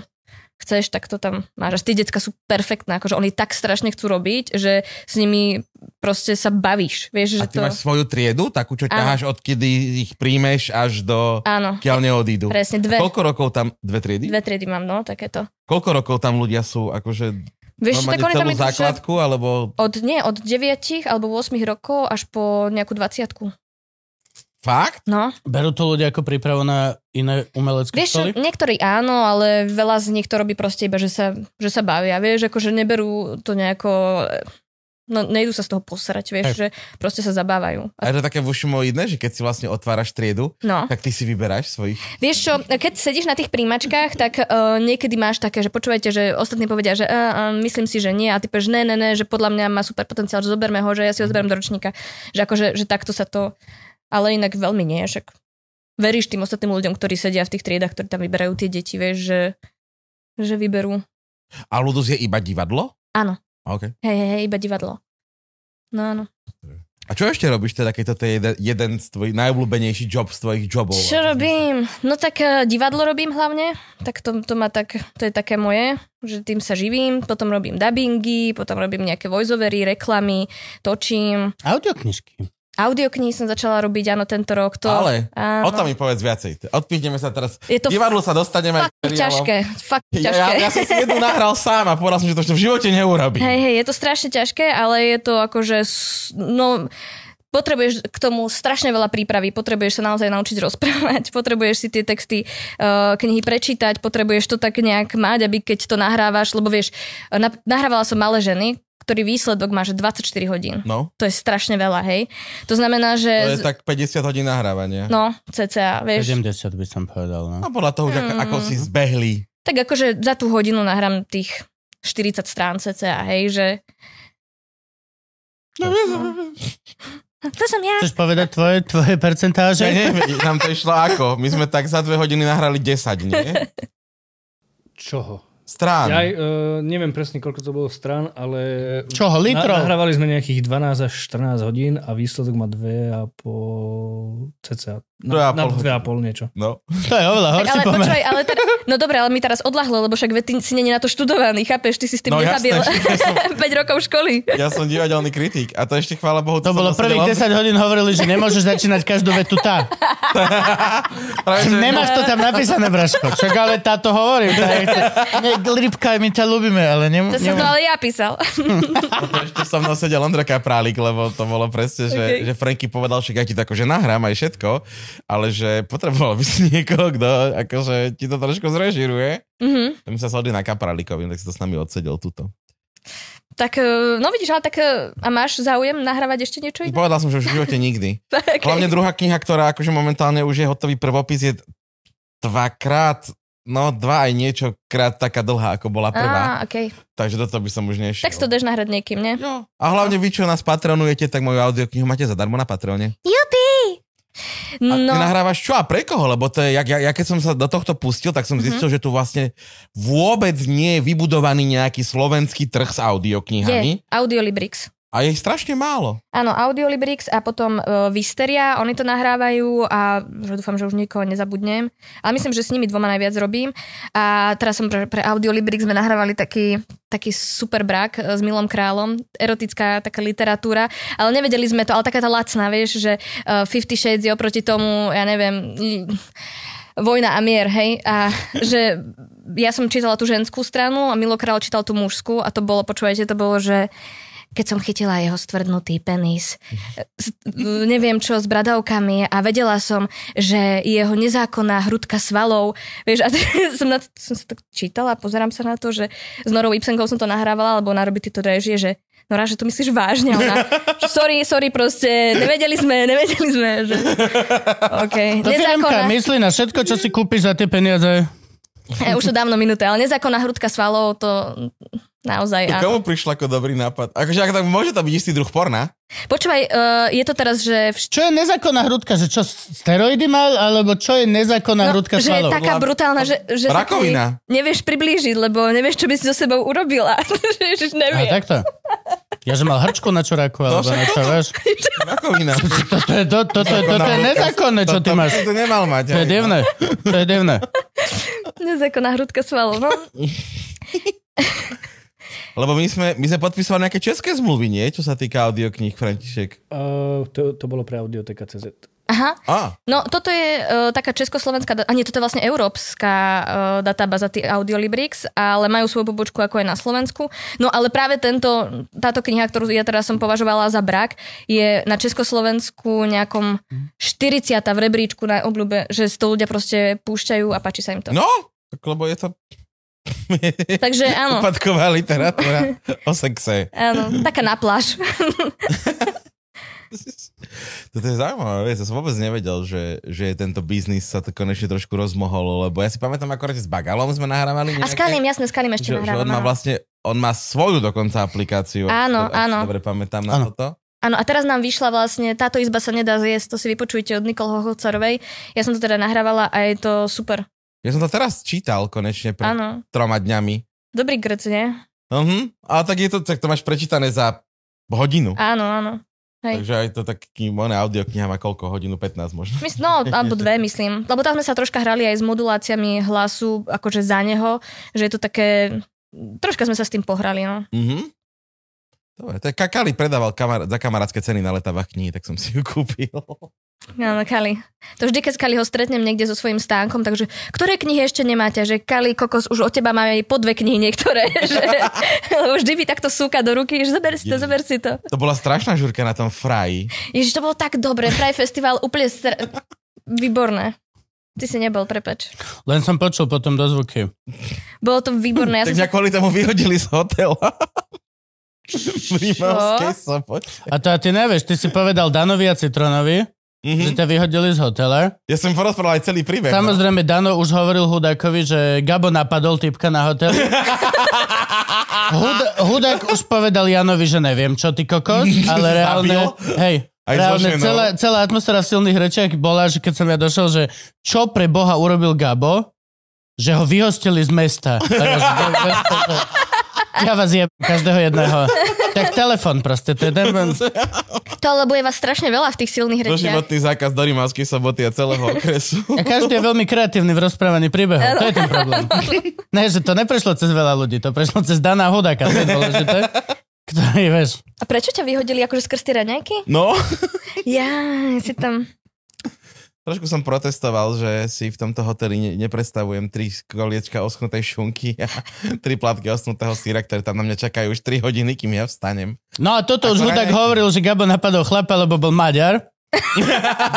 [SPEAKER 3] chceš, tak to tam máš. Až tie decka sú perfektné, akože oni tak strašne chcú robiť, že s nimi proste sa bavíš, vieš,
[SPEAKER 4] A
[SPEAKER 3] že
[SPEAKER 4] ty
[SPEAKER 3] to...
[SPEAKER 4] máš svoju triedu, takú, čo ťaháš, odkedy ich príjmeš až do...
[SPEAKER 3] Áno,
[SPEAKER 4] Kiaľ neodídu.
[SPEAKER 3] presne, dve,
[SPEAKER 4] Koľko rokov tam... Dve triedy?
[SPEAKER 3] dve triedy mám, no, takéto.
[SPEAKER 4] Koľko rokov tam ľudia sú, akože
[SPEAKER 3] Vieš, tak
[SPEAKER 4] normálne celú
[SPEAKER 3] oni tam idú, že
[SPEAKER 4] základku, alebo...
[SPEAKER 3] od, nie, od 9 alebo 8 rokov až po nejakú 20
[SPEAKER 4] Fakt?
[SPEAKER 3] No.
[SPEAKER 1] Berú to ľudia ako prípravu na iné umelecké
[SPEAKER 3] Vieš, čo,
[SPEAKER 1] školy?
[SPEAKER 3] niektorí áno, ale veľa z nich to robí proste iba, že sa, že sa bavia, vieš, akože neberú to nejako, no nejdu sa z toho posrať, vieš,
[SPEAKER 1] Hej.
[SPEAKER 3] že proste sa zabávajú.
[SPEAKER 4] A je to také vošumoidné, že keď si vlastne otváraš triedu,
[SPEAKER 3] No.
[SPEAKER 4] tak ty si vyberáš svojich.
[SPEAKER 3] Vieš čo, keď sedíš na tých príjimačkách, tak uh, niekedy máš také, že počúvajte, že ostatní povedia, že uh, uh, myslím si, že nie a ty povieš, ne, ne, ne, že podľa mňa má super potenciál, že zoberme ho, že ja si ho zoberiem do ročníka. Že akože, že takto sa to, ale inak veľmi nie, však veríš tým ostatným ľuďom, ktorí sedia v tých triedach, ktorí tam vyberajú tie deti, vieš, že, že vyberú.
[SPEAKER 4] A Ludus je iba divadlo?
[SPEAKER 3] Áno.
[SPEAKER 4] A Okay.
[SPEAKER 3] Hej, hej, hej, iba divadlo. No áno.
[SPEAKER 4] A čo ešte robíš teda, keď toto je jeden, jeden z tvojich najobľúbenejší job z tvojich jobov?
[SPEAKER 3] Čo robím? No tak eh, divadlo robím hlavne, tak to, to, má tak, to je také moje, že tým sa živím, potom robím dubbingy, potom robím nejaké voiceovery, reklamy, točím.
[SPEAKER 1] Audioknižky.
[SPEAKER 3] Audioknihy som začala robiť, áno, tento rok. To,
[SPEAKER 4] Ale,
[SPEAKER 3] áno.
[SPEAKER 4] O tom mi povedz viacej. Odpíhneme sa teraz.
[SPEAKER 3] Je to
[SPEAKER 4] Divadlo sa dostaneme. aj k
[SPEAKER 3] fakt
[SPEAKER 4] seriálom.
[SPEAKER 3] ťažké, fakt
[SPEAKER 4] Ja,
[SPEAKER 3] ťažké.
[SPEAKER 4] ja, ja som si jednu nahral sám a povedal som, že to ešte v živote neurobím.
[SPEAKER 3] Hej, hej, je to strašne ťažké, ale je to akože, s- no, potrebuješ k tomu strašne veľa prípravy, potrebuješ sa naozaj naučiť rozprávať, potrebuješ si tie texty uh, knihy prečítať, potrebuješ to tak nejak mať, aby keď to nahrávaš, lebo vieš, na, nahrávala som malé ženy, ktorý výsledok má, že 24 hodín.
[SPEAKER 4] No,
[SPEAKER 3] To je strašne veľa, hej. To znamená,
[SPEAKER 4] to
[SPEAKER 3] že...
[SPEAKER 4] je tak 50 hodín nahrávania.
[SPEAKER 3] No, cca, vieš.
[SPEAKER 1] 70 by som povedal, no.
[SPEAKER 4] A podľa toho, že ako,
[SPEAKER 3] Mm.
[SPEAKER 4] ako si zbehli.
[SPEAKER 3] Tak akože za tú hodinu nahrám tých 40 strán cca, hej, že... No. To som ja.
[SPEAKER 1] Chceš povedať tvoje, tvoje percentáže?
[SPEAKER 4] Ja neviem, nám to išlo ako? My sme tak za dve hodiny nahrali 10, nie?
[SPEAKER 6] Čoho?
[SPEAKER 4] Strán.
[SPEAKER 6] Ja aj, e, neviem presne, koľko to bolo strán, ale...
[SPEAKER 1] Čoho,
[SPEAKER 3] No,
[SPEAKER 1] litrov?
[SPEAKER 6] Na, nahrávali sme nejakých 12 až 14 hodín a výsledok má 2,5 cca.
[SPEAKER 4] Dve a
[SPEAKER 6] Na, na
[SPEAKER 4] pol
[SPEAKER 6] 2,5
[SPEAKER 4] hodiny.
[SPEAKER 6] niečo.
[SPEAKER 4] No.
[SPEAKER 1] To je oveľa
[SPEAKER 3] Tak
[SPEAKER 1] horší
[SPEAKER 3] ale
[SPEAKER 1] pomer.
[SPEAKER 3] počúvaj, ale teda, no dobre, ale mi teraz odľahlo, lebo však ve, ty si není na to študovaný, chápeš, ty si s
[SPEAKER 4] No
[SPEAKER 3] tým
[SPEAKER 4] jasné,
[SPEAKER 3] nezabil
[SPEAKER 4] ja som,
[SPEAKER 3] 5 rokov školy.
[SPEAKER 4] ja som divadelný kritik a to ešte chvála Bohu.
[SPEAKER 1] To bolo prvých 10 hodín hovorili, že nemôžeš začínať každú vetu tá.
[SPEAKER 4] Práve, že...
[SPEAKER 1] Nemáš to tam napísané, Braško. Čak ale táto hovorí. Tá je, ne, Lipka, my ťa ľúbime, ale nem,
[SPEAKER 3] To som to
[SPEAKER 1] nem,
[SPEAKER 3] ale ja písal.
[SPEAKER 4] Ešte som mnou sedel Ondra Kaprálik, lebo to bolo presne, že,
[SPEAKER 3] Okej.
[SPEAKER 4] že Franky povedal, že ja ti to akože nahrám aj všetko, ale že potreboval by si niekoho, kto akože ti to trošku zrežiruje.
[SPEAKER 3] Mhm.
[SPEAKER 4] My sa shodli na Kaprálikovi, tak si to s nami odsedel tuto.
[SPEAKER 3] Tak, eh, no vidíš, ale tak, eh, a máš záujem nahrávať ešte niečo iné?
[SPEAKER 4] Povedal som, že už v živote nikdy.
[SPEAKER 3] Okay.
[SPEAKER 4] Hlavne druhá kniha, ktorá akože momentálne už je hotový prvopis, je dvakrát, no dva aj niečo krát taká dlhá, ako bola prvá.
[SPEAKER 3] Á, okay.
[SPEAKER 4] Takže do toho by som už nešiel.
[SPEAKER 3] Tak si to dáš nahrať niekým, nie?
[SPEAKER 4] Jo. A hlavne vy, čo nás patronujete, tak moju audioknihu máte zadarmo na Patrone. A no. ty
[SPEAKER 3] No,
[SPEAKER 4] nahrávaš čo a pre koho? Lebo to je, ja, ja, ja keď som sa do tohto pustil, tak som zistil, že tu vlastne vôbec nie je vybudovaný nejaký slovenský trh s
[SPEAKER 3] je
[SPEAKER 4] audioknihami.
[SPEAKER 3] Audiolibrix.
[SPEAKER 4] A je ich strašne málo.
[SPEAKER 3] Áno, Audiolibrix a potom uh, Visteria, oni to nahrávajú a že dúfam, že už nikoho nezabudnem. Ale myslím, že s nimi dvoma najviac robím. A teraz som pre, pre Audiolibrix sme nahrávali taký, taký super brak e, s Milom Králom, erotická taká literatúra, ale nevedeli sme e, to, ale taká tá lacná, vieš, že uh, Fifty Shades je oproti tomu, ja neviem, l- vojna a mier, hej? A že ja som čítala tú ženskú stranu a Milo Král čítal tú mužskú a to bolo, počúvajte, to bolo, že keď som chytila jeho stvrdnutý penis, s, neviem čo, s bradavkami a vedela som, že jeho nezákonná hrudka svalov, vieš, a som, na, som sa tak čítala, pozerám sa na to, že s Norou Ipsenkou som to nahrávala, alebo na robí to režie, že Nora, že to myslíš vážne? A Ona, sorry, sorry, proste, nevedeli sme, nevedeli sme, že...
[SPEAKER 1] To
[SPEAKER 3] OK,
[SPEAKER 1] firmka
[SPEAKER 3] nezákonná...
[SPEAKER 1] myslí na všetko, čo si kúpiš za tie peniaze.
[SPEAKER 3] Eh, už to dávno minuté, ale nezákonná hrudka svalov, to naozaj...
[SPEAKER 4] To
[SPEAKER 3] áno.
[SPEAKER 4] komu prišla ako dobrý nápad? Akože ako tak môže to byť istý druh porna?
[SPEAKER 3] Počúvaj, uh, je to teraz, že... V...
[SPEAKER 1] Čo je nezákonná hrudka? Že čo, steroidy mal? Alebo čo je nezákonná hrudka
[SPEAKER 3] No, že je
[SPEAKER 1] svalov?
[SPEAKER 3] taká
[SPEAKER 4] Lab-
[SPEAKER 3] brutálna, že, že sa ti
[SPEAKER 4] Rakovina.
[SPEAKER 3] nevieš priblížiť, lebo nevieš, čo by si so sebou urobila. Ježiš,
[SPEAKER 1] A
[SPEAKER 3] neviem.
[SPEAKER 1] takto. Ja, že mal hrčku na čoráku, alebo
[SPEAKER 4] však
[SPEAKER 1] na čo, vieš?
[SPEAKER 4] Rakovina.
[SPEAKER 1] Toto je, to, to, to, to, to no. je nezákonné, čo ty máš.
[SPEAKER 4] To nemal mať.
[SPEAKER 1] To je
[SPEAKER 4] hej.
[SPEAKER 1] divné. To je divné.
[SPEAKER 3] Nezákonná hrudka svalov. No.
[SPEAKER 4] Lebo my sme, my sme podpísali nejaké české zmluvy, nie? Čo sa týka audiokníh, František.
[SPEAKER 6] Uh, to, to bolo pre Audioteka CZ.
[SPEAKER 3] Aha.
[SPEAKER 4] Á,
[SPEAKER 3] No, toto je uh, taká československá, da- a nie, toto je vlastne európska uh, databáza tý Audiolibrix, ale majú svoju pobočku ako aj na Slovensku. No ale práve tento, táto kniha, ktorú ja teraz som považovala za brak, je na Československu nejakom 40 v rebríčku na obľúbe, že si to ľudia proste púšťajú a páči sa im to.
[SPEAKER 4] no, tak lebo je to
[SPEAKER 3] Takže áno,
[SPEAKER 4] upadková literatúra o sexe.
[SPEAKER 3] áno, taká na pláž.
[SPEAKER 4] Toto je zaujímavé, vec. ja som vôbec nevedel, že, že tento biznis sa to konečne trošku rozmohol, lebo ja si pamätám akorát, že s Bagalom sme nahrávali
[SPEAKER 3] A
[SPEAKER 4] nejaké...
[SPEAKER 3] s Kalim, jasné, s Kalim
[SPEAKER 4] že,
[SPEAKER 3] ešte
[SPEAKER 4] že on
[SPEAKER 3] nahrávame.
[SPEAKER 4] má vlastne, on má svoju dokonca aplikáciu.
[SPEAKER 3] Áno,
[SPEAKER 4] ak si
[SPEAKER 3] áno.
[SPEAKER 4] Dobre pamätám
[SPEAKER 1] Áno.
[SPEAKER 4] na toto.
[SPEAKER 3] Áno, a teraz nám vyšla vlastne Táto izba sa nedá zjesť, to si vypočujte od Nikol Hohocarovej. Ja som to teda nahrávala a je to super.
[SPEAKER 4] Ja som to teraz čítal konečne pred
[SPEAKER 3] Áno.
[SPEAKER 4] troma dňami.
[SPEAKER 3] Dobrý grc, nie?
[SPEAKER 4] Mhm. A tak je to, tak to máš prečítané za hodinu.
[SPEAKER 3] Áno, áno. Hej.
[SPEAKER 4] Takže aj to taký, ona audiokniha má koľko? Hodinu 15 možno.
[SPEAKER 3] Mys- no, alebo dve, myslím. Lebo tam sme sa troška hrali aj s moduláciami hlasu, akože za neho, že je to také... Troška sme sa s tým pohrali, no.
[SPEAKER 4] Mhm. Dobre, tak Kakali predával kamar- za kamarátske ceny na letavách knihy, tak som si ju kúpil.
[SPEAKER 3] Áno, Kali. To vždy, keď Kali ho stretnem niekde so svojím stánkom, takže ktoré knihy ešte nemáte? Že Kali, kokos, už od teba máme aj po dve knihy niektoré. Že, lebo vždy mi takto súka do ruky, že zober si to,
[SPEAKER 4] Ježiš.
[SPEAKER 3] zober si to.
[SPEAKER 4] To bola strašná žurka na tom fraji.
[SPEAKER 3] Ježiš, to bolo tak dobre. Praj festival úplne str... výborné. Ty si nebol, prepač.
[SPEAKER 1] Len som počul potom dozvuky.
[SPEAKER 3] Bolo to výborné.
[SPEAKER 4] tak
[SPEAKER 3] Ja som
[SPEAKER 4] mňa
[SPEAKER 3] sa...
[SPEAKER 4] kvôli tomu vyhodili z hotela. Pri Rimavskej sobote.
[SPEAKER 1] A to a ty nevieš, ty si povedal Danovi a Citronovi, že
[SPEAKER 4] Mhm.
[SPEAKER 1] ťa vyhodili z hotela.
[SPEAKER 4] Ja som porozprával aj celý príbeh. no.
[SPEAKER 1] Samozrejme, Dano už hovoril Hudákovi, že Gabo napadol typka na hotel. Hud, Hudák už povedal Janovi, že neviem, čo ty kokos, ale reálne, hej,
[SPEAKER 4] Aj so
[SPEAKER 1] reálne
[SPEAKER 4] ženou.
[SPEAKER 1] celá, celá atmosféra v silných rečiach bola, že keď som ja došiel, že čo pre Boha urobil Gabo, že ho vyhostili z mesta. A ja, že, "Dobre, dobre." ja vás jeb každého jedného. Tak telefon proste, to je ten...
[SPEAKER 3] To lebo je vás strašne veľa v tých silných rečiach.
[SPEAKER 4] Doživotný zákaz do Rimavskej soboty a celého okresu.
[SPEAKER 1] A každý je veľmi kreatívny v rozprávaní príbehov. To je ten problém. Ne, že to neprešlo cez veľa ľudí, to prešlo cez Dana Hudáka, to je dôležité. Ktorý, vieš,
[SPEAKER 3] A prečo ťa vyhodili akože skrz tie raňajky?
[SPEAKER 4] No,
[SPEAKER 3] Ja si tam...
[SPEAKER 4] trošku som protestoval, že si v tomto hoteli ne- neprestavujem tri koliečka oschnutej šunky a tri platky osnutého síra, ktoré tam na mňa čakajú už 3 hodiny, kým ja vstanem.
[SPEAKER 1] No a toto už
[SPEAKER 4] Ako
[SPEAKER 1] Hudák
[SPEAKER 4] raňajky.
[SPEAKER 1] hovoril, že Gabo napadol chlapa, lebo bol Maďar.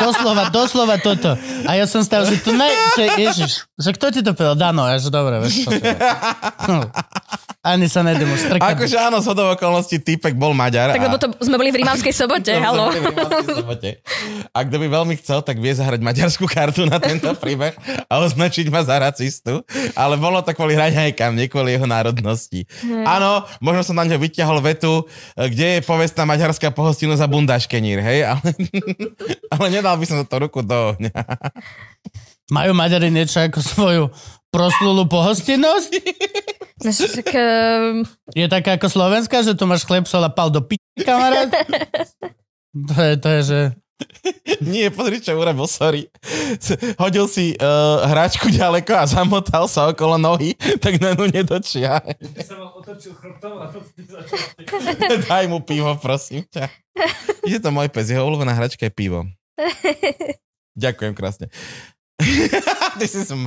[SPEAKER 1] doslova, doslova toto. A ja som stal, že to ne, že ježiš, že kto ti to povedal? Dano, ja že dobre, vieš čo to je. No. Ani sa nejdem už strkať.
[SPEAKER 4] Akože áno, z hodov okolností typek bol Maďar.
[SPEAKER 3] Tak
[SPEAKER 4] a-
[SPEAKER 3] lebo to sme boli v Rímavskej sobote,
[SPEAKER 4] Som sa
[SPEAKER 3] halo.
[SPEAKER 4] boli v Rimavskej sobote. A kto by veľmi chcel, tak vie zahrať maďarskú kartu na tento príbeh a označiť ma za racistu. Ale bolo to kvôli raňajkám, nie kvôli jeho národnosti. Áno, možno som na ňo vyťahol vetu, e, kde je povestná maďarská pohostinu za bundaškenír, hej? Ale, ale nedal by som za to ruku do ohňa.
[SPEAKER 1] Majú Maďari niečo ako svoju proslulú pohostinnosť?
[SPEAKER 3] No, že Tak, ehm,
[SPEAKER 1] Je taká ako slovenská, že tu máš chleb, sol a pal do pi, kamarát? To je, to je, že...
[SPEAKER 4] Nie, pozri, čo urobil, sorry. S- Hodil si uh, hráčku ďaleko a zamotal sa okolo nohy, tak na ňu nedočiahe.
[SPEAKER 5] Ja sa vám otočil chrbtom a to ste začali.
[SPEAKER 4] Daj mu pivo, prosím ťa. Je to môj pes, jeho obľúbená hračka je pivo. Ďakujem krásne. Ty si sm...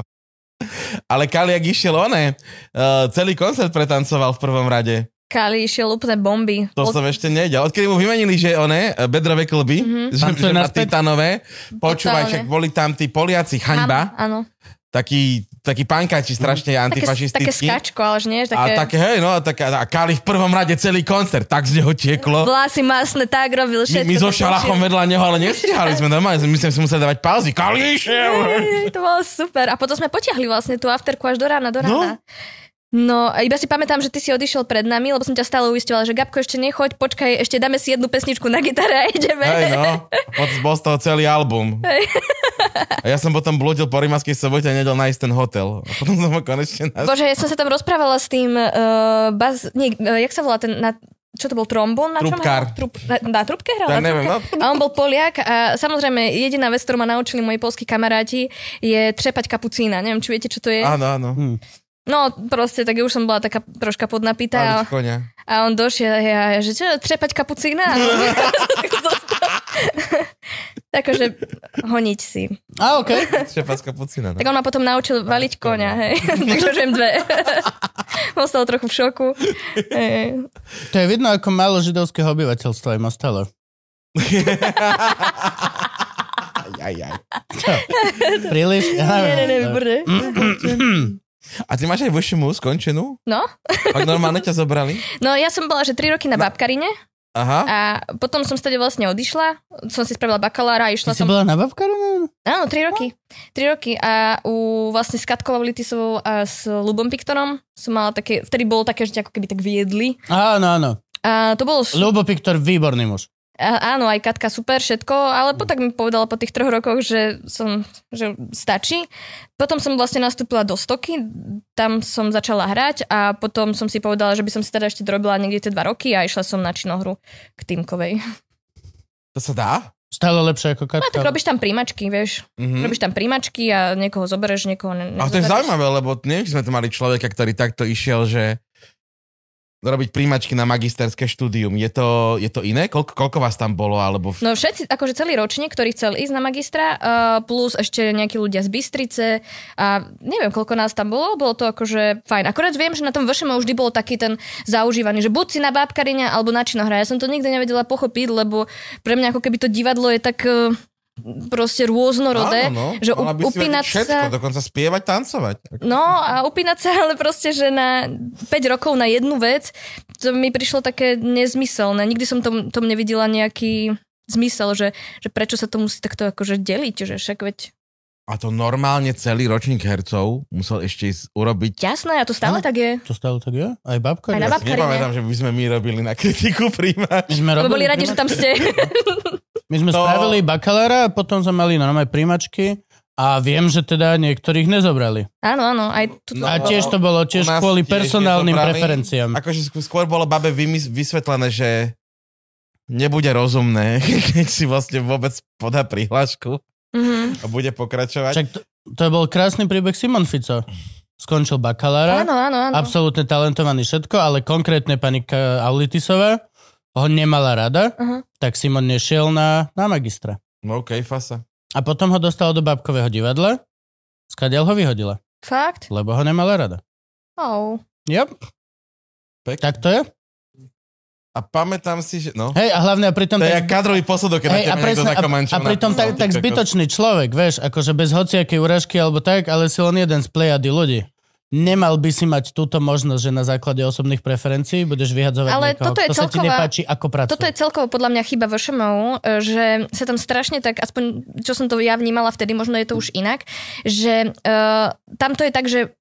[SPEAKER 4] Ale Kali, ak išiel one, uh, celý koncert pretancoval v prvom rade.
[SPEAKER 3] Kali išiel úplne bomby.
[SPEAKER 4] To som ešte nevedel. Odkedy mu vymenili, že one, eh, bedrové klby,
[SPEAKER 3] Mhm.
[SPEAKER 4] že, že
[SPEAKER 1] Tancuje
[SPEAKER 4] na
[SPEAKER 1] naspäť.
[SPEAKER 4] titanové, počúvaj,
[SPEAKER 3] Totálne.
[SPEAKER 4] však boli tam tí Poliaci, haňba,
[SPEAKER 3] Áno, áno.
[SPEAKER 4] taký, taký pankači strašne
[SPEAKER 3] Mhm. Také, také
[SPEAKER 4] antifašistický.
[SPEAKER 3] skačko, ale že nie, že
[SPEAKER 4] A
[SPEAKER 3] také...
[SPEAKER 4] také, hej, no, a, tak, a Kali v prvom rade celý koncert, tak z neho tieklo.
[SPEAKER 3] Vlasy masné, tak robil
[SPEAKER 4] My,
[SPEAKER 3] všetko.
[SPEAKER 4] my so
[SPEAKER 3] tak
[SPEAKER 4] šalachom
[SPEAKER 3] točil.
[SPEAKER 4] vedľa neho, ale nestihali sme normálne, my sme si museli dávať pauzy. Kali išiel!
[SPEAKER 3] Jej, To bolo super. A potom sme potiahli vlastne tú afterku až do rána, do rána. No. a iba si pamätám, že ty si odišiel pred nami, lebo som ťa stále uistovala, že Gabko, ešte nechoď, počkaj, ešte dáme si jednu pesničku na gitare a ideme.
[SPEAKER 4] Hej, no. Pod, bol z toho celý album.
[SPEAKER 3] Hej.
[SPEAKER 4] A ja som potom blúdil po Rímavskej sobote a nedal nájsť ten hotel. A potom som ho konečne nás...
[SPEAKER 3] Bože, ja som sa tam rozprávala s tým, uh, baz, nie, uh, jak sa volá ten, na, čo to bol, trombón? Na čom
[SPEAKER 4] Trubkár.
[SPEAKER 3] hral? Trub, na, na trubke hral?
[SPEAKER 4] Ja
[SPEAKER 3] na
[SPEAKER 4] neviem, no.
[SPEAKER 3] trubke? A on bol Poliak a samozrejme jediná vec, ktorú ma naučili moji polskí kamaráti, je trzepať kapucína. Neviem, či viete, čo to je?
[SPEAKER 4] Áno, áno.
[SPEAKER 3] No, proste, tak už som bola taká troška podnapitá. a-
[SPEAKER 4] Paliť konia.
[SPEAKER 3] A on došiel a ja, že čo, trepať kapucína? Takže honiť si.
[SPEAKER 1] A okej.
[SPEAKER 4] Šepacká pucina.
[SPEAKER 3] Tak on ma potom naučil valiť konia, hej. Takže žem dve. on stal trochu v šoku. Hej.
[SPEAKER 1] To je vidno, ako málo židovského obyvateľstva im ostalo.
[SPEAKER 4] Aj, aj.
[SPEAKER 1] Príliš? Ja
[SPEAKER 3] No, Nie,
[SPEAKER 1] neviem.
[SPEAKER 3] nie, nie, výborné.
[SPEAKER 4] A ty máš aj vyššiu mu skončenú?
[SPEAKER 3] No.
[SPEAKER 4] Tak normálne ťa zobrali?
[SPEAKER 3] No ja som bola, že tri roky na babkarine
[SPEAKER 4] Aha.
[SPEAKER 3] a potom som stade vlastne odišla. Som si spravila bakalára a
[SPEAKER 1] Ty
[SPEAKER 3] išla
[SPEAKER 1] si
[SPEAKER 3] som...
[SPEAKER 1] bola na babkarine?
[SPEAKER 3] Áno, tri roky. Tri roky a u vlastne s Katkou Lavlitisovou a s Lubom Piktorom som mala také, vtedy bolo také, že ťa ako keby tak viedli.
[SPEAKER 1] Áno, áno.
[SPEAKER 3] A to bolo super.
[SPEAKER 1] Lubo Piktor, výborný muž.
[SPEAKER 3] A, áno, aj Katka super, všetko, ale potom mi povedala po tých troch rokoch, že, som, že stačí. Potom som vlastne nastúpila do stoky, tam som začala hrať a potom som si povedala, že by som si teda ešte dorobila niekde tie dva roky a išla som na činohru k Týmkovej.
[SPEAKER 4] To sa dá?
[SPEAKER 1] Stále lepšie ako
[SPEAKER 3] No
[SPEAKER 1] Katka.
[SPEAKER 3] tak robíš tam príjmačky, vieš.
[SPEAKER 4] Mhm.
[SPEAKER 3] Robíš tam príjmačky a niekoho zoberieš, niekoho ne-
[SPEAKER 4] A to je
[SPEAKER 3] nezoberieš.
[SPEAKER 4] zaujímavé, lebo neviem, či sme tu mali človeka, ktorý takto išiel, že robiť príjmačky na magisterské štúdium. Je to, je to iné? Koľko, koľko vás tam bolo? Alebo v...
[SPEAKER 3] No všetci, akože celý ročník, ktorý chcel ísť na magistra, uh, plus ešte nejakí ľudia z Bystrice a neviem, koľko nás tam bolo, bolo to akože fajn. Akorát viem, že na tom VŠMO vždy bol taký ten zaužívaný, že buď si na bábkarine alebo na činohra. Ja som to nikdy nevedela pochopiť, lebo pre mňa ako keby to divadlo je tak uh, proste rôznorodé.
[SPEAKER 4] Áno, no.
[SPEAKER 3] že
[SPEAKER 4] Mala
[SPEAKER 3] up-
[SPEAKER 4] by si vedieť
[SPEAKER 3] upínať
[SPEAKER 4] všetko,
[SPEAKER 3] sa-
[SPEAKER 4] dokonca spievať, tancovať.
[SPEAKER 3] No a upínať sa ale proste, že na 5 rokov na jednu vec, to mi prišlo také nezmyselné. Nikdy som tom, tom nevidela nejaký zmysel, že, že prečo sa to musí takto akože deliť, že však veď
[SPEAKER 4] A to normálne celý ročník hercov musel ešte ísť urobiť.
[SPEAKER 3] jasné, a to stále
[SPEAKER 1] Áno.
[SPEAKER 3] tak je.
[SPEAKER 1] To stále tak je? Aj
[SPEAKER 3] Aj
[SPEAKER 1] babkarine?
[SPEAKER 4] Ja si
[SPEAKER 3] na babkarine.
[SPEAKER 4] nepamätám, že by sme my robili na kritiku príjmač.
[SPEAKER 1] My sme,
[SPEAKER 3] Lebo
[SPEAKER 1] robili
[SPEAKER 3] boli radi, že tam ste.
[SPEAKER 1] my sme
[SPEAKER 4] To-
[SPEAKER 1] spravili bakalára a potom sme mali normálne príjmačky a viem, že teda niektorých nezobrali.
[SPEAKER 3] Áno, áno, aj tu.
[SPEAKER 4] No,
[SPEAKER 1] A tiež to bolo tiež
[SPEAKER 4] u nás
[SPEAKER 1] kvôli
[SPEAKER 4] tiež
[SPEAKER 1] personálnym
[SPEAKER 4] nezobrali.
[SPEAKER 1] preferenciám.
[SPEAKER 4] Akože sk- skôr bolo babe vymys- vysvetlené, že nebude rozumné, keď si vlastne vôbec podá prihlášku
[SPEAKER 3] Mhm.
[SPEAKER 4] a bude pokračovať.
[SPEAKER 1] Však to, to bol krásny príbeh Simon Fico. Skončil bakalára,
[SPEAKER 3] Áno, áno, áno.
[SPEAKER 1] absolútne talentovaný všetko, ale konkrétne pani Ka- Aulitisová ho nemala rada,
[SPEAKER 3] Aha.
[SPEAKER 1] tak Simon nešiel na, na magistra.
[SPEAKER 4] No okej, okay, fasa.
[SPEAKER 1] A potom ho dostala do babkového divadla, skadiaľ ho vyhodila,
[SPEAKER 3] Fakt?
[SPEAKER 1] lebo ho nemala rada.
[SPEAKER 3] Oh.
[SPEAKER 1] Yep.
[SPEAKER 4] Pekne.
[SPEAKER 1] Tak to je.
[SPEAKER 4] A pamätám si, že... No.
[SPEAKER 1] Hej, a hlavne a pritom...
[SPEAKER 4] To je
[SPEAKER 1] tak-
[SPEAKER 4] jak kadrový posudok, keď
[SPEAKER 1] Hej, a,
[SPEAKER 4] hey, na teba niekto
[SPEAKER 1] presne,
[SPEAKER 4] na
[SPEAKER 1] a,
[SPEAKER 4] komenčom
[SPEAKER 1] a pritom
[SPEAKER 4] napísal, No,
[SPEAKER 1] tak,
[SPEAKER 4] ty
[SPEAKER 1] tak
[SPEAKER 4] kokos.
[SPEAKER 1] zbytočný človek, vieš, akože bez hociakej urážky alebo tak, ale si len jeden z plejady ľudí. Nemal by si mať túto možnosť, že na základe osobných preferencií budeš vyhadzovať
[SPEAKER 3] Ale
[SPEAKER 1] niekoho,
[SPEAKER 3] toto je
[SPEAKER 1] kto sa ti
[SPEAKER 3] celková-
[SPEAKER 1] nepáči ako pracuje.
[SPEAKER 3] Toto je celkovo podľa mňa chyba vo ŠMU, e, že sa tam strašne tak, aspoň čo som to ja vnímala vtedy, možno je to už inak, že uh, tam to je tak, že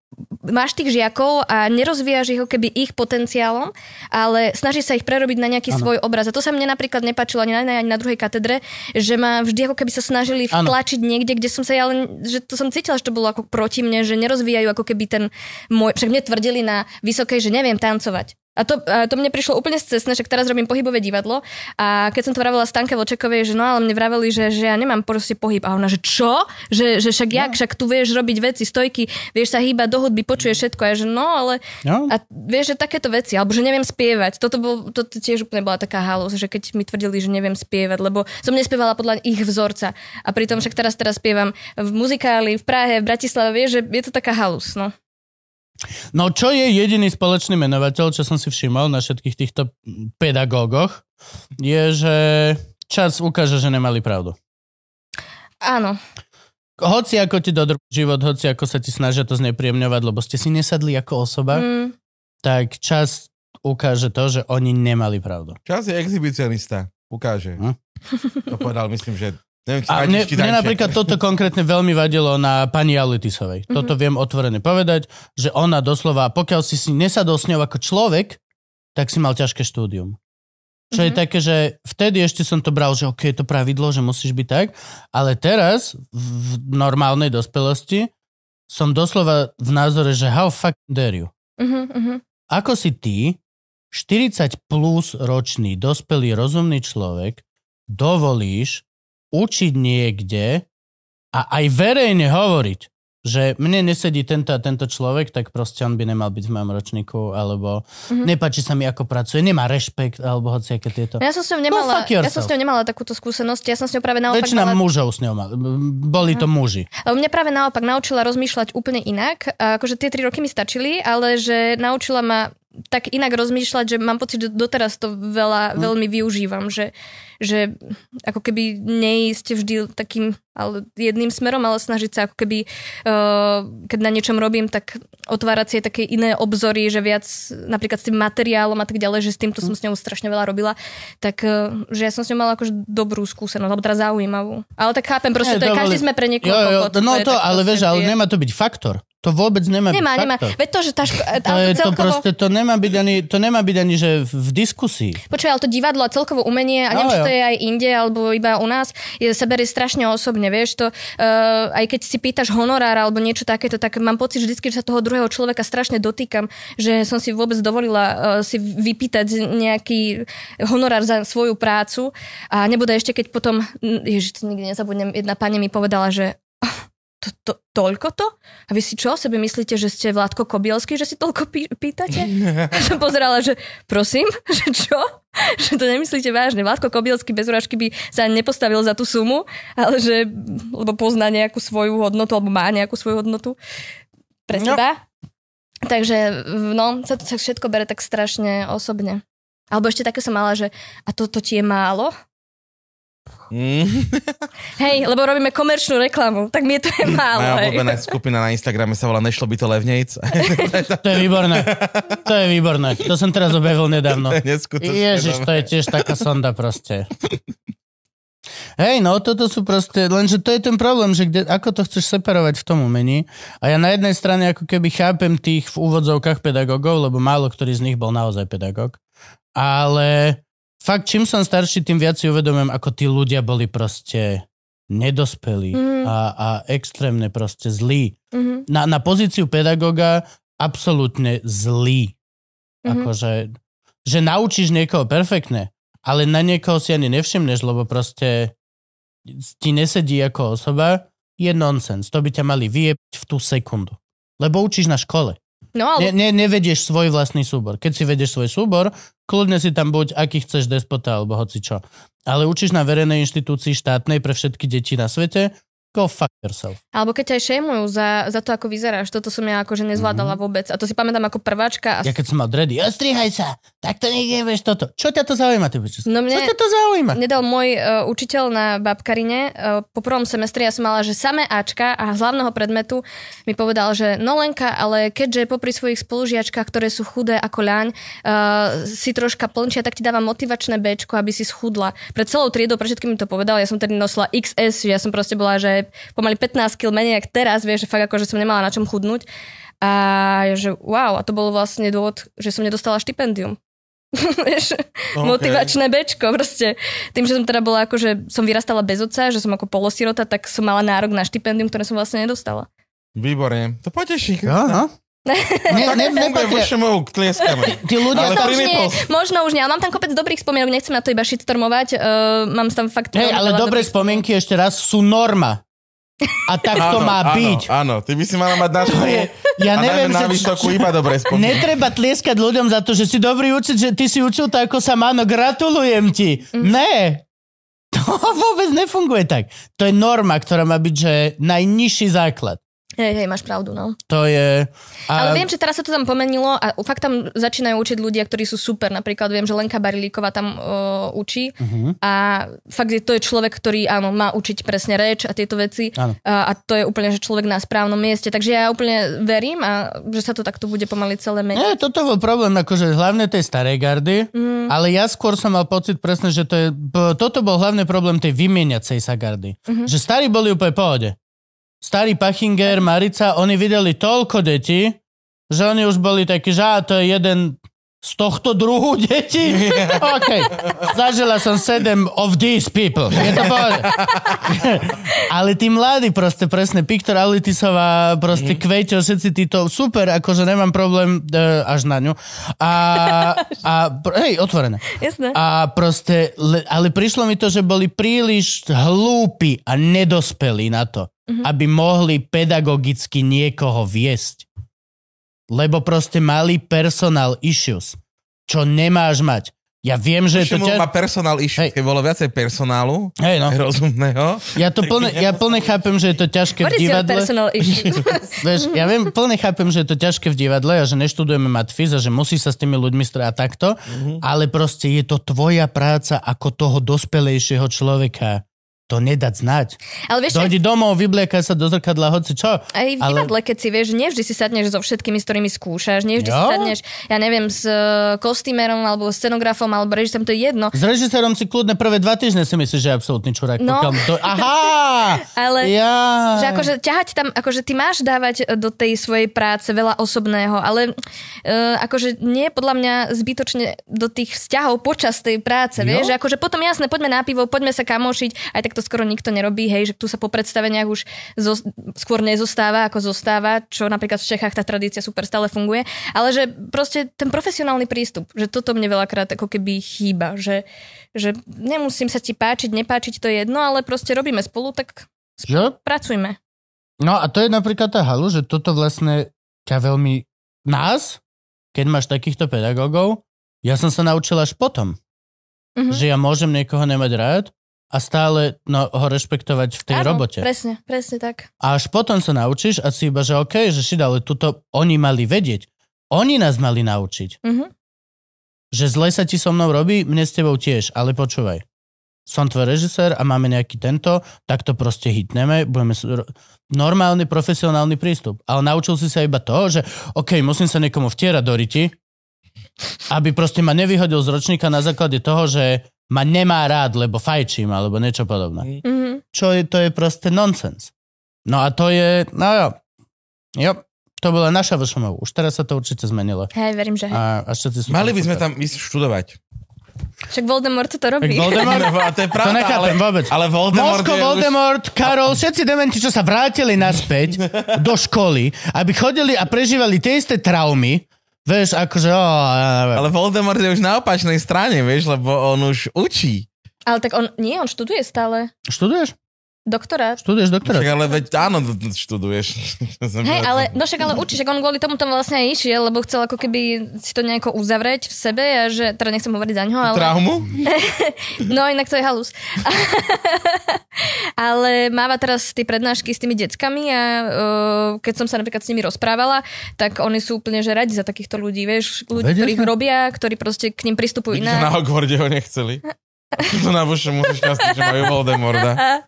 [SPEAKER 3] máš tých žiakov a nerozvíjaš ich ako keby ich potenciálom, ale snaží sa ich prerobiť na nejaký ano.
[SPEAKER 1] Áno.
[SPEAKER 3] svoj obraz. A to sa mne napríklad nepáčilo ani na jednej, ani na druhej katedre, že ma vždy ako keby sa snažili
[SPEAKER 1] Áno.
[SPEAKER 3] vtlačiť niekde, kde som sa ja len, že to som cítila, že to bolo ako proti mne, že nerozvíjajú ako keby ten môj, však mne tvrdili na vysokej, že neviem tancovať. A to, a to mne prišlo úplne cestné, že teraz robím pohybové divadlo a keď som to vravela Stanke Vočekovej, že no ale mne vraveli, že, že ja nemám proste pohyb a ona, že čo? Že, že však jak, však tu vieš robiť veci, stojky, vieš sa hýbať do hudby, počuješ všetko a ja, že no ale
[SPEAKER 1] No,
[SPEAKER 3] a vieš, že takéto veci, alebo že neviem spievať, toto, bol, toto tiež úplne bola taká halus, že keď mi tvrdili, že neviem spievať, lebo som nespievala podľa ich vzorca. A pritom však teraz, teraz spievam v muzikáli, v Prahe, v Bratislave, vieš, že je to taká halus, no.
[SPEAKER 1] no čo je jediný spoločný menovateľ, čo som si všimol na všetkých týchto pedagógoch, je, že čas ukáže, že nemali pravdu.
[SPEAKER 3] Áno,
[SPEAKER 1] Hoci ako ti dodrú život, hoci ako sa ti snažia to znepríjemňovať, lebo ste si nesadli ako osoba, mm.
[SPEAKER 3] mm,
[SPEAKER 1] tak čas ukáže to, že oni nemali pravdu.
[SPEAKER 4] Čas je exhibicionista. Ukáže.
[SPEAKER 1] Hm?
[SPEAKER 4] To povedal, myslím, že... Neviem, či
[SPEAKER 1] A
[SPEAKER 4] František
[SPEAKER 1] mne, mne
[SPEAKER 4] Danček.
[SPEAKER 1] napríklad toto konkrétne veľmi vadilo na pani Alitisovej. Mm-hmm. Toto viem otvorene povedať, že ona doslova, pokiaľ si si nesadol s ňou ako človek, tak si mal ťažké štúdium. Čo mm-hmm. je
[SPEAKER 3] Mhm.
[SPEAKER 1] také, že vtedy ešte som to bral, že ok, je to pravidlo, že musíš byť tak, ale teraz v v normálnej dospelosti som doslova v názore, že how fuck dare you.
[SPEAKER 3] mm, mm,
[SPEAKER 1] Ako si ty, 40 plus ročný, dospelý, rozumný človek, dovolíš učiť niekde a aj verejne hovoriť, že mne nesedí tento a tento človek, tak proste on by nemal byť v mojom ročníku, alebo
[SPEAKER 3] Mhm.
[SPEAKER 1] mm-hmm. nepáči sa mi, ako pracuje, nemá rešpekt, alebo hociaké tieto.
[SPEAKER 3] Ja som s ňou nemala,
[SPEAKER 1] fuck
[SPEAKER 3] ja som
[SPEAKER 1] yourself.
[SPEAKER 3] s ňou nemala takúto skúsenosť, ja som s ňou práve naopak Mhm.
[SPEAKER 1] Väčšina
[SPEAKER 3] mala
[SPEAKER 1] mužov s ňou mal. Boli to muži.
[SPEAKER 3] Ale Mňa práve naopak naučila rozmýšľať úplne inak. A Akože tie tri roky mi stačili, ale že naučila ma tak inak rozmýšľať, že mám pocit, že doteraz to veľa, veľmi využívam, že, že ako keby neísť vždy takým ale jedným smerom, ale snažiť sa ako keby, uh, keď na niečom robím, tak otvárať si aj také iné obzory, že viac napríklad s tým materiálom a tak ďalej, že s týmto som s ňou strašne veľa robila, tak uh, že ja som s ňou mala akože dobrú skúsenosť, alebo teda zaujímavú. Ale tak chápem,
[SPEAKER 1] Nie,
[SPEAKER 3] proste to je,
[SPEAKER 1] to
[SPEAKER 3] každý
[SPEAKER 1] boli-
[SPEAKER 3] sme pre niekoho
[SPEAKER 1] Jo, jo,
[SPEAKER 3] kokot,
[SPEAKER 1] no
[SPEAKER 3] je
[SPEAKER 1] to,
[SPEAKER 3] tak
[SPEAKER 1] ale
[SPEAKER 3] proste,
[SPEAKER 1] vieš, ale
[SPEAKER 3] že-
[SPEAKER 1] nemá to byť faktor. To vôbec nemá, byť
[SPEAKER 3] Nemá, nemá.
[SPEAKER 1] faktor.
[SPEAKER 3] Veď to, že tá ško-
[SPEAKER 1] To,
[SPEAKER 3] ale
[SPEAKER 1] je, to,
[SPEAKER 3] celkovo...
[SPEAKER 1] proste, to, nemá byť ani, to nemá byť ani, že v diskusii.
[SPEAKER 3] Počuj, ale to divadlo a celkovo umenie, a neviem,
[SPEAKER 1] No,
[SPEAKER 3] či
[SPEAKER 1] jo.
[SPEAKER 3] to je aj inde, alebo iba u nás, je, sa berie strašne osobne, vieš, to, uh, aj keď si pýtaš honorár alebo niečo takéto, tak mám pocit vždycky, že sa toho druhého človeka strašne dotýkam, že som si vôbec dovolila uh, si vypýtať nejaký honorár za svoju prácu a nebude ešte, keď potom, mm, ježiš, to nikdy nezabudnem, jedna pani mi povedala, že "Ah, to, to, toľko to? A vy si čo o sebe myslíte, že ste Vládko Kobielský, že si toľko pí- pýtate? Ja som pozerala, že prosím, že čo? Že to nemyslíte vážne. Vládko Kobielský bez urážky by sa nepostavil za tú sumu, ale že, lebo pozná nejakú svoju hodnotu, alebo má nejakú svoju hodnotu pre
[SPEAKER 1] No.
[SPEAKER 3] seba. Takže, no, sa to sa všetko bere tak strašne osobne. Alebo ešte také som mala, že a toto ti je málo?
[SPEAKER 4] Mm.
[SPEAKER 3] Hej, lebo robíme komerčnú reklamu, tak mi je to je
[SPEAKER 4] Moja
[SPEAKER 3] málo. hej.
[SPEAKER 4] obľúbená skupina na Instagrame sa volá Nešlo by to levnejc.
[SPEAKER 1] To je výborné. To je výborné. To som teraz objavil nedávno.
[SPEAKER 4] Neskutočne. no.
[SPEAKER 1] Ježiš, to je tiež taká sonda proste. Hej, no toto sú proste, lenže to je ten problém, že kde, ako to chceš separovať v tom umení. A ja na jednej strane ako keby chápem tých v úvodzovkách pedagógov, lebo málo ktorý z nich bol naozaj pedagóg. Ale fakt, čím som starší, tým viac si uvedomujem, ako tí ľudia boli proste nedospelí
[SPEAKER 3] Mm.
[SPEAKER 1] a, a extrémne proste zlí
[SPEAKER 3] Mhm,
[SPEAKER 1] na, na pozíciu pedagóga absolútne zlý.
[SPEAKER 3] Mhm.
[SPEAKER 1] Mm-hmm. Akože, že naučíš niekoho perfektne, ale na niekoho si ani nevšimneš, lebo proste ti nesedí ako osoba, je nonsens. To by ťa mali vyjebať v tú sekundu. Lebo učíš na škole.
[SPEAKER 3] No, ale
[SPEAKER 1] Ne, ne, nevedieš svoj vlastný súbor. Keď si vedieš svoj súbor, kľudne si tam buď aký chceš despota alebo hoci čo. Ale učíš na verejnej inštitúcii štátnej pre všetky deti na svete, go fuck yourself.
[SPEAKER 3] Alebo keď ťa aj šémujú za, za to, ako vyzeráš. Toto som ja akože nezvládala vôbec. A to si pamätám ako prváčka. A...
[SPEAKER 1] Ja keď som mal dready, ostrihaj sa, tak to niekde vieš toto. Čo ťa to zaujíma, ty pičus?
[SPEAKER 3] No mne-
[SPEAKER 1] Čo ťa to zaujíma?
[SPEAKER 3] Nedal môj uh, učiteľ na babkarine. Uh, po prvom semestri ja som mala, že samé Ačka a z hlavného predmetu mi povedal, že no Lenka, ale keďže popri svojich spolužiačkách, ktoré sú chudé ako ľaň, uh, si troška plnčia, tak ti dávam motivačné Bčko, aby si schudla. Pre celou triedou, pre všetkým mi to povedal, ja som tedy nosila XS, že ja som proste bola, že pomaly 15 kg menej, jak teraz, vieš, že fakt ako, že som nemala na čom chudnúť. A ja, že wow, a to bol vlastne dôvod, že som nedostala štipendium. Vieš? okay. motivačné bečko proste. Tým, že som teda bola ako, že som vyrastala bez oca, že som ako polosirota, tak som mala nárok na štipendium, ktoré som vlastne nedostala.
[SPEAKER 4] Výborne. To poteší.
[SPEAKER 1] Jo, no. Ne, ne,
[SPEAKER 4] Funguje
[SPEAKER 1] nepatria.
[SPEAKER 4] všemu tlieskame.
[SPEAKER 1] Tí ľudia...
[SPEAKER 4] Ale to
[SPEAKER 3] Možno už, nie,
[SPEAKER 4] ripple.
[SPEAKER 3] možno už nie, ale mám tam kopec dobrých spomienok, nechcem na to iba shitstormovať, uh, mám tam fakt...
[SPEAKER 1] Hej,
[SPEAKER 3] veľmi
[SPEAKER 1] ale
[SPEAKER 3] veľa
[SPEAKER 1] dobré
[SPEAKER 3] dobrých-
[SPEAKER 1] spomienky ešte raz sú norma. A tak to má
[SPEAKER 4] áno,
[SPEAKER 1] byť.
[SPEAKER 4] Áno, ty by si mala mať na škole
[SPEAKER 1] Ja
[SPEAKER 4] a najmä
[SPEAKER 1] neviem,
[SPEAKER 4] na
[SPEAKER 1] že...
[SPEAKER 4] vysokú iba dobre spomienky.
[SPEAKER 1] Netreba tlieskať ľuďom za to, že si dobrý učiť, že ty si učil tak, ako sa má, no gratulujem ti.
[SPEAKER 3] Mhm.
[SPEAKER 1] Ne, to vôbec nefunguje tak. To je norma, ktorá má byť, že najnižší základ.
[SPEAKER 3] Hej, hej, máš pravdu, no.
[SPEAKER 1] To je... A
[SPEAKER 3] Ale viem, že teraz sa to tam pomenilo a fakt tam začínajú učiť ľudia, ktorí sú super. Napríklad viem, že Lenka Barilíková tam uh, učí
[SPEAKER 1] Uh-huh.
[SPEAKER 3] a fakt je, to je človek, ktorý áno, má učiť presne reč a tieto veci
[SPEAKER 1] Áno.
[SPEAKER 3] a, a to je úplne, že človek na správnom mieste. Takže ja úplne verím, a, že sa to takto bude pomaly celé
[SPEAKER 1] Nie,
[SPEAKER 3] meniť.
[SPEAKER 1] toto bol problém, akože hlavne tej starej gardy, mm. ale ja skôr som mal pocit presne, že to je, b- toto bol hlavne problém tej vymieniacej sa gardy. Mm-hmm. Že starí boli úplne v pohode. Starý Pachinger, Marica, oni videli toľko detí, že oni už boli takí, že á, to je jeden z tohto druhu detí? OK. Zažila som sedem of these people. Je to pohode. Ale tí mladí proste, presne, Piktor Alitisová, proste mm. Kveťo, všetci títo, super, akože nemám problém e, až na ňu. A, a pr- hej, otvorené.
[SPEAKER 3] Jasné.
[SPEAKER 1] A proste, le, ale prišlo mi to, že boli príliš hlúpi a nedospelí na to, mm-hmm. aby mohli pedagogicky niekoho viesť. Lebo proste mali personal issues, čo nemáš mať. Ja viem, že je to
[SPEAKER 4] Všemu
[SPEAKER 1] ťaž...
[SPEAKER 4] má personál issue,
[SPEAKER 1] Hej.
[SPEAKER 4] keď bolo viacej personálu,
[SPEAKER 1] Hej, no.
[SPEAKER 4] rozumného.
[SPEAKER 1] Ja to plne, ja plne chápem, že je to ťažké v
[SPEAKER 3] What is your
[SPEAKER 1] divadle.
[SPEAKER 3] personal issue?
[SPEAKER 1] Vieš, ja viem, plne chápem, že je to ťažké v divadle a že neštudujeme matfiz a že musí sa s tými ľuďmi strať a takto, mm-hmm. ale proste je to tvoja práca ako toho dospelejšieho človeka. To nedať znať.
[SPEAKER 3] ale vieš, čo,
[SPEAKER 1] Dojdi domov, vyblieka sa do zrkadla, hoci čo.
[SPEAKER 3] Aj v
[SPEAKER 1] Ale-
[SPEAKER 3] divadle, keď si vieš, nevždy si sadneš so všetkými, s ktorými skúšaš, nevždy si
[SPEAKER 1] Jo?
[SPEAKER 3] sadneš, ja neviem, s e, kostýmerom, alebo scenografom, alebo režisérom, to je jedno.
[SPEAKER 1] S režisérom si kľudne prvé dva týždne si myslíš, že je absolútny čurák.
[SPEAKER 3] No.
[SPEAKER 1] pokiaľ To... Aha!
[SPEAKER 3] Ale
[SPEAKER 1] ja...
[SPEAKER 3] že akože ťahať tam, akože ty máš dávať do tej svojej práce veľa osobného, ale uh, akože nie podľa mňa zbytočne do tých vzťahov počas tej práce,
[SPEAKER 1] Jo.
[SPEAKER 3] vieš, že akože potom jasné, poďme na pivo, poďme sa kamošiť, aj tak to skoro nikto nerobí, hej, že tu sa po predstaveniach už zo, skôr nezostáva, ako zostáva, čo napríklad v Čechách tá tradícia super stále funguje, ale že proste ten profesionálny prístup, že toto mne veľakrát ako keby chýba, že, že nemusím sa ti páčiť, nepáčiť, to je jedno, ale proste robíme spolu, tak
[SPEAKER 1] Že?
[SPEAKER 3] pracujme.
[SPEAKER 1] No a to je napríklad tá halu, že toto vlastne ťa veľmi... Nás, keď máš takýchto pedagógov, ja som sa naučil až potom,
[SPEAKER 3] Mhm.
[SPEAKER 1] že ja môžem niekoho nemať rád a stále no, ho rešpektovať v tej
[SPEAKER 3] Áno,
[SPEAKER 1] robote.
[SPEAKER 3] presne, presne tak.
[SPEAKER 1] A až potom sa naučíš a si iba, že OK, že šida, ale tuto oni mali vedieť. Oni nás mali naučiť.
[SPEAKER 3] Mhm.
[SPEAKER 1] Že zle sa ti so mnou robí, mne s tebou tiež, ale počúvaj. Som tvoj režisér a máme nejaký tento, tak to proste hitneme. Budeme s- ro- normálny, profesionálny prístup. Ale naučil si sa iba to, že OK, musím sa niekomu vtierať do riti, aby proste ma nevyhodil z ročníka na základe toho, že ma nemá rád, lebo fajčím, alebo niečo podobné
[SPEAKER 3] Mhm.
[SPEAKER 1] čo je, to je proste nonsens. No a to je, no jo, jo to bola naša VŠMU. Už teraz sa to určite zmenilo.
[SPEAKER 3] Hej, verím, že hej.
[SPEAKER 1] A, a všetci sú
[SPEAKER 4] Mali by sme
[SPEAKER 1] super.
[SPEAKER 4] tam ísť študovať.
[SPEAKER 3] Však Voldemort to
[SPEAKER 1] Tak
[SPEAKER 3] robí.
[SPEAKER 1] Voldemort?
[SPEAKER 4] A to je
[SPEAKER 1] to
[SPEAKER 4] pravda, ale,
[SPEAKER 1] nechápem vôbec.
[SPEAKER 4] ale Voldemort
[SPEAKER 1] Mosko,
[SPEAKER 4] je už...
[SPEAKER 1] Voldemort, Karol, všetci dementi, čo sa vrátili naspäť do školy, aby chodili a prežívali tie isté traumy, vieš, akože... Ó, ja neviem.
[SPEAKER 4] Ale Voldemort je už na opačnej strane, vieš, lebo on už učí.
[SPEAKER 3] Ale tak on, nie, on študuje stále.
[SPEAKER 1] Študuješ?
[SPEAKER 3] Doktorát.
[SPEAKER 1] Študuješ
[SPEAKER 4] Však
[SPEAKER 1] doktora?
[SPEAKER 4] ale veď áno, študuješ.
[SPEAKER 3] Hej, ale, no však ale určite, on kvôli tomu tam vlastne aj išiel, lebo chcel ako keby si to nejako uzavrieť v sebe a že, teda nechcem hovoriť za ňo, ale...
[SPEAKER 4] Traumu?
[SPEAKER 3] No inak to je halus. Ale máva teraz tie prednášky s tými deckami a uh, keď som sa napríklad s nimi rozprávala, tak oni sú úplne že radi za takýchto ľudí, vieš, ľudí,
[SPEAKER 1] Vedia
[SPEAKER 3] ktorých
[SPEAKER 1] sa.
[SPEAKER 3] robia, ktorí proste k nim pristupujú
[SPEAKER 4] Vidíš, že na
[SPEAKER 3] inak.
[SPEAKER 4] Hogwarde ho nechceli. To na Bušu mu šťastie, že majú Voldemorda.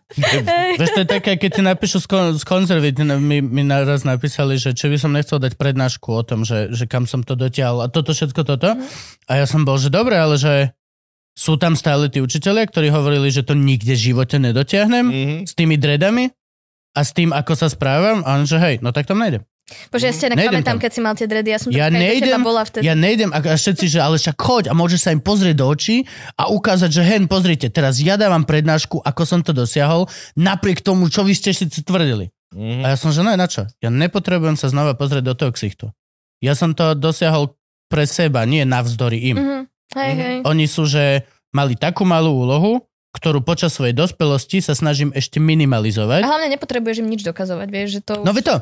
[SPEAKER 1] Vieš, to je také, keď ti napíšu z, kon- z konzervy, ty na- mi, mi naraz napísali, že či by som nechcel dať prednášku o tom, že, že kam som to dotiahol a toto, všetko toto. A ja som bol, že dobre, ale že sú tam stále tí učiteľia, ktorí hovorili, že to nikde v živote nedotiahnem
[SPEAKER 4] Mhm.
[SPEAKER 1] s tými dredami a s tým, ako sa správam. A on, že hej, no tak tam nejdem.
[SPEAKER 3] Bože, ja si inak
[SPEAKER 1] Nejdem tam.
[SPEAKER 3] pamätám, keď si mal tie dredy, ja som
[SPEAKER 1] Ja
[SPEAKER 3] taká aj do teba
[SPEAKER 1] nejdem,
[SPEAKER 3] bola vtedy.
[SPEAKER 1] ja nejdem a a všetci, že ale však choď a môžeš sa im pozrieť do očí a ukázať, že hen, pozrite, teraz ja dávam prednášku, ako som to dosiahol, napriek tomu, čo vy ste si tvrdili.
[SPEAKER 4] Mhm.
[SPEAKER 1] A ja som, že no na čo? Ja nepotrebujem sa znova pozrieť do toho ksichtu. Ja som to dosiahol pre seba, nie navzdory im.
[SPEAKER 3] Mhm. Hej,
[SPEAKER 4] Mhm.
[SPEAKER 3] hej.
[SPEAKER 1] Oni sú, že mali takú malú úlohu, ktorú počas svojej dospelosti sa snažím ešte minimalizovať.
[SPEAKER 3] A hlavne nepotrebuješ im nič dokazovať, vieš, že to...
[SPEAKER 1] No vy to.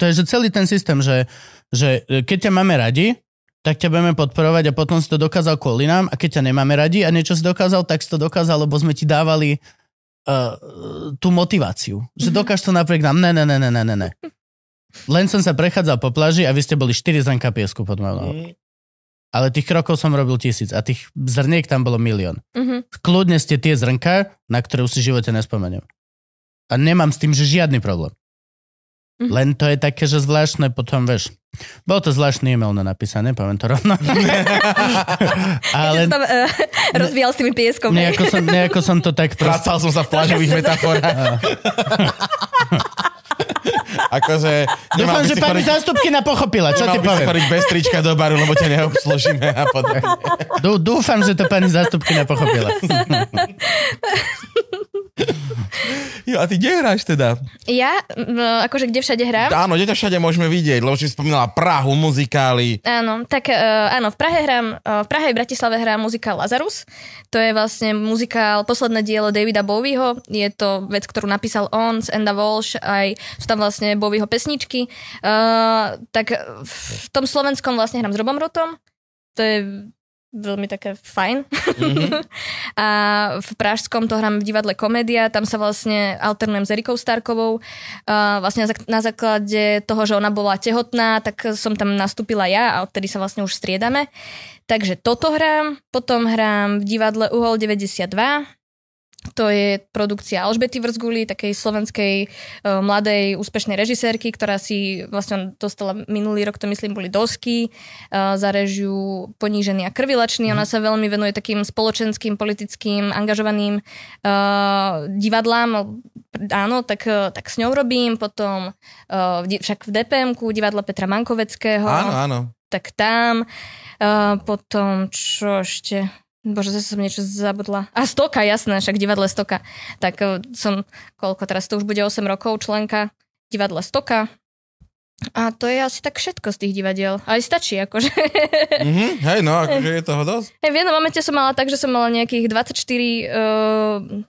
[SPEAKER 1] To je, že celý ten systém, že, že e, keď ťa máme radi, tak ťa budeme podporovať a potom si to dokázal kvôli nám a keď ťa nemáme radi a niečo si dokázal, tak si to dokázal, lebo sme ti dávali uh, tú motiváciu. Že
[SPEAKER 3] Mhm.
[SPEAKER 1] dokáž to napriek nám. Ne, ne, ne, ne, ne, ne, ne. Len som sa prechádzal po pláži a vy ste boli 4 zrnka piesku pod mojou
[SPEAKER 4] Mhm.
[SPEAKER 1] nohou. Ale tých krokov som robil tisíc a tých zrniek tam bolo milión.
[SPEAKER 3] Mhm.
[SPEAKER 1] Kľudne ste tie zrnka, na ktoré už si v živote nespomeniem. A nemám s tým, že žiadny problém.
[SPEAKER 3] Mhm.
[SPEAKER 1] Len to je také, že zvláštne potom, vieš, bol to zvláštny e-mail na napísané, poviem to rovno.
[SPEAKER 3] Ale...
[SPEAKER 1] Ale
[SPEAKER 3] Tam, uh, rozvíjal s tými pieskom. hej.
[SPEAKER 1] nejako som, nejako som to tak proste...
[SPEAKER 4] Vracal som sa v plážových metaforách. Akože...
[SPEAKER 1] Dúfam,
[SPEAKER 4] nemal by
[SPEAKER 1] že
[SPEAKER 4] si
[SPEAKER 1] pani
[SPEAKER 4] chodiť-
[SPEAKER 1] zástupkina pochopila, čo
[SPEAKER 4] Mal
[SPEAKER 1] ti
[SPEAKER 4] by si
[SPEAKER 1] poviem.
[SPEAKER 4] chodiť bez trička do baru, lebo ťa neobslužíme a podobne.
[SPEAKER 1] Dú, dúfam, že to pani zástupkina pochopila.
[SPEAKER 4] Jo, a ty kde hráš teda?
[SPEAKER 3] Ja, no, akože kde všade hrám?
[SPEAKER 4] Áno, kde to všade môžeme vidieť, lebo si spomínala Prahu, muzikály.
[SPEAKER 3] Áno, tak uh, áno, v Prahe hrám, uh, v Prahe a v Bratislave hrám muzikál Lazarus. To je vlastne muzikál, posledné dielo Davida Bowieho. Je to vec, ktorú napísal on z Enda Walsh, aj sú tam vlastne Bowieho pesničky. Uh, tak v tom slovenskom vlastne hrám s Robom Rotom. To je veľmi také fajn. a v Pražskom to hrám v divadle Komédia, tam sa vlastne alternujem s Erikou Starkovou. Uh, vlastne na zak- na základe toho, že ona bola tehotná, tak som tam nastúpila ja a odtedy sa vlastne už striedame. Takže toto hrám, potom hrám v divadle Uhol 92, to je produkcia Alžbety Vrzguli, takej slovenskej e, mladej úspešnej režisérky, ktorá si vlastne dostala minulý rok, to myslím, boli dosky e, za režiu Ponížený a krvilačný. Ona sa veľmi venuje takým spoločenským, politickým, angažovaným e, divadlám. Áno, tak, e, tak s ňou robím. Potom e, v di- však v DPM-ku divadla Petra Mankoveckého
[SPEAKER 4] Áno, áno.
[SPEAKER 3] tak tam. Uh, potom, čo ešte? Bože, zase som niečo zabudla. A Stoka, jasné, však divadle Stoka. Tak uh, som, koľko teraz, to už bude 8 rokov, členka divadla Stoka. A to je asi tak všetko z tých divadiel. Aj stačí, akože.
[SPEAKER 4] Mhm, hej, no, akože je toho dosť.
[SPEAKER 3] Hej, v jednom momente som mala tak, že som mala nejakých 24 uh,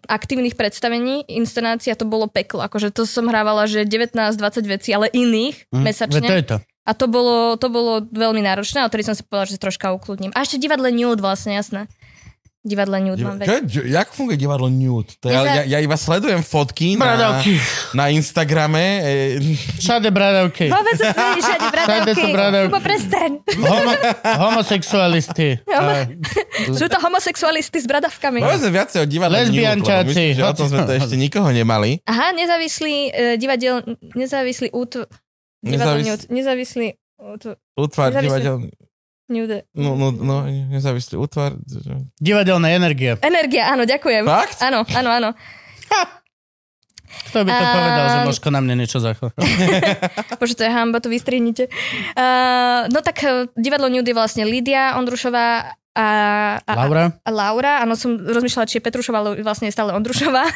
[SPEAKER 3] aktívnych predstavení, inscenácia to bolo peklo. Akože to som hrávala, že 19-20 vecí, ale iných
[SPEAKER 1] Hm,
[SPEAKER 3] mesačne.
[SPEAKER 1] veď To je to.
[SPEAKER 3] A to bolo, to bolo veľmi náročné, a odtedy som si povedala, že sa troška ukludním. A ešte divadle Nude vlastne, jasné. Divadle Nude
[SPEAKER 4] Čo,
[SPEAKER 3] mám veľa.
[SPEAKER 4] je- čo, jak funguje divadlo Nude? To
[SPEAKER 3] Mne sa-
[SPEAKER 4] ja, ja, ja iba sledujem fotky na,
[SPEAKER 1] Bradavky.
[SPEAKER 4] na Instagrame. e,
[SPEAKER 1] Všade bradavky.
[SPEAKER 3] Vôbec som tu všade
[SPEAKER 1] Všade
[SPEAKER 3] bradavky.
[SPEAKER 1] sú bradavky.
[SPEAKER 3] Kubo, prestaň.
[SPEAKER 1] Homo, homosexualisti.
[SPEAKER 3] Homo-
[SPEAKER 1] A-
[SPEAKER 3] Sú to homosexualisti s bradavkami.
[SPEAKER 4] Povedzme viacej o divadle
[SPEAKER 1] Lesbiančáci,
[SPEAKER 4] Nude, lebo myslím, že o tom sme to
[SPEAKER 1] hoci-
[SPEAKER 4] ešte nikoho nemali.
[SPEAKER 3] Aha, nezávislý eh, divadel, nezávislý útv... Divadlo
[SPEAKER 4] Nezávis-
[SPEAKER 3] Nude. Nezávislý útv...
[SPEAKER 4] Útvar
[SPEAKER 3] Nezávislý.
[SPEAKER 4] divadel...
[SPEAKER 3] Nude.
[SPEAKER 4] No, no, no, nezávislý útvar.
[SPEAKER 1] Divadelná energia.
[SPEAKER 3] Energia, áno, ďakujem.
[SPEAKER 4] Fakt?
[SPEAKER 3] Áno, áno, áno.
[SPEAKER 1] Kto by to
[SPEAKER 3] A-
[SPEAKER 1] povedal, že Možko na mne niečo zachová?
[SPEAKER 3] Bože, to je hamba, to vystrihnite. Uh, no tak eh, divadlo Nude je vlastne Lídia Ondrušová a, a,
[SPEAKER 1] Laura?
[SPEAKER 3] A Laura, áno, som rozmýšľala, či je Petrušová, ale vlastne je stále Ondrušová.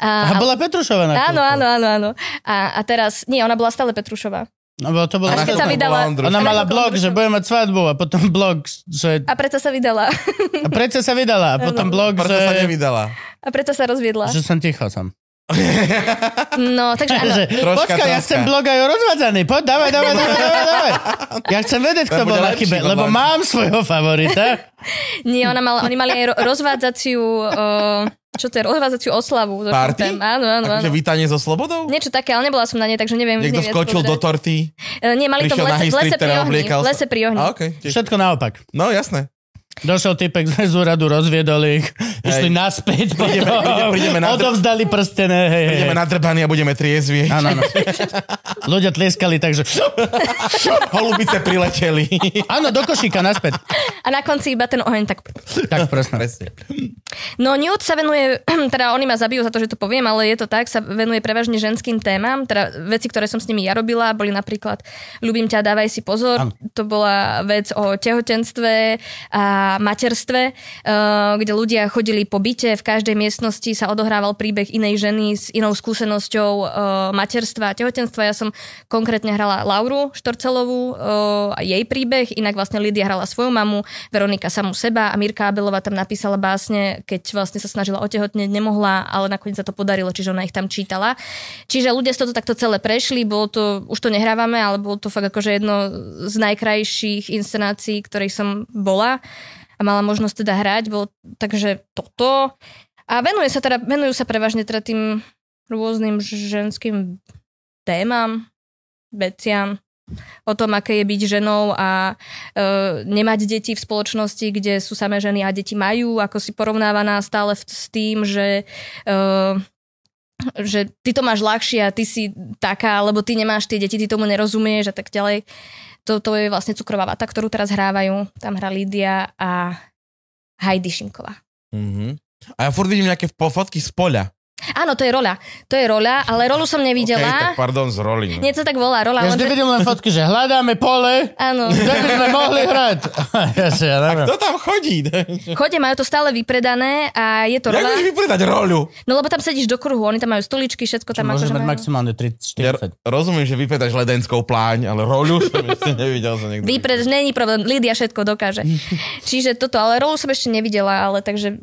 [SPEAKER 1] A
[SPEAKER 3] A,
[SPEAKER 1] bola Petrušová na
[SPEAKER 3] áno,
[SPEAKER 1] chvíľku.
[SPEAKER 3] áno, áno, áno. A, a teraz, nie, ona bola stále Petrušová.
[SPEAKER 1] No, bo to bolo
[SPEAKER 3] Až
[SPEAKER 1] to,
[SPEAKER 3] keď sa vydala-
[SPEAKER 1] ona
[SPEAKER 3] Ona
[SPEAKER 1] mala
[SPEAKER 3] bola
[SPEAKER 1] blog, že
[SPEAKER 3] Ondrušová.
[SPEAKER 1] bude mať svadbu a potom blog, že...
[SPEAKER 3] A preto sa vydala.
[SPEAKER 1] A prečo sa vydala? A potom blog,
[SPEAKER 4] Preto sa
[SPEAKER 1] že...
[SPEAKER 4] nevydala.
[SPEAKER 3] A preto sa rozviedla.
[SPEAKER 1] Že som ticho som.
[SPEAKER 3] No, takže áno.
[SPEAKER 1] Že,
[SPEAKER 4] Troška,
[SPEAKER 1] počkaj, ja
[SPEAKER 4] troška.
[SPEAKER 1] chcem blog aj o rozvádzaný. Poď, dávaj, dávaj, dávaj, dávaj, dávaj. Ja chcem vedieť, kto
[SPEAKER 4] To
[SPEAKER 1] bol
[SPEAKER 4] bude
[SPEAKER 1] na
[SPEAKER 4] lepší
[SPEAKER 1] chybe,
[SPEAKER 4] blog.
[SPEAKER 1] lebo mám svojho favorita.
[SPEAKER 3] Nie, ona mala, oni mali aj ro- rozvádzaciu, uh, čo to je, rozvádzaciu oslavu. So
[SPEAKER 4] Party?
[SPEAKER 3] šampém. Áno, áno, áno.
[SPEAKER 4] Akože vítanie so slobodou?
[SPEAKER 3] Niečo také, ale nebola som na nej, takže neviem.
[SPEAKER 4] Niekto
[SPEAKER 3] neviem
[SPEAKER 4] skočil do
[SPEAKER 3] to. E,
[SPEAKER 4] torty.
[SPEAKER 3] Nie, mali to v
[SPEAKER 4] prišiel na
[SPEAKER 3] lese,
[SPEAKER 4] hej
[SPEAKER 3] v lese
[SPEAKER 4] street,
[SPEAKER 3] pri
[SPEAKER 4] teda
[SPEAKER 3] ohni.
[SPEAKER 4] obliekal
[SPEAKER 3] V
[SPEAKER 4] sa.
[SPEAKER 3] lese pri ohni.
[SPEAKER 4] A okej. tiež-
[SPEAKER 1] Všetko naopak.
[SPEAKER 4] No, jasné.
[SPEAKER 1] Došiel typek z úradu, rozviedol ich, išli naspäť, potom
[SPEAKER 4] prídeme na-
[SPEAKER 1] odovzdali prstené. Hej, hej.
[SPEAKER 4] Budeme nadrbaní a budeme triezvi.
[SPEAKER 1] Áno, áno. Ľudia tlieskali, takže
[SPEAKER 4] Holubice prileteli.
[SPEAKER 1] áno, do košíka naspäť.
[SPEAKER 3] a na konci iba ten oheň tak...
[SPEAKER 1] Tak presne.
[SPEAKER 4] Presne.
[SPEAKER 3] No Newt sa venuje, teda oni ma zabijú za to, že to poviem, ale je to tak, sa venuje prevažne ženským témam, teda veci, ktoré som s nimi ja robila, boli napríklad Ľubím ťa, dávaj si pozor,
[SPEAKER 1] Áno.
[SPEAKER 3] to bola vec o tehotenstve a materstve, eh, kde ľudia chodili po byte, v každej miestnosti sa odohrával príbeh inej ženy s inou skúsenosťou eh, materstva a tehotenstva. Ja som konkrétne hrala Lauru Štorcelovú eh, a jej príbeh, inak vlastne Lidia hrala svoju mamu, Veronika samu seba a Mirka Abelová tam napísala básne, keď vlastne sa snažila otehotneť, nemohla, ale nakoniec sa to podarilo, čiže ona ich tam čítala. Čiže ľudia z toto takto celé prešli, bolo to, už to nehrávame, ale bolo to fakt akože jedno z najkrajších inscenácií, ktorej som bola a mala možnosť teda hrať, bolo, takže toto. A venuje sa teda, venujú sa prevažne teda tým rôznym ženským témam, veciam, o tom, aké je byť ženou a e, nemať deti v spoločnosti, kde sú samé ženy a deti majú, ako si porovnávaná stále v, s tým, že e, že ty to máš ľahšie a ty si taká, lebo ty nemáš tie deti, ty tomu nerozumieš a tak ďalej. To, to je vlastne cukrová vata, ktorú teraz hrávajú. Tam hrá Lídia a Heidi Šimková.
[SPEAKER 4] Mhm. A ja furt vidím nejaké pofotky z poľa.
[SPEAKER 3] Áno, to je rola. To je rola, ale rolu som
[SPEAKER 4] tak
[SPEAKER 3] nevidela. Okay,
[SPEAKER 4] pardon, z roli. no.
[SPEAKER 3] Niečo tak volá rola.
[SPEAKER 1] Ja
[SPEAKER 3] lenže-
[SPEAKER 1] vždy vidím len fotky, že hľadáme pole,
[SPEAKER 3] Áno.
[SPEAKER 1] kde by sme mohli hrať. Ja si, ja neviem.
[SPEAKER 4] Kto tam chodí?
[SPEAKER 3] Chode, majú to stále vypredané a je to
[SPEAKER 4] Jak
[SPEAKER 3] rola.
[SPEAKER 4] budeš vypredať roľu?
[SPEAKER 3] No lebo tam sedíš do kruhu, oni tam majú stoličky, všetko
[SPEAKER 1] Čo
[SPEAKER 3] tam
[SPEAKER 1] môže
[SPEAKER 3] akože
[SPEAKER 1] mať
[SPEAKER 3] majú.
[SPEAKER 1] maximálne 30-40.
[SPEAKER 4] Rozumiem, že vypredáš ledenskou pláň, ale roľu som ešte nevidel. Že niekto
[SPEAKER 3] Výpred, není problém, Lídia všetko dokáže. Čiže toto, ale rolu som ešte nevidela, ale takže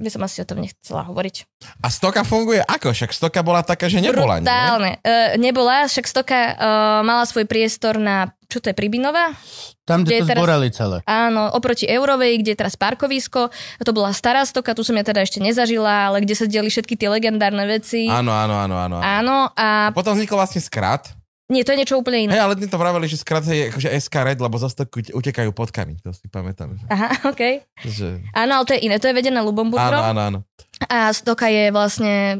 [SPEAKER 3] by som asi o tom nechcela hovoriť.
[SPEAKER 4] A stoka funguje ako? Však stoka bola taká, že nebola. Nie?
[SPEAKER 3] Brutálne. Uh, nebola, však Stoka uh, mala svoj priestor na, čo to je, Pribinová?
[SPEAKER 1] Tam, kde
[SPEAKER 3] Kde
[SPEAKER 1] to
[SPEAKER 3] je teraz-
[SPEAKER 1] zborali celé.
[SPEAKER 3] Áno, oproti Eurovej, kde je teraz parkovisko. To bola stará Stoka, tu som ja teda ešte nezažila, ale kde sa dieli všetky tie legendárne veci.
[SPEAKER 4] Áno, áno, áno, áno. áno.
[SPEAKER 3] Áno, a
[SPEAKER 4] Potom vznikol vlastne skrat.
[SPEAKER 3] nie, to je niečo úplne iné.
[SPEAKER 4] Hej, ale dnes to vraveli, že skrat je akože SK Red, lebo za stoku ut- utekajú pod kameň. To si pamätám. že-
[SPEAKER 3] Aha, OK.
[SPEAKER 4] Že...
[SPEAKER 3] Áno, ale to je iné, to je vedené
[SPEAKER 4] Áno,
[SPEAKER 3] Lubomburgom.
[SPEAKER 4] áno, áno.
[SPEAKER 3] A Stoka je vlastne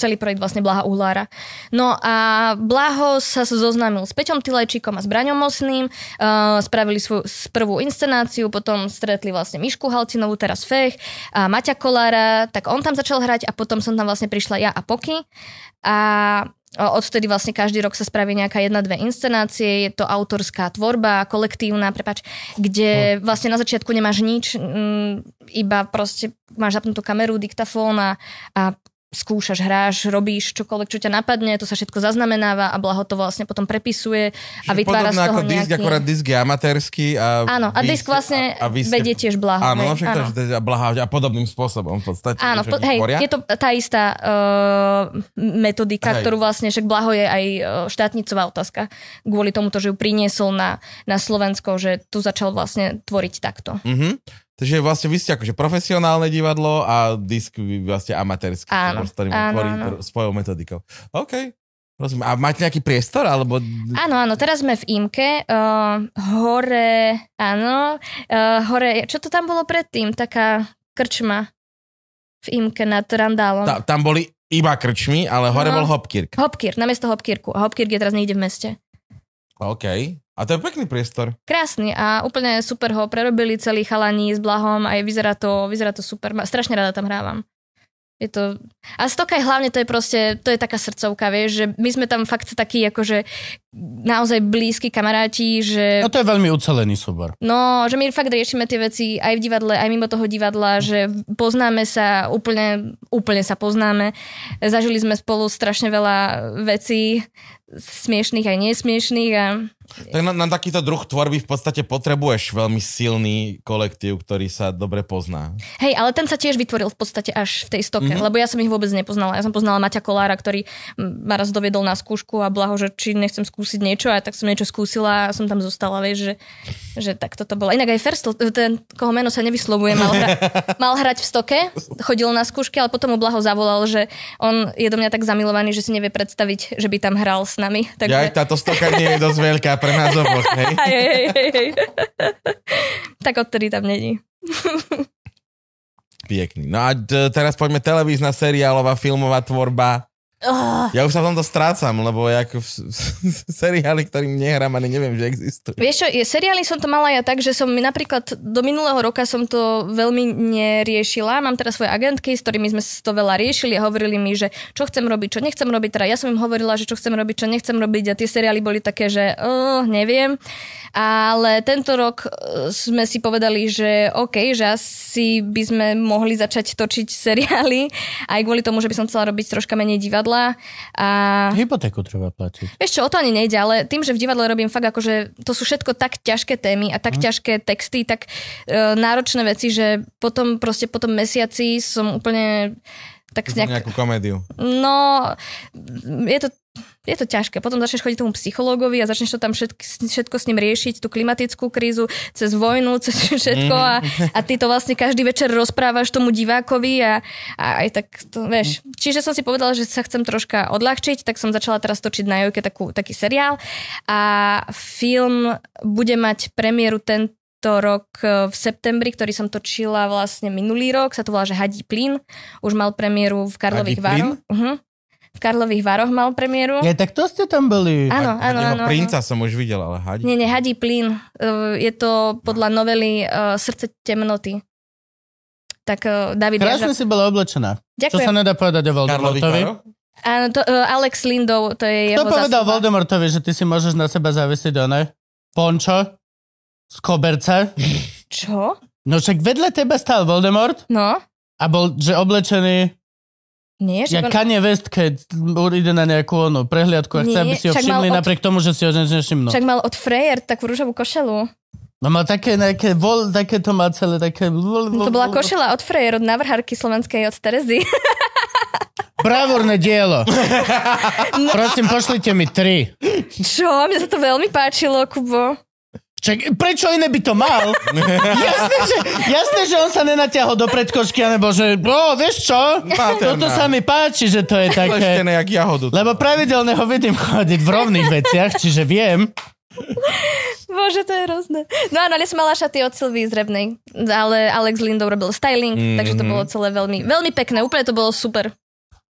[SPEAKER 3] celý projekt vlastne Blaha Uhlára. No a Blaho sa zoznámil s Peťom Tylajčíkom a s Braňom Mosným, uh, spravili svoju s- prvú inscenáciu, potom stretli vlastne Mišku Halcinovú, teraz Fech a Maťa Kolára, tak on tam začal hrať a potom som tam vlastne prišla ja a Poky a a odvtedy vlastne každý rok sa spraví nejaká jedna, dve inscenácie, je to autorská tvorba, kolektívna, prepač, kde vlastne na začiatku nemáš nič, mm, iba proste máš zapnutú kameru, diktafón a, a skúšaš, hráš, robíš čokoľvek, čo ťa napadne, to sa všetko zaznamenáva a Blaho to vlastne potom prepisuje
[SPEAKER 4] Čiže
[SPEAKER 3] a vytvára z
[SPEAKER 4] podobno
[SPEAKER 3] toho
[SPEAKER 4] ako disk,
[SPEAKER 3] nejaký...
[SPEAKER 4] akorát disk je amatérsky. A
[SPEAKER 3] Áno, a
[SPEAKER 4] vy
[SPEAKER 3] disk
[SPEAKER 4] ste-
[SPEAKER 3] vlastne
[SPEAKER 4] a, a vy ste-
[SPEAKER 3] vedie tiež Blaho.
[SPEAKER 4] Áno, no
[SPEAKER 3] hej,
[SPEAKER 4] však to, že to je blahá, a podobným spôsobom v podstate.
[SPEAKER 3] Áno,
[SPEAKER 4] že
[SPEAKER 3] po, hej,
[SPEAKER 4] tvoria.
[SPEAKER 3] je to tá istá uh,
[SPEAKER 4] Hej.
[SPEAKER 3] metodika, hej. ktorú vlastne však Blaho je aj eh, štátnicová otázka. Kvôli tomu, že ju priniesol na, na Slovensko, že tu začal vlastne tvoriť takto.
[SPEAKER 4] Mhm. Takže vlastne vy ste akože profesionálne divadlo a disk vy vlastne amatérske.
[SPEAKER 3] Áno,
[SPEAKER 4] s ktorým
[SPEAKER 3] áno,
[SPEAKER 4] tvorí
[SPEAKER 3] áno.
[SPEAKER 4] pr- svojou metodikou. OK, rozumiem. A máte nejaký priestor, alebo...
[SPEAKER 3] Áno, áno, teraz sme v Imke. Uh, hore, áno, uh, hore, čo to tam bolo predtým? Taká krčma v Imke nad Randálom.
[SPEAKER 4] Ta, tam boli iba krčmy, ale hore
[SPEAKER 3] No.
[SPEAKER 4] bol Hopkirk.
[SPEAKER 3] Hopkirk, namiesto Hopkirku. A Hopkirk je teraz niekde v meste.
[SPEAKER 4] OK. A to je pekný priestor.
[SPEAKER 3] Krásny a úplne super ho prerobili celý chalani s blahom aj vyzerá to, vyzerá to super. Ma- Strašne rada tam hrávam. Je to... A Stokaj hlavne to je proste, to je taká srdcovka, vieš, že my sme tam fakt takí akože naozaj blízki kamaráti, že...
[SPEAKER 1] No to je veľmi ucelený súbor.
[SPEAKER 3] No, že my fakt riešime tie veci aj v divadle, aj mimo toho divadla, že poznáme sa, úplne, úplne sa poznáme. Zažili sme spolu strašne veľa vecí, smiešných aj nesmiešných a
[SPEAKER 4] Tak na, na takýto druh tvorby v podstate potrebuješ veľmi silný kolektív, ktorý sa dobre pozná.
[SPEAKER 3] Hej, ale ten sa tiež vytvoril v podstate až v tej stoke,
[SPEAKER 4] Mhm.
[SPEAKER 3] mm-hmm. lebo ja som ich vôbec nepoznala. Ja som poznala Maťa Kolára, ktorý m, ma raz doviedol na skúšku a blaho, že či nechcem skúsiť niečo a tak som niečo skúsila a som tam zostala, vieš, že, že tak toto bolo. Inak aj Ferstl, ten, koho meno sa nevyslovuje, mal, hra, mal hrať v stoke, chodil na skúšky, ale potom mu blaho zavolal, že on je do mňa tak zamilovaný, že si nevie predstaviť, že by tam hral s nami.
[SPEAKER 4] Takže... Ja, táto stoka nie je dosť veľká pre nás oboch, hej?
[SPEAKER 3] Hej, hej, hej, hej. tak odtedy tam není.
[SPEAKER 4] Pekný. No a d- teraz poďme televízna, seriálová, filmová tvorba.
[SPEAKER 3] Oh.
[SPEAKER 4] Ja už sa v tomto strácam, lebo ja ako v, v seriáli, ktorým nehrám, ani neviem, že existujú.
[SPEAKER 3] Vieš čo, je, seriály som to mala ja tak, že som napríklad do minulého roka som to veľmi neriešila. Mám teraz svoje agentky, s ktorými sme to veľa riešili a hovorili mi, že čo chcem robiť, čo nechcem robiť. Teda ja som im hovorila, že čo chcem robiť, čo nechcem robiť a tie seriály boli také, že uh, neviem. Ale tento rok eh, sme si povedali, že OK, že asi by sme mohli začať točiť seriály aj kvôli tomu, že by som chcela robiť troška menej divadla. A...
[SPEAKER 1] Hypotéku treba platiť.
[SPEAKER 3] Vieš čo, o to ani nejde, ale tým, že v divadle robím fakt akože to sú všetko tak ťažké témy a tak mm. ťažké texty, tak e, náročné veci, že potom proste po tom mesiaci som úplne tak nejak...
[SPEAKER 4] Nejakú komédiu.
[SPEAKER 3] No, je to je to ťažké. Potom začneš chodiť tomu psychológovi a začneš to tam všetko, všetko s ním riešiť, tú klimatickú krízu, cez vojnu, cez všetko a, a ty to vlastne každý večer rozprávaš tomu divákovi a, a aj tak to, vieš. Čiže som si povedala, že sa chcem troška odľahčiť, tak som začala teraz točiť na Jojke takú, taký seriál a film bude mať premiéru tento rok eh, v septembri, ktorý som točila vlastne minulý rok, sa to volá, že Hadí plyn. Už mal premiéru v Karlových
[SPEAKER 4] Hadí plyn?
[SPEAKER 3] Vároch. Uh-huh. V Karlových Vároch mal premiéru.
[SPEAKER 1] Nie, tak to ste tam boli.
[SPEAKER 3] No. Áno,
[SPEAKER 4] A- a
[SPEAKER 3] áno,
[SPEAKER 4] jeho
[SPEAKER 3] áno.
[SPEAKER 4] Princa som už videl, ale
[SPEAKER 3] áno.
[SPEAKER 4] hadi.
[SPEAKER 3] Nie, nie, hadí plyn. Uh, Je to podľa novely uh, Srdce temnoty. Tak uh, David
[SPEAKER 1] Krásne
[SPEAKER 3] Jaža.
[SPEAKER 1] si bola oblečená. Čo
[SPEAKER 3] Ďakujem.
[SPEAKER 1] sa nedá povedať o
[SPEAKER 4] Karlových
[SPEAKER 1] Voldemortovi?
[SPEAKER 4] varov?
[SPEAKER 3] Áno, to, uh, Alex Lindov, to je
[SPEAKER 1] Kto
[SPEAKER 3] jeho
[SPEAKER 1] povedal
[SPEAKER 3] zásluha.
[SPEAKER 1] Voldemortovi, že ty si môžeš na seba zavesiť one? Pončo? Z koberca?
[SPEAKER 3] Čo?
[SPEAKER 1] No však vedľa teba stál Voldemort
[SPEAKER 3] No?
[SPEAKER 1] a bol, že oblečený,
[SPEAKER 3] Nie,
[SPEAKER 1] ja
[SPEAKER 3] že on-
[SPEAKER 1] Kanye West, keď ide na nejakú onu prehliadku a chce,
[SPEAKER 3] Nie,
[SPEAKER 1] aby si ho
[SPEAKER 3] však mal
[SPEAKER 1] všimli,
[SPEAKER 3] od-
[SPEAKER 1] napriek tomu, že si ho nič nevšimnú.
[SPEAKER 3] však mal od Freyer takú rúžovú košelu.
[SPEAKER 1] No mal také nejaké, vol, také to má celé, také...
[SPEAKER 3] No, to bola košela od Freyer, od navrhárky slovenskej, od Terezy.
[SPEAKER 1] Bravúrne dielo. Prosím, pošlite mi tri.
[SPEAKER 3] Čo? Mne sa to veľmi páčilo, Kubo.
[SPEAKER 1] Čak, prečo iné by to mal? jasné, že, jasné, že on sa nenatiahol do predkošky, alebo že, no, vieš čo?
[SPEAKER 4] Má ten
[SPEAKER 1] Toto
[SPEAKER 4] na-
[SPEAKER 1] sa mi páči, že to je také.
[SPEAKER 4] Leštené jak jahodu.
[SPEAKER 1] Lebo pravidelne ho vidím chodiť v rovných veciach, čiže viem.
[SPEAKER 3] Bože, to je hrozné. No áno, ale som mala šaty od Silvii Zrebnej, ale Alex Lindov robil styling, mm-hmm. takže
[SPEAKER 1] Mhm.
[SPEAKER 3] to bolo celé veľmi, veľmi pekné, úplne to bolo super.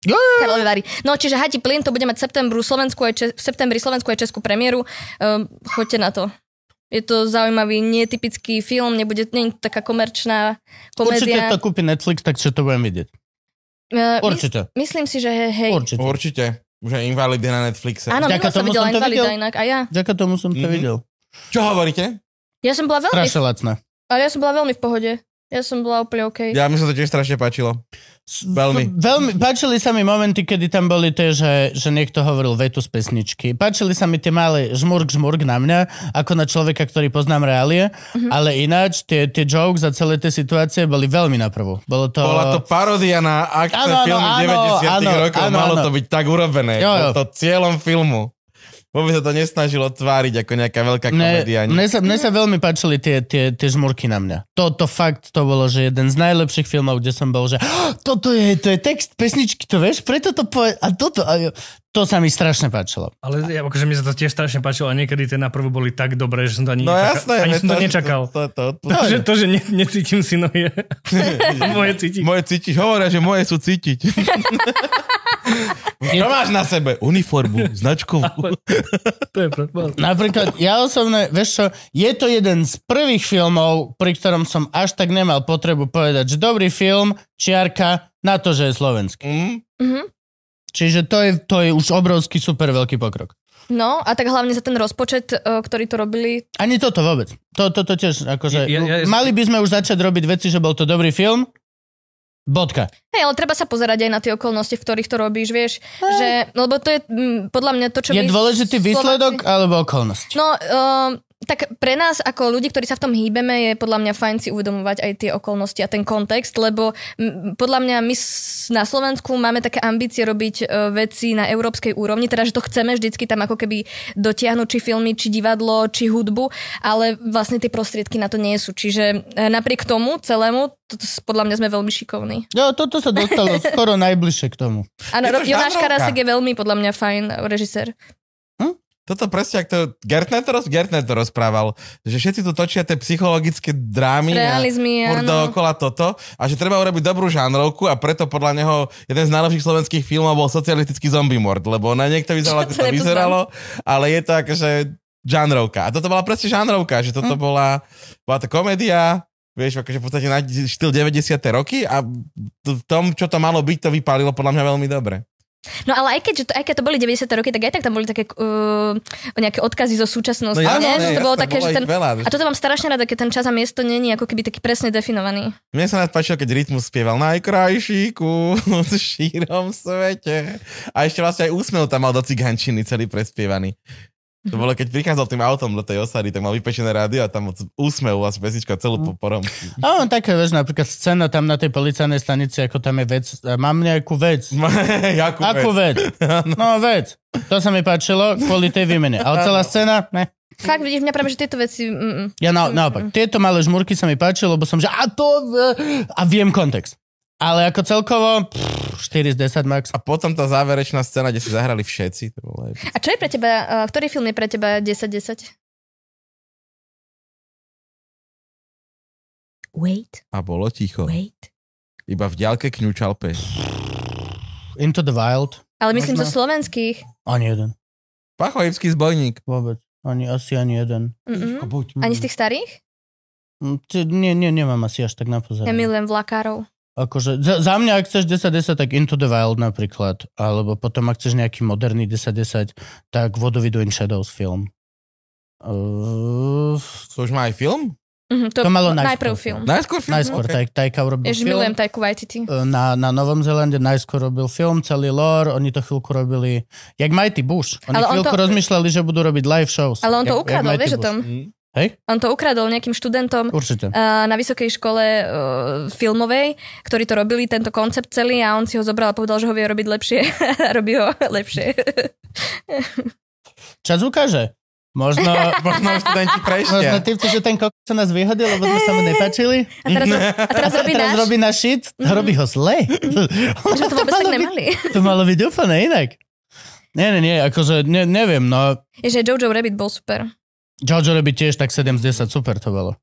[SPEAKER 1] Jo,
[SPEAKER 3] Karlovy Vary. No, čiže Hati plyn, to bude mať v septembru Slovensku aj Čes- v septembri Slovensku aj Českú premiéru. Um, choďte na to. Je to zaujímavý, netypický film, nebude nie je to taká komerčná
[SPEAKER 1] Určite
[SPEAKER 3] komédia.
[SPEAKER 1] to kúpi Netflix, takže to budem vidieť.
[SPEAKER 3] Eh, mys-
[SPEAKER 1] Určite,
[SPEAKER 3] myslím si, že he- hej.
[SPEAKER 1] určite.
[SPEAKER 4] Určite. Už aj invalidy na Netflixe.
[SPEAKER 3] Áno,
[SPEAKER 1] Vďaka
[SPEAKER 3] minule som
[SPEAKER 1] tomu
[SPEAKER 3] videla
[SPEAKER 1] som to
[SPEAKER 3] Invalida
[SPEAKER 1] videl.
[SPEAKER 3] inak. A ja.
[SPEAKER 1] Ďakujem tomu som to
[SPEAKER 4] Mhm.
[SPEAKER 1] videl.
[SPEAKER 4] Čo hovoríte?
[SPEAKER 3] Ja som bola veľmi,
[SPEAKER 1] Strašne lacné.
[SPEAKER 3] ale ja som bola veľmi v pohode. Ja som bola úplne OK.
[SPEAKER 4] Ja mi sa to tiež strašne páčilo.
[SPEAKER 1] S- v-
[SPEAKER 4] Veľmi.
[SPEAKER 1] veľmi. Páčili sa mi momenty, kedy tam boli tie, že, že niekto hovoril vetu z pesničky. Páčili sa mi tie malé žmurk, žmurk na mňa, ako na človeka, ktorý poznám reálie, mm-hmm. ale ináč tie, tie jokes a celé tie situácie boli veľmi na prvú. Bolo to...
[SPEAKER 4] Bola to paródia na
[SPEAKER 1] Áno,
[SPEAKER 4] akčné
[SPEAKER 1] áno,
[SPEAKER 4] filmy
[SPEAKER 1] áno,
[SPEAKER 4] 90
[SPEAKER 1] áno,
[SPEAKER 4] rokov.
[SPEAKER 1] áno,
[SPEAKER 4] Malo
[SPEAKER 1] áno.
[SPEAKER 4] to byť tak urobené.
[SPEAKER 1] Jo, jo.
[SPEAKER 4] Bolo to cieľom filmu. Vôbec sa to nesnažilo tváriť ako nejaká veľká komédia. ani-
[SPEAKER 1] mne, sa, mne sa veľmi páčili tie, tie, tie žmurky na mňa. Toto fakt, to bolo, že jeden z najlepších filmov, kde som bol, že "Oh, toto je, to je text pesničky, to vieš, preto to povie, a toto, a, jo." to sa mi strašne páčilo.
[SPEAKER 5] Ale ja, akože mi sa to tiež strašne páčilo a niekedy tie na prvú boli tak dobré, že som to ani,
[SPEAKER 4] No
[SPEAKER 5] nečakal,
[SPEAKER 4] jasné.
[SPEAKER 5] ani
[SPEAKER 4] mne
[SPEAKER 5] som to nečakal.
[SPEAKER 4] To, to, to,
[SPEAKER 5] To, že, to, že ne, necítim si nohy. Moje cítim.
[SPEAKER 4] Moje cítiš, hovoria, že moje sú cítiť. Čo máš na sebe? Uniformu, značkovú.
[SPEAKER 5] To je pravda.
[SPEAKER 1] Napríklad, ja osobne, vieš čo, je to jeden z prvých filmov, pri ktorom som až tak nemal potrebu povedať, že dobrý film, čiarka, na to, že je slovenský.
[SPEAKER 4] Mm,
[SPEAKER 3] Mhm.
[SPEAKER 1] Čiže to je, to je už obrovský, super veľký pokrok.
[SPEAKER 3] No a tak hlavne za ten rozpočet, eh, ktorý to robili.
[SPEAKER 1] Ani toto vôbec. To, toto tiež, akože,
[SPEAKER 5] Ja- ja- ja-
[SPEAKER 1] mali by sme už začať robiť veci, že bol to dobrý film, bodka.
[SPEAKER 3] Hej, ale treba sa pozerať aj na tie okolnosti, v ktorých to robíš, vieš. Že, lebo to je mm, podľa mňa to, čo
[SPEAKER 1] Je
[SPEAKER 3] my
[SPEAKER 1] dôležitý
[SPEAKER 3] Slováci-
[SPEAKER 1] výsledok alebo okolnosť?
[SPEAKER 3] No, um, tak pre nás ako ľudí, ktorí sa v tom hýbeme, je podľa mňa fajn si uvedomovať aj tie okolnosti a ten kontext, lebo m, podľa mňa my s- na Slovensku máme také ambície robiť e, veci na európskej úrovni, teda že to chceme vždycky tam ako keby dotiahnuť či filmy, či divadlo, či hudbu, ale vlastne tie prostriedky na to nie sú. Čiže e, napriek tomu celému, to, to, s- podľa mňa sme veľmi šikovní.
[SPEAKER 1] Jo, toto sa dostalo skoro najbližšie k tomu.
[SPEAKER 3] Áno,
[SPEAKER 4] Je to
[SPEAKER 3] Ro- Jonáš
[SPEAKER 4] žánrovka.
[SPEAKER 3] Karasek je veľmi podľa mňa fajn režisér.
[SPEAKER 1] Hm?
[SPEAKER 4] Toto presne, ak to... Gertner to, roz, Gertner to rozprával, že všetci tu točia tie psychologické drámy a
[SPEAKER 3] Realizmy,
[SPEAKER 4] furt
[SPEAKER 3] áno.
[SPEAKER 4] dookola toto a že treba urobiť dobrú žánrovku a preto podľa neho jeden z najlepších slovenských filmov bol socialistický zombie mord, lebo na niekto vyzeralo, ako
[SPEAKER 3] To
[SPEAKER 4] to
[SPEAKER 3] nepoznám.
[SPEAKER 4] vyzeralo, ale je to akože žánrovka. A toto bola presne žánrovka, že
[SPEAKER 3] Hm.
[SPEAKER 4] toto bola, bola to komédia, vieš, akože v podstate na štýl 90. roky a t- v tom, čo to malo byť, to vypálilo podľa mňa veľmi dobre.
[SPEAKER 3] No ale aj keď, že to, aj keď to boli 90. roky, tak aj tak tam boli také uh, nejaké odkazy zo súčasnosti.
[SPEAKER 5] No
[SPEAKER 3] nie? Že to bolo
[SPEAKER 4] jasné,
[SPEAKER 3] také, že
[SPEAKER 4] ich
[SPEAKER 3] ten...
[SPEAKER 4] veľa,
[SPEAKER 3] A toto mám strašne rada, keď ten čas a miesto není ako keby taký presne definovaný.
[SPEAKER 4] Mne sa nás páčilo, keď Rytmus spieval najkrajší ku v šírom svete. A ešte vlastne aj úsmev tam mal do cigančiny celý prespievaný. To bolo, keď prichádzal tým autom do tej osady, tak mal vypečené rádio a tam od úsmev vlastne pesnička celú po porom.
[SPEAKER 1] Áno, také, vieš, napríklad scéna tam na tej policajnej stanici, ako tam je vec. Mám nejakú vec.
[SPEAKER 4] Jakub,
[SPEAKER 1] Akú vec? No vec. To sa mi páčilo kvôli tej výmene. Ale celá scéna, ne.
[SPEAKER 3] Fakt vidíš, mňa práve, že tieto veci... Mm, mm.
[SPEAKER 1] Ja na, naopak, tieto malé žmurky sa mi páčilo, lebo som že a to... e, A viem kontext. Ale ako celkovo pff, 4 z 10 max.
[SPEAKER 4] A potom tá záverečná scéna, kde si zahrali všetci. To bolo epické.
[SPEAKER 3] A čo je pre teba, uh, ktorý film je pre teba 10-10? Wait,
[SPEAKER 4] a bolo ticho.
[SPEAKER 3] wait.
[SPEAKER 4] Iba v ďalke kňučal pes.
[SPEAKER 1] Into the Wild.
[SPEAKER 3] Ale myslím
[SPEAKER 1] Možno.
[SPEAKER 3] zo slovenských.
[SPEAKER 1] Ani jeden.
[SPEAKER 4] Pachojevský zbojník.
[SPEAKER 1] Vôbec. Ani, asi ani jeden.
[SPEAKER 3] Mm-mm.
[SPEAKER 4] Buď.
[SPEAKER 3] Mm, Ani z tých starých?
[SPEAKER 1] Mm, ty- Nie, nie, nemám asi až tak na pozornosť.
[SPEAKER 3] Ja milujem vlakárov.
[SPEAKER 1] Akože, za, za mňa, ak chceš 10-10, tak Into the Wild napríklad. Alebo potom, ak chceš nejaký moderný 10-10, tak Vodovidu in Shadows film. Uh,
[SPEAKER 4] To už má aj film?
[SPEAKER 3] Mhm, to,
[SPEAKER 1] To malo najskôr
[SPEAKER 3] najprv film.
[SPEAKER 4] Najskôr film?
[SPEAKER 1] najskôr
[SPEAKER 4] Okay.
[SPEAKER 1] okay. Tajka urobil
[SPEAKER 3] Ježiš,
[SPEAKER 1] film.
[SPEAKER 3] milujem Tajku Waititi.
[SPEAKER 1] E, Na, na Novom Zelande najskôr robil film, celý lore, oni to chvíľku robili, jak Mighty Bush. Oni
[SPEAKER 3] Ale on
[SPEAKER 1] chvíľku
[SPEAKER 3] to-
[SPEAKER 1] rozmýšľali, že budú robiť live shows.
[SPEAKER 3] Ale on to
[SPEAKER 1] Jak- jak
[SPEAKER 3] ukradol,
[SPEAKER 1] Mighty Mm.
[SPEAKER 3] vieš o
[SPEAKER 1] Bush.
[SPEAKER 3] tom?
[SPEAKER 1] Hej,
[SPEAKER 3] On to ukradol nejakým študentom
[SPEAKER 1] určite.
[SPEAKER 3] uh, na vysokej škole uh, filmovej, ktorí to robili, tento koncept celý a on si ho zobral a povedal, že ho vie robiť lepšie. A Robí ho lepšie.
[SPEAKER 1] Čas ukáže. Možno...
[SPEAKER 4] Možno už študenti prešli.
[SPEAKER 1] Možno ty chceš, že ten kokos sa nás vyhodil, lebo sme sa mu nepačili? Mhm.
[SPEAKER 3] A teraz, ho- a teraz
[SPEAKER 1] A
[SPEAKER 3] robí
[SPEAKER 1] teraz
[SPEAKER 3] náš.
[SPEAKER 1] robí náš shit? To robí ho zle.
[SPEAKER 3] Už sme to vôbec tak
[SPEAKER 1] malo byť-
[SPEAKER 3] nemali.
[SPEAKER 1] to malo byť úplne inak. Nie, nie, nie, akože ne, neviem, no
[SPEAKER 3] Že Jojo Rabbit bol super.
[SPEAKER 1] Jojo Rabbit tiež tak 7 z 10, super to bolo.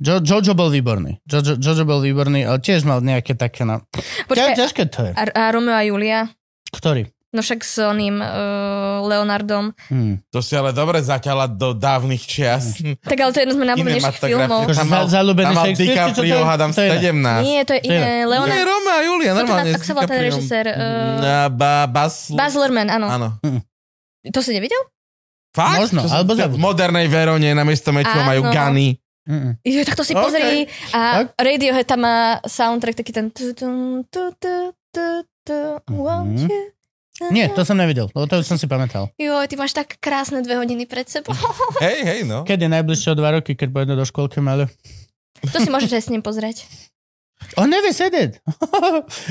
[SPEAKER 1] Jo, Jojo bol výborný. Jojo, Jojo bol výborný, ale tiež mal nejaké také na... Ťa,
[SPEAKER 3] Počkaj,
[SPEAKER 1] ťažké to je.
[SPEAKER 3] a, a Romeo a Julia?
[SPEAKER 1] Ktorý?
[SPEAKER 3] No však s oným uh, Leonardom.
[SPEAKER 1] Hm.
[SPEAKER 4] To si ale dobre zaťala do dávnych čias.
[SPEAKER 3] Tak ale to je jedno z najobľúbenejších
[SPEAKER 4] Kinematografie.
[SPEAKER 3] filmov.
[SPEAKER 1] Akože
[SPEAKER 4] Tam
[SPEAKER 1] za,
[SPEAKER 4] mal-
[SPEAKER 1] zalúbený
[SPEAKER 4] Tam mal
[SPEAKER 1] Shakespeare, či čo to je?
[SPEAKER 4] DiCaprio, hádam,
[SPEAKER 1] To je iné.
[SPEAKER 4] 17.
[SPEAKER 3] Nie, to je
[SPEAKER 1] To je
[SPEAKER 4] To
[SPEAKER 3] iné.
[SPEAKER 4] je
[SPEAKER 3] Leonard...
[SPEAKER 4] Roma a Julia,
[SPEAKER 3] Toto
[SPEAKER 4] normálne.
[SPEAKER 3] má- Tak sa volá ten režisér. Uh,
[SPEAKER 4] Bas...
[SPEAKER 3] Baz Luhrmann, áno.
[SPEAKER 4] Áno.
[SPEAKER 3] To si nevidel?
[SPEAKER 4] Fakt?
[SPEAKER 1] Možno,
[SPEAKER 4] Čo sa-
[SPEAKER 1] alebo
[SPEAKER 4] v
[SPEAKER 1] zabudol.
[SPEAKER 4] modernej Verone namiesto mečov
[SPEAKER 3] Áno.
[SPEAKER 4] majú gany.
[SPEAKER 1] Mm-mm.
[SPEAKER 3] Jo, tak to si
[SPEAKER 4] OK.
[SPEAKER 3] pozri. A
[SPEAKER 1] Tak.
[SPEAKER 3] Radiohead tam má soundtrack taký ten... tu, tu, tu, tu, tu, tu,
[SPEAKER 1] Mhm.
[SPEAKER 3] won't you?
[SPEAKER 1] Nie, to som nevidel, lebo to už som si pamätal.
[SPEAKER 3] Joj, ty máš tak krásne dve hodiny pred sebou.
[SPEAKER 4] Hej, hej, no.
[SPEAKER 1] Keď je najbližšie o dva roky, keď pôjde do školky malé?
[SPEAKER 3] To si môžeš aj s ním pozrieť.
[SPEAKER 1] On nevie sedieť.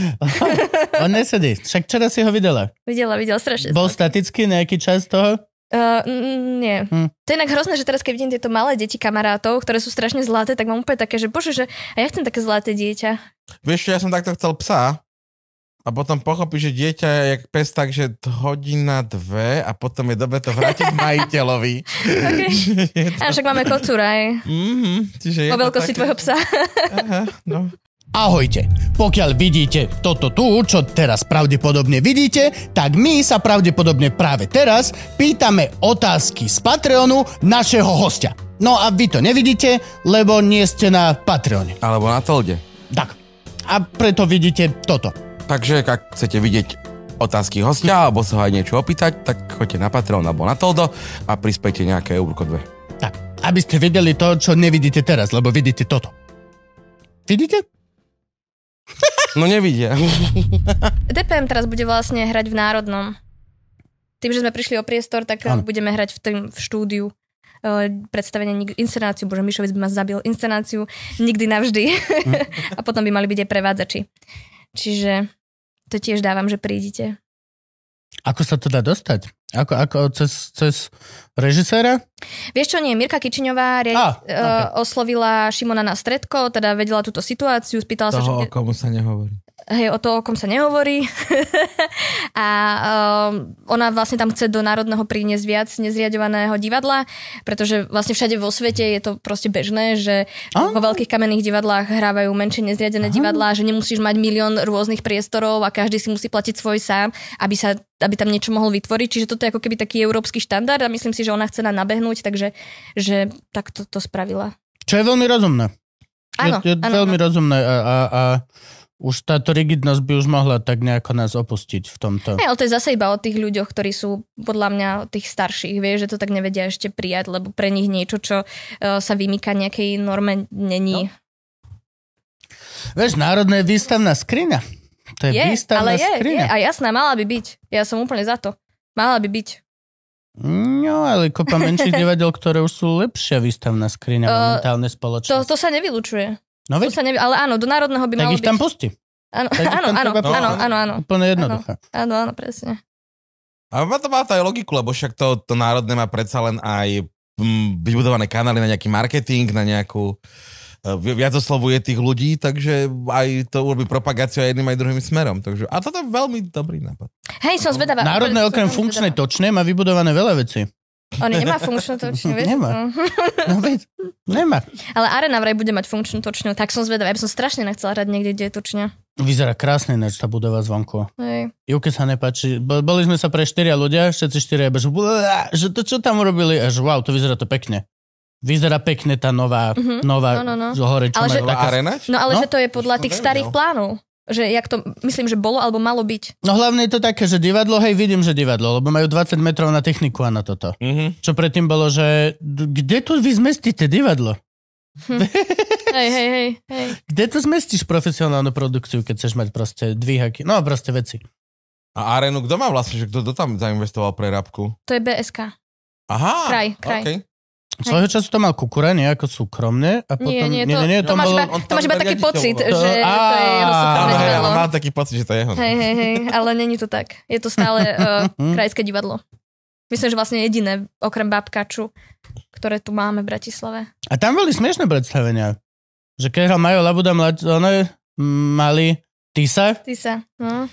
[SPEAKER 1] On nesedí. Však včera si ho videla.
[SPEAKER 3] Videla, videla strašne.
[SPEAKER 1] Bol statický nejaký čas toho?
[SPEAKER 3] Uh, n- nie.
[SPEAKER 1] Hm.
[SPEAKER 3] To je inak hrozné, že teraz keď vidím tieto malé deti kamarátov, ktoré sú strašne zlaté, tak mám úplne také, že bože, že a ja chcem také zlaté dieťa.
[SPEAKER 4] Vieš čo, ja som takto chcel psa a potom pochopí, že dieťa je jak pes, takže t- hodina, dve a potom je dobre to vrátiť majiteľovi.
[SPEAKER 3] Okay.
[SPEAKER 4] Je to-
[SPEAKER 3] A však máme kocúra aj.
[SPEAKER 4] Mhm, čiže je
[SPEAKER 3] Po
[SPEAKER 4] to
[SPEAKER 3] veľkosti
[SPEAKER 4] také-
[SPEAKER 3] tvojho psa.
[SPEAKER 4] Aha, no.
[SPEAKER 1] Ahojte, pokiaľ vidíte toto tu, čo teraz pravdepodobne vidíte, tak my sa pravdepodobne práve teraz pýtame otázky z Patreonu našeho hostia. No a vy to nevidíte, lebo nie ste na Patreone.
[SPEAKER 4] Alebo na tolde.
[SPEAKER 1] Tak. A preto vidíte toto.
[SPEAKER 4] Takže ak chcete vidieť otázky hostia alebo sa ho aj niečo opýtať, tak choďte na Patreon alebo na Toldo a prispejte nejaké eurko dve.
[SPEAKER 1] Tak, aby ste vedeli to, čo nevidíte teraz, lebo vidíte toto. Vidíte?
[SPEAKER 4] No nevidia.
[SPEAKER 3] DPM teraz bude vlastne hrať v Národnom. Tým, že sme prišli o priestor, tak e,
[SPEAKER 1] Áno.
[SPEAKER 3] budeme hrať v, tým, v štúdiu eh, predstavenie, nik- inscenáciu, bože, Mišovic by ma zabil, inscenáciu nikdy navždy. a potom by mali byť aj prevádzači. Čiže to tiež dávam, že prídite.
[SPEAKER 1] Ako sa to dá dostať? Ako, ako cez, cez režiséra?
[SPEAKER 3] Vieš čo, nie, Mirka Kičiňová riadi,
[SPEAKER 1] Á,
[SPEAKER 3] ah, oslovila Šimona na stredko, teda vedela túto situáciu, spýtala sa, že...
[SPEAKER 4] komu sa nehovorí.
[SPEAKER 3] hej, o to, o kom sa nehovorí. a um, ona vlastne tam chce do národného priniesť viac nezriadovaného divadla, pretože vlastne všade vo svete je to proste bežné, že
[SPEAKER 1] Áno.
[SPEAKER 3] vo veľkých kamenných divadlách hrávajú menšie nezriadené divadlá, že nemusíš mať milión rôznych priestorov a každý si musí platiť svoj sám, aby sa aby tam niečo mohol vytvoriť. Čiže toto je ako keby taký európsky štandard a myslím si, že ona chce nám nabehnúť, takže že tak to, to spravila.
[SPEAKER 1] Čo je veľmi rozumné. No,
[SPEAKER 3] Áno,
[SPEAKER 1] je, je
[SPEAKER 3] áno,
[SPEAKER 1] veľmi rozumné a, a, a už táto rigidnosť by už mohla tak nejako nás opustiť v tomto.
[SPEAKER 3] Ne, ale to je zase iba o tých ľuďoch, ktorí sú podľa mňa tých starších, vieš, že to tak nevedia ešte prijať, lebo pre nich niečo, čo eh, sa vymýka nejakej norme, není.
[SPEAKER 1] No, Vieš, národná je výstavná skriňa. To je,
[SPEAKER 3] je, ale
[SPEAKER 1] výstavná
[SPEAKER 3] je, je.
[SPEAKER 1] skriňa.
[SPEAKER 3] A jasná, mala by byť. Ja som úplne za to. Mala by byť.
[SPEAKER 1] No, ale kopa menších divadel, ktoré už sú lepšia výstavná skriňa
[SPEAKER 3] Eh,
[SPEAKER 1] momentálne
[SPEAKER 3] To,
[SPEAKER 1] spoločnosť.
[SPEAKER 3] to sa nevylučuje.
[SPEAKER 1] No
[SPEAKER 3] To
[SPEAKER 1] veď,
[SPEAKER 3] sa nevy... Ale áno, do národného by
[SPEAKER 1] tak
[SPEAKER 3] malo
[SPEAKER 1] ich tam
[SPEAKER 3] byť.
[SPEAKER 1] pusti.
[SPEAKER 3] Áno,
[SPEAKER 1] tak ich
[SPEAKER 3] áno,
[SPEAKER 1] tam
[SPEAKER 3] áno,
[SPEAKER 1] treba
[SPEAKER 3] áno,
[SPEAKER 1] pustiť.
[SPEAKER 3] áno, áno,
[SPEAKER 1] Úplne jednoduché.
[SPEAKER 3] áno, áno, presne.
[SPEAKER 4] A má to má to aj logiku, lebo však to, to národné má predsa len aj mm, vybudované kanály na nejaký marketing, na nejakú eh, vi- viac oslovuje tých ľudí, takže aj to urobí propagáciu aj jedným aj druhým smerom. Takže, a toto je veľmi dobrý nápad.
[SPEAKER 3] Hej, som zvedavá.
[SPEAKER 1] No, Národné
[SPEAKER 3] Som
[SPEAKER 1] okrem
[SPEAKER 3] veľmi
[SPEAKER 1] funkčnej
[SPEAKER 3] zvedavá.
[SPEAKER 1] točnej má vybudované veľa vecí.
[SPEAKER 3] On nemá funkčnú točňu, vieš?
[SPEAKER 1] Nemá.
[SPEAKER 3] Mm.
[SPEAKER 1] No veď, nemá.
[SPEAKER 3] Ale Arena vraj bude mať funkčnú točňu, tak som zvedavá. Ja by som strašne nechcela hrať niekde, kde je točňa.
[SPEAKER 1] Vyzerá krásne ináč tá budova zvonku.
[SPEAKER 3] Hej.
[SPEAKER 1] Juke sa nepáči. Bo- Boli sme sa pre štyria ľudia, všetci štyria iba, že, "Bua, že to čo tam urobili? Až wow, to vyzerá to pekne. Vyzerá pekne tá nová,
[SPEAKER 3] Mhm,
[SPEAKER 1] nová
[SPEAKER 3] no, no, no.
[SPEAKER 1] z hore, čo
[SPEAKER 3] Ale že-
[SPEAKER 1] majú taká...
[SPEAKER 4] Arena? či-
[SPEAKER 3] No ale
[SPEAKER 1] No,
[SPEAKER 3] že to je podľa
[SPEAKER 4] som
[SPEAKER 3] tých
[SPEAKER 4] nevedel.
[SPEAKER 3] starých plánov. Že jak to, myslím, že bolo alebo malo byť.
[SPEAKER 1] No hlavne je to také, že divadlo, hej, vidím, že divadlo, lebo majú 20 metrov na techniku a na toto.
[SPEAKER 4] Mhm.
[SPEAKER 1] Čo predtým bolo, že d- kde tu vy zmestíte divadlo?
[SPEAKER 3] Hej, hej, hej. hej.
[SPEAKER 1] Kde tu zmestíš profesionálnu produkciu, keď chceš mať proste dvíhaky? No proste veci.
[SPEAKER 4] A arénu, kto má vlastne, že kto to tam zainvestoval pre Rabku?
[SPEAKER 3] To je BSK.
[SPEAKER 4] Aha,
[SPEAKER 3] Kraj, kraj.
[SPEAKER 4] okej.
[SPEAKER 1] Svojho času to mal kukura, nejako súkromne. A potom,
[SPEAKER 3] Nie, nie, to, to,
[SPEAKER 1] tam
[SPEAKER 3] máš
[SPEAKER 1] bolo...
[SPEAKER 3] iba,
[SPEAKER 4] on
[SPEAKER 3] to
[SPEAKER 4] tam
[SPEAKER 3] máš iba
[SPEAKER 4] bol
[SPEAKER 3] taký
[SPEAKER 4] riaditeľ, no.
[SPEAKER 3] pocit,
[SPEAKER 4] bol.
[SPEAKER 3] že to je
[SPEAKER 1] Á,
[SPEAKER 4] Áno,
[SPEAKER 3] rozsúdne
[SPEAKER 4] hej,
[SPEAKER 3] divadlo.
[SPEAKER 4] ale mám taký pocit, že to je jeho.
[SPEAKER 3] Hej, hej, hej, ale není to tak. Je to stále uh, krajské divadlo. Myslím, že vlastne jediné, okrem Babkaču, ktoré tu máme v Bratislave.
[SPEAKER 1] A tam boli smiešné predstavenia. Že keď hral Majo Labuda, mlad... ono mali Tisa.
[SPEAKER 3] Ty sa, no.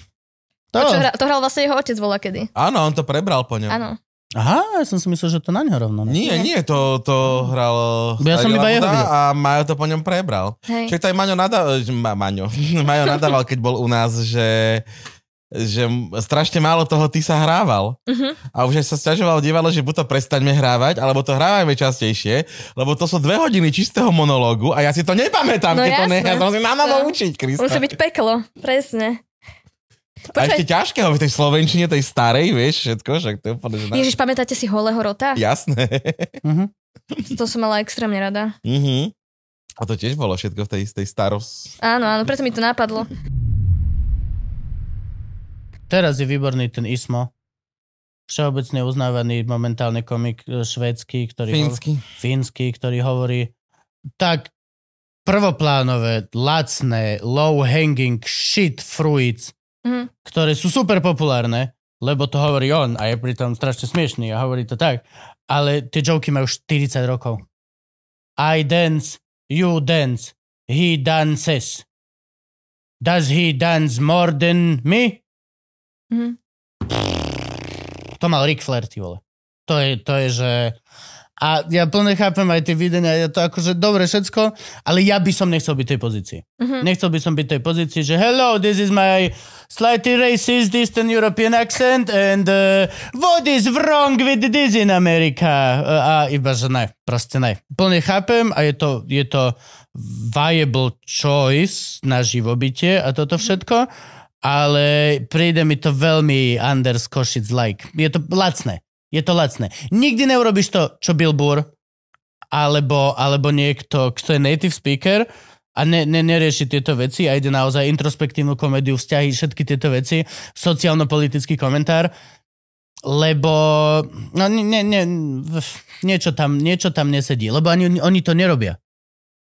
[SPEAKER 1] To.
[SPEAKER 3] To, čo hra, to hral vlastne jeho otec volá kedy.
[SPEAKER 4] Áno, on to prebral po ňom.
[SPEAKER 3] Áno.
[SPEAKER 1] Aha, ja som si myslel, že to na ňo rovno. no. Ne?
[SPEAKER 4] Nie, nie, to, to hral
[SPEAKER 1] Ja som
[SPEAKER 4] Daniel
[SPEAKER 1] iba jeho
[SPEAKER 4] Labuda
[SPEAKER 1] videl.
[SPEAKER 4] a Majo to po ňom prebral.
[SPEAKER 3] Hej.
[SPEAKER 4] Čiže to aj Maňo, nada- že Ma- Maňo. Majo nadával, keď bol u nás, že, že m- strašne málo toho ty sa hrával.
[SPEAKER 3] Mhm.
[SPEAKER 4] A už aj sa sťažoval divadlo, že buď to prestaňme hrávať, alebo to hrávajme častejšie, lebo to sú dve hodiny čistého monológu a ja si to nepamätám,
[SPEAKER 3] No
[SPEAKER 4] keď to
[SPEAKER 3] jasné.
[SPEAKER 4] nechám. To musím na novo
[SPEAKER 3] No.
[SPEAKER 4] učiť, Krista.
[SPEAKER 3] Musí byť peklo, presne.
[SPEAKER 4] a
[SPEAKER 3] Počkaj,
[SPEAKER 4] ešte ťažkého v tej slovenčine, tej starej, vieš, všetko, však to je úplne, že na...
[SPEAKER 3] Ježiš, pamätáte si holého rota?
[SPEAKER 4] Jasné.
[SPEAKER 1] Mhm.
[SPEAKER 3] To som mala extrémne rada.
[SPEAKER 4] Mhm. A to tiež bolo všetko v tej, tej starosti.
[SPEAKER 3] Áno, áno, preto mi to napadlo.
[SPEAKER 1] Teraz je výborný ten Ismo. Všeobecne uznávaný momentálne komik e, švédsky, ktorý... hovorí- Fínsky, ktorý hovorí tak prvoplánové, lacné, low-hanging shit fruits,
[SPEAKER 3] Mhm.
[SPEAKER 1] ktoré sú super populárne, lebo to hovorí on a je pritom strašne smiešný a hovorí to tak. Ale tie joky majú 40 rokov. I dance, you dance, he dances. Does he dance more than me?
[SPEAKER 3] Mhm.
[SPEAKER 1] To mal Rick Flair, ty vole. To je, to je, že... A ja plne chápem aj tie videnia, je to akože dobre všetko, ale ja by som nechcel byť v tej pozícii.
[SPEAKER 3] Mhm.
[SPEAKER 1] Nechcel by som byť v tej pozícii, že hello, this is my slightly racist Eastern European accent and uh, what is wrong with this in America? Uh, a iba, že ne, proste ne. Plne chápem a je to, je to viable choice na živobytie a toto všetko, ale príde mi to veľmi Anders Košic like. Je to lacné. Je to lacné. Nikdy neurobiš to, čo Bill Burr, alebo, alebo niekto, kto je native speaker a ne, ne, nerieši tieto veci a ide naozaj introspektívnu komédiu, vzťahy, všetky tieto veci, sociálno-politický komentár, lebo no, ne, ne, ne, niečo, tam, niečo tam nesedí, lebo ani oni to nerobia.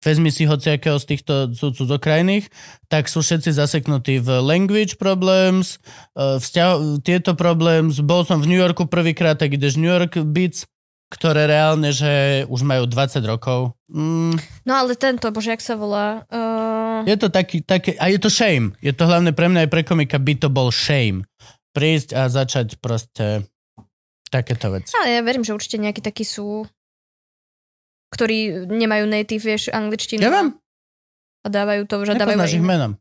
[SPEAKER 1] Vezmi si hociakého z týchto cud- cudzokrajných, tak sú všetci zaseknutí v language problems, e, vzťah, tieto problémy. Bol som v New Yorku prvýkrát, tak ideš New York Beats, ktoré reálne, že už majú 20 rokov. Mm,
[SPEAKER 3] No ale tento, bože, jak sa volá? Uh,
[SPEAKER 1] Je to taký, taký, a je to shame. Je to hlavne pre mňa aj pre komika by to bol shame. Prísť a začať proste takéto veci.
[SPEAKER 3] Ale no, ja verím, že určite nejakí takí sú, ktorí nemajú native, vieš, angličtinu.
[SPEAKER 1] Ja viem,
[SPEAKER 3] A dávajú to, no, že dávajú...
[SPEAKER 1] nepoznáš ich menom.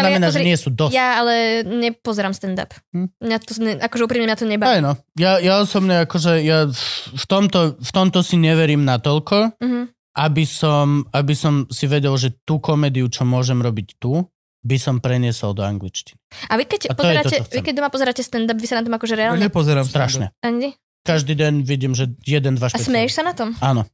[SPEAKER 1] to
[SPEAKER 3] ale
[SPEAKER 1] znamená,
[SPEAKER 3] ja,
[SPEAKER 1] že
[SPEAKER 3] pozri,
[SPEAKER 1] nie sú dosť.
[SPEAKER 3] ja ale nepozerám stand-up.
[SPEAKER 1] Hm.
[SPEAKER 3] Mňa to, ne, akože úprimne mňa to nebá.
[SPEAKER 1] Aj no. Ja, ja osobne akože ja v- v tomto, v tomto si neverím natoľko,
[SPEAKER 3] Mhm.
[SPEAKER 1] aby som, aby som si vedel, že tú komédiu, čo môžem robiť tu, by som preniesol do angličtiny.
[SPEAKER 3] A vy keď,
[SPEAKER 1] A to je to,
[SPEAKER 3] pozeráte,
[SPEAKER 1] čo chcem.
[SPEAKER 3] vy keď doma pozeráte stand-up, vy sa na tom akože
[SPEAKER 4] Ja
[SPEAKER 3] reálne...
[SPEAKER 4] nepozerám.
[SPEAKER 1] Strašne.
[SPEAKER 3] Ani?
[SPEAKER 1] Každý deň vidím, že jeden, dva
[SPEAKER 3] A
[SPEAKER 1] špeciály.
[SPEAKER 3] smeješ sa na tom?
[SPEAKER 1] Áno.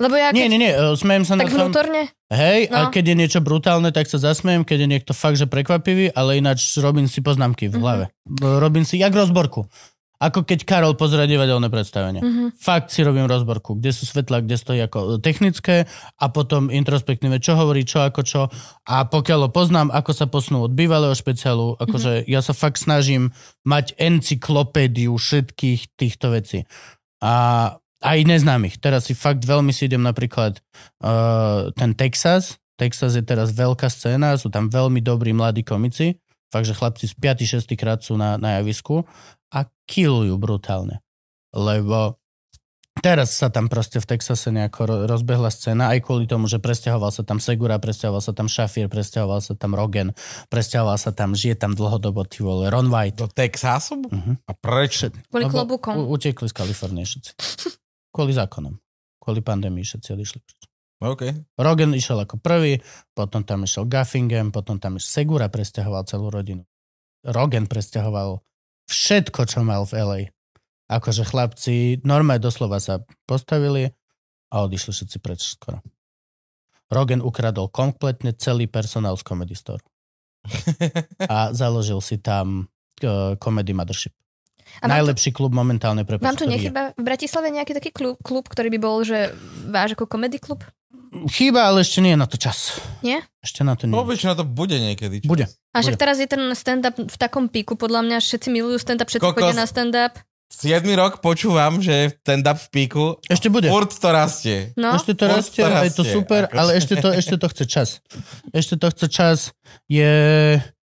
[SPEAKER 3] Lebo ja
[SPEAKER 1] Nie,
[SPEAKER 3] keď,
[SPEAKER 1] nie, nie, e, smejem sa na
[SPEAKER 3] tak
[SPEAKER 1] tom.
[SPEAKER 3] vnútorne...
[SPEAKER 1] Hej, no. a
[SPEAKER 3] No.
[SPEAKER 1] keď je niečo brutálne, tak sa zasmejem, keď je niekto fakt, že prekvapivý, ale ináč robím si poznámky v
[SPEAKER 3] Mhm.
[SPEAKER 1] hlave. E, Robím si, jak rozborku. Ako keď Karol pozera divadelné predstavenie.
[SPEAKER 3] Mhm.
[SPEAKER 1] Fakt si robím rozborku, kde sú svetla, kde stojí ako e, technické a potom introspektívne, čo hovorí, čo ako čo. A pokiaľ ho poznám, ako sa posunú od bývalého špeciálu, akože
[SPEAKER 3] Mhm.
[SPEAKER 1] ja sa fakt snažím mať encyklopédiu všetkých týchto vecí. A aj neznámych. Teraz si fakt veľmi si idem napríklad uh, ten Texas. Texas je teraz veľká scéna, sú tam veľmi dobrí mladí komici. Fakt, že chlapci z 5-6 krát sú na, na javisku a killujú brutálne. Lebo teraz sa tam proste v Texase nejako ro- rozbehla scéna, aj kvôli tomu, že presťahoval sa tam Segura, presťahoval sa tam Šafír, presťahoval sa tam Rogen, presťahoval sa tam, žije tam dlhodobo, ty vole, Ron White.
[SPEAKER 4] Do Texasu?
[SPEAKER 1] Mhm.
[SPEAKER 4] A prečo?
[SPEAKER 3] Kvôli
[SPEAKER 1] Lebo
[SPEAKER 3] klobúkom.
[SPEAKER 1] u- Utekli z Kalifornie všetci. Kvôli zákonom. Kvôli pandémii všetci odišli.
[SPEAKER 4] OK.
[SPEAKER 1] Rogan išiel ako prvý, potom tam išiel Gaffingham, potom tam išiel Segura, presťahoval celú rodinu. Rogan presťahoval všetko, čo mal v LA. Akože chlapci normálne doslova sa postavili a odišli všetci preč skoro. Rogan ukradol kompletne celý personál z Comedy Store. A založil si tam eh, Comedy Mothership.
[SPEAKER 3] A vám to,
[SPEAKER 1] Najlepší klub momentálne pre
[SPEAKER 3] vám tu nechyba v Bratislave nejaký taký klub, klub, ktorý by bol, že váš ako komedy klub?
[SPEAKER 1] Chýba, ale ešte nie je na to čas.
[SPEAKER 3] Nie?
[SPEAKER 1] Ešte na to nie. je.
[SPEAKER 4] Vôbec na to bude
[SPEAKER 1] Mhm.
[SPEAKER 4] niekedy.
[SPEAKER 1] Bude.
[SPEAKER 3] A však teraz je ten stand-up v takom píku, podľa mňa všetci milujú stand-up, všetci
[SPEAKER 4] Kokos.
[SPEAKER 3] chodia na stand-up.
[SPEAKER 4] 7 rok počúvam, že je stand-up v píku.
[SPEAKER 1] Ešte bude.
[SPEAKER 4] Furt to rastie.
[SPEAKER 3] No,
[SPEAKER 1] Ešte to
[SPEAKER 4] Furt
[SPEAKER 1] rastie,
[SPEAKER 4] to
[SPEAKER 1] a je to
[SPEAKER 4] rastie,
[SPEAKER 1] super,
[SPEAKER 4] akože.
[SPEAKER 1] ale ešte to, ešte to chce čas. Ešte to chce čas. Je,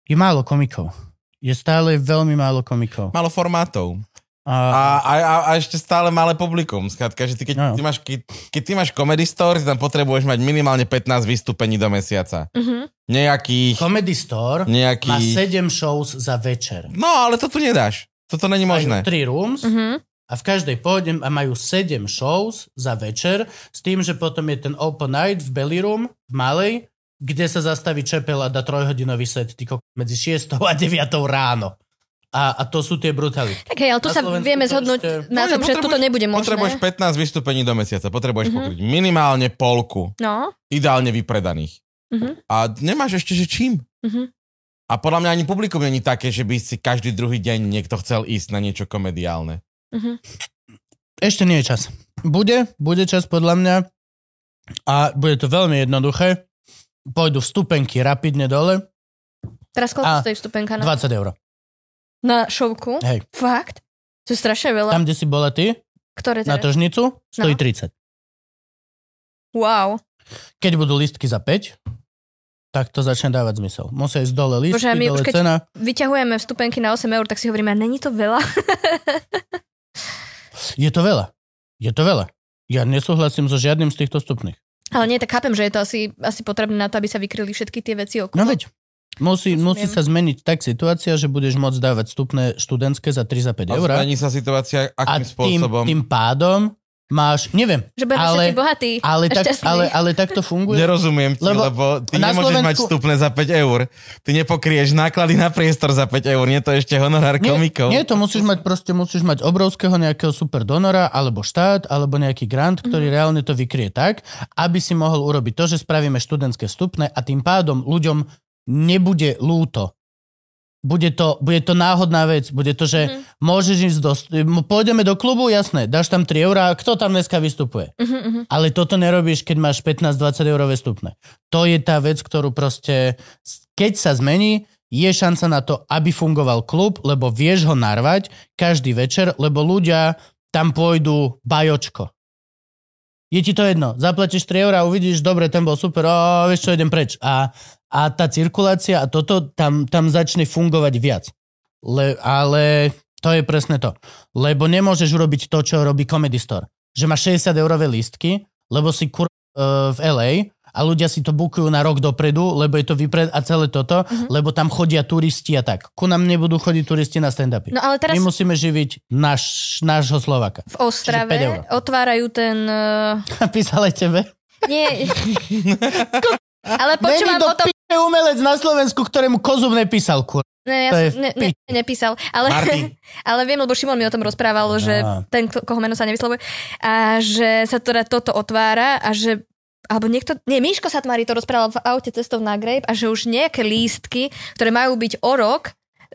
[SPEAKER 1] je málo komikov. Je stále veľmi málo komikov.
[SPEAKER 4] Malo formátov. A,
[SPEAKER 1] A,
[SPEAKER 4] a, a, a ešte stále malé publikum. Skrátka, že ty, keď,
[SPEAKER 1] No.
[SPEAKER 4] ty máš, keď, keď ty máš comedy store, ty tam potrebuješ mať minimálne 15 vystúpení do mesiaca.
[SPEAKER 3] mhm.
[SPEAKER 4] Nejakých...
[SPEAKER 1] Comedy Store má
[SPEAKER 4] nejakých...
[SPEAKER 1] 7 shows za večer.
[SPEAKER 4] No, ale to tu nedáš. Toto není
[SPEAKER 1] Majú
[SPEAKER 4] možné.
[SPEAKER 1] 3 rooms
[SPEAKER 3] Mhm.
[SPEAKER 1] a v každej pôjdem a majú 7 shows za večer s tým, že potom je ten open night v Belly Room v Malej, kde sa zastaví čepel a dá trojhodinový set ty kokos, medzi 6 a 9 ráno. A, a to sú tie brutality.
[SPEAKER 3] Tak hej, ale tu
[SPEAKER 1] Na
[SPEAKER 3] sa
[SPEAKER 1] Slovensku
[SPEAKER 3] vieme
[SPEAKER 1] to
[SPEAKER 3] zhodnúť
[SPEAKER 1] ešte-
[SPEAKER 4] No,
[SPEAKER 3] na tom, že
[SPEAKER 4] nepotrebuješ-
[SPEAKER 3] toto nebude možné.
[SPEAKER 4] Potrebuješ 15 vystúpení do mesiaca. Potrebuješ
[SPEAKER 3] Mhm.
[SPEAKER 4] pokryť minimálne polku.
[SPEAKER 3] No,
[SPEAKER 4] Ideálne vypredaných.
[SPEAKER 3] Mhm.
[SPEAKER 4] A nemáš ešte, že čím?
[SPEAKER 3] mhm.
[SPEAKER 4] A podľa mňa ani publikum není také, že by si každý druhý deň niekto chcel ísť na niečo komediálne.
[SPEAKER 3] Mhm.
[SPEAKER 1] Ešte nie je čas. Bude, bude čas podľa mňa a bude to veľmi jednoduché. Pôjdu vstupenky rapidne dole,
[SPEAKER 3] Teraz
[SPEAKER 1] A-
[SPEAKER 3] koľko stojí vstupenka na,
[SPEAKER 1] 20 eur.
[SPEAKER 3] na šovku?
[SPEAKER 1] Hej.
[SPEAKER 3] Fakt? To je strašne veľa.
[SPEAKER 1] Tam, kde si bola ty,
[SPEAKER 3] Ktoré
[SPEAKER 1] na
[SPEAKER 3] teraz?
[SPEAKER 1] tržnicu, stojí
[SPEAKER 3] No.
[SPEAKER 1] 30.
[SPEAKER 3] Wow.
[SPEAKER 1] Keď budú listky za 5, tak to začne dávať zmysel. Musia ísť dole listky,
[SPEAKER 3] Bože, a my
[SPEAKER 1] dole
[SPEAKER 3] už keď-
[SPEAKER 1] cena.
[SPEAKER 3] Vyťahujeme vstupenky na 8 eur, tak si hovoríme, není to veľa?
[SPEAKER 1] Je to veľa. Je to veľa. Ja nesúhlasím so žiadnym z týchto stupných.
[SPEAKER 3] Ale nie, tak chápem, že je to asi, asi potrebné na to, aby sa vykryli všetky tie veci okolo.
[SPEAKER 1] No veď, musí,
[SPEAKER 3] Rozumiem.
[SPEAKER 1] musí sa zmeniť tak situácia, že budeš môcť dávať vstupné študentské za 3 za 5 eur.
[SPEAKER 4] A zmení sa situácia
[SPEAKER 1] A
[SPEAKER 4] akým
[SPEAKER 1] tým,
[SPEAKER 4] spôsobom.
[SPEAKER 1] tým pádom máš, neviem,
[SPEAKER 3] Že budeme
[SPEAKER 1] Ale-
[SPEAKER 3] ale, všetci bohatí.
[SPEAKER 1] Ale,
[SPEAKER 3] a
[SPEAKER 1] tak,
[SPEAKER 3] šťastní.
[SPEAKER 1] ale, ale tak to funguje.
[SPEAKER 4] Nerozumiem ti,
[SPEAKER 1] Lebo
[SPEAKER 4] lebo, lebo ty
[SPEAKER 1] na
[SPEAKER 4] nemôžeš mať
[SPEAKER 1] Slovensku-
[SPEAKER 4] vstupné za 5 eur. Ty nepokrieš náklady na priestor za 5 eur, nie to ešte honorár
[SPEAKER 1] Nie,
[SPEAKER 4] komikov.
[SPEAKER 1] nie, to musíš mať proste, musíš mať obrovského nejakého super donora, alebo štát, alebo nejaký grant, ktorý reálne to vykrie tak, aby si mohol urobiť to, že spravíme študentské vstupné a tým pádom ľuďom nebude lúto. Bude to, bude to náhodná vec, bude to, že
[SPEAKER 3] Mhm.
[SPEAKER 1] môžeš ísť do... Pôjdeme do klubu, jasné, dáš tam 3 eurá, kto tam dneska vystupuje?
[SPEAKER 3] Mhm, mhm.
[SPEAKER 1] Ale toto nerobíš, keď máš 15-20 eurové stupne. To je tá vec, ktorú proste, keď sa zmení, je šanca na to, aby fungoval klub, lebo vieš ho narvať každý večer, lebo ľudia tam pôjdu bajočko. je ti to jedno, zaplatíš 3 eurá, uvidíš, dobre, ten bol super, o, vieš čo, idem preč. A, a tá cirkulácia a toto tam, tam začne fungovať viac. Le, ale to je presne to. Lebo nemôžeš urobiť to, čo robí Comedy Store. Že máš 60 eurové lístky, lebo si kur... eh, v LA a ľudia si to bukujú na rok dopredu, lebo je to vypred a celé toto, mm-hmm. lebo tam chodia turisti a tak. Ku nám nebudú chodiť turisti na stand-upy.
[SPEAKER 3] No ale teraz
[SPEAKER 1] My musíme živiť náš, nášho Slovaka.
[SPEAKER 3] v
[SPEAKER 1] Čiže 5 eur.
[SPEAKER 3] Ostrave otvárajú ten... eh,
[SPEAKER 1] Písal aj tebe.
[SPEAKER 3] nie... ale počúvam
[SPEAKER 1] Není to
[SPEAKER 3] o tom...
[SPEAKER 1] piče umelec na Slovensku, ktorému Kozub nepísal, kur.
[SPEAKER 3] Ne, ja
[SPEAKER 1] to je
[SPEAKER 3] som- ne, ne, nepísal. Ale,
[SPEAKER 2] Martin.
[SPEAKER 3] ale viem, lebo Šimon mi o tom rozprával, že
[SPEAKER 1] Á.
[SPEAKER 3] ten, ko- koho meno sa nevyslovuje, a že sa teda toto otvára a že alebo niekto, nie, Miško Satmári to rozprával v aute cestou na Grape a že už nejaké lístky, ktoré majú byť o rok,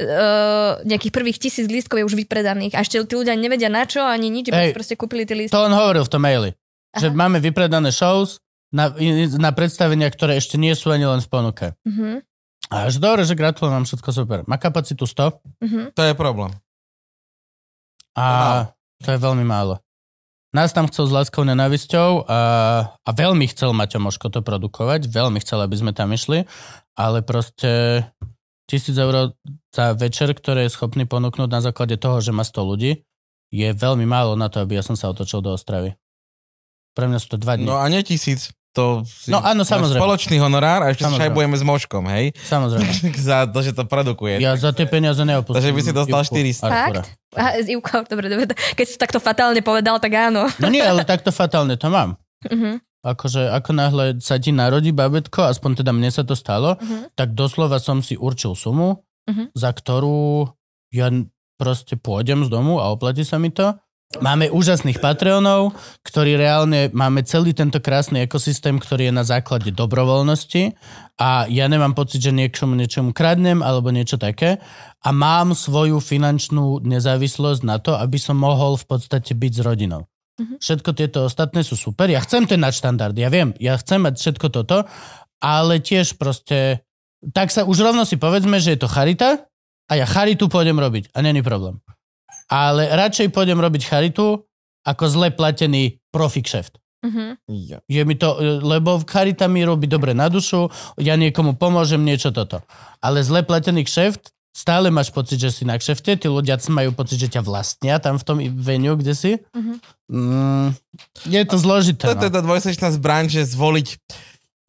[SPEAKER 3] Uh, nejakých prvých tisíc lístkov je už vypredaných. A ešte tí ľudia nevedia na čo, ani nič,
[SPEAKER 1] Hej.
[SPEAKER 3] hey. proste kúpili tie lístky.
[SPEAKER 1] To on hovoril v tom maili. Že
[SPEAKER 3] Aha.
[SPEAKER 1] máme vypredané shows na, na predstavenia, ktoré ešte nie sú ani len v ponuke.
[SPEAKER 3] Uh-huh,
[SPEAKER 1] A až dobre, že gratulujem vám všetko super. Má kapacitu 100
[SPEAKER 3] uh-huh.
[SPEAKER 4] To je problém.
[SPEAKER 1] a to je veľmi málo. Nás tam chcel s láskou nenávisťou a, a veľmi chcel Maťo Moško to produkovať, veľmi chcel, aby sme tam išli, ale proste tisíc eur za večer, ktoré je schopný ponúknuť na základe toho, že má 100 ľudí, je veľmi málo na to, aby ja som sa otočil do Ostravy. Pre mňa sú to dva dní.
[SPEAKER 4] No
[SPEAKER 1] No,
[SPEAKER 4] a nie tisíc. To si-
[SPEAKER 1] No áno, samozrejme.
[SPEAKER 4] Spoločný honorár a ešte sa
[SPEAKER 1] Samozrejme.
[SPEAKER 4] šajbujeme s močkom, hej?
[SPEAKER 1] Samozrejme.
[SPEAKER 4] za to, že to produkuje.
[SPEAKER 1] Ja za tie peniaze neopustím.
[SPEAKER 4] Takže by si dostal
[SPEAKER 1] Ivku
[SPEAKER 4] 400.
[SPEAKER 1] Artura.
[SPEAKER 3] Fakt? Aha, z Ivko, dobre, dobre. Keď si to takto fatálne povedal, tak áno.
[SPEAKER 1] No nie, ale takto fatálne to mám.
[SPEAKER 3] Uh-huh,
[SPEAKER 1] akože ako náhle sa ti narodí babetko, aspoň teda mne sa to stalo,
[SPEAKER 3] uh-huh.
[SPEAKER 1] tak doslova som si určil sumu,
[SPEAKER 3] Mhm.
[SPEAKER 1] za ktorú ja n- proste pôjdem z domu a oplatí sa mi to. Máme úžasných Patreonov, ktorí reálne, máme celý tento krásny ekosystém, ktorý je na základe dobrovoľnosti a ja nemám pocit, že niečomu niečomu kradnem alebo niečo také a mám svoju finančnú nezávislosť na to, aby som mohol v podstate byť s rodinou. Všetko tieto ostatné sú super. Ja chcem ten nadštandard, ja viem. Ja chcem mať všetko toto, ale tiež proste... Tak sa už rovno si povedzme, že je to charita a ja charitu pôjdem robiť a není problém. Ale radšej pôjdem robiť charitu ako zle platený profi kšeft.
[SPEAKER 3] Uh-huh.
[SPEAKER 4] Ja.
[SPEAKER 1] Je mi to, e, lebo charita mi robí dobre na dušu, ja niekomu pomôžem, niečo toto. Ale zle platený kšeft, stále máš pocit, že si na kšefte, tí ľudia majú pocit, že ťa vlastnia tam v tom venue, kde si.
[SPEAKER 3] Mhm.
[SPEAKER 1] Mm, je to zložité.
[SPEAKER 4] To je
[SPEAKER 1] No.
[SPEAKER 4] teda- tá dvojsečná zbraň, že zvoliť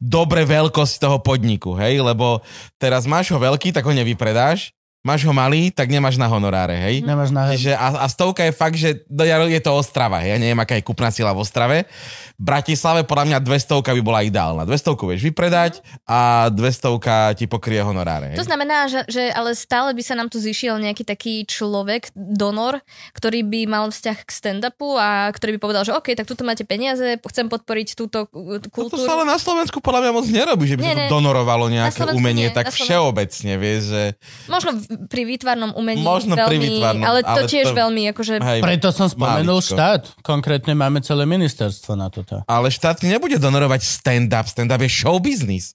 [SPEAKER 4] dobre veľkosť toho podniku, hej? Lebo teraz máš ho veľký, tak ho nevypredáš. Máš ho malý, tak nemáš na honoráre, hej?
[SPEAKER 1] Nemáš na hej.
[SPEAKER 4] Že a, a stovka je fakt, že no, ja- je to Ostrava. Ja neviem, aká je kúpna sila v Ostrave. V Bratislave podľa mňa 200 by bola ideálna. 200 vieš vypredať a 200 ti pokrie honoráre. Hej?
[SPEAKER 3] To znamená, že, že ale stále by sa nám tu zišiel nejaký taký človek, donor, ktorý by mal vzťah k stand-upu a ktorý by povedal, že OK, tak tuto máte peniaze, chcem podporiť túto uh,
[SPEAKER 4] No To sa ale
[SPEAKER 3] kultúru.
[SPEAKER 4] na Slovensku podľa mňa moc nerobí, že by sa
[SPEAKER 3] Nie, nie.
[SPEAKER 4] to donorovalo nejaké
[SPEAKER 3] Slovensku
[SPEAKER 4] umenie
[SPEAKER 3] nie,
[SPEAKER 4] tak
[SPEAKER 3] na Slovensku.
[SPEAKER 4] všeobecne, vieš, že
[SPEAKER 3] Možno v- pri výtvarnom umení.
[SPEAKER 4] Možno
[SPEAKER 3] veľmi,
[SPEAKER 4] pri výtvarnom,
[SPEAKER 3] Ale
[SPEAKER 4] ale
[SPEAKER 3] to
[SPEAKER 4] to-
[SPEAKER 3] tiež veľmi, akože...
[SPEAKER 4] hej,
[SPEAKER 1] Preto som spomenul
[SPEAKER 4] Maličko.
[SPEAKER 1] štát. Konkrétne máme celé ministerstvo na toto.
[SPEAKER 4] ale štát ti nebude donorovať stand-up. Stand-up je show business.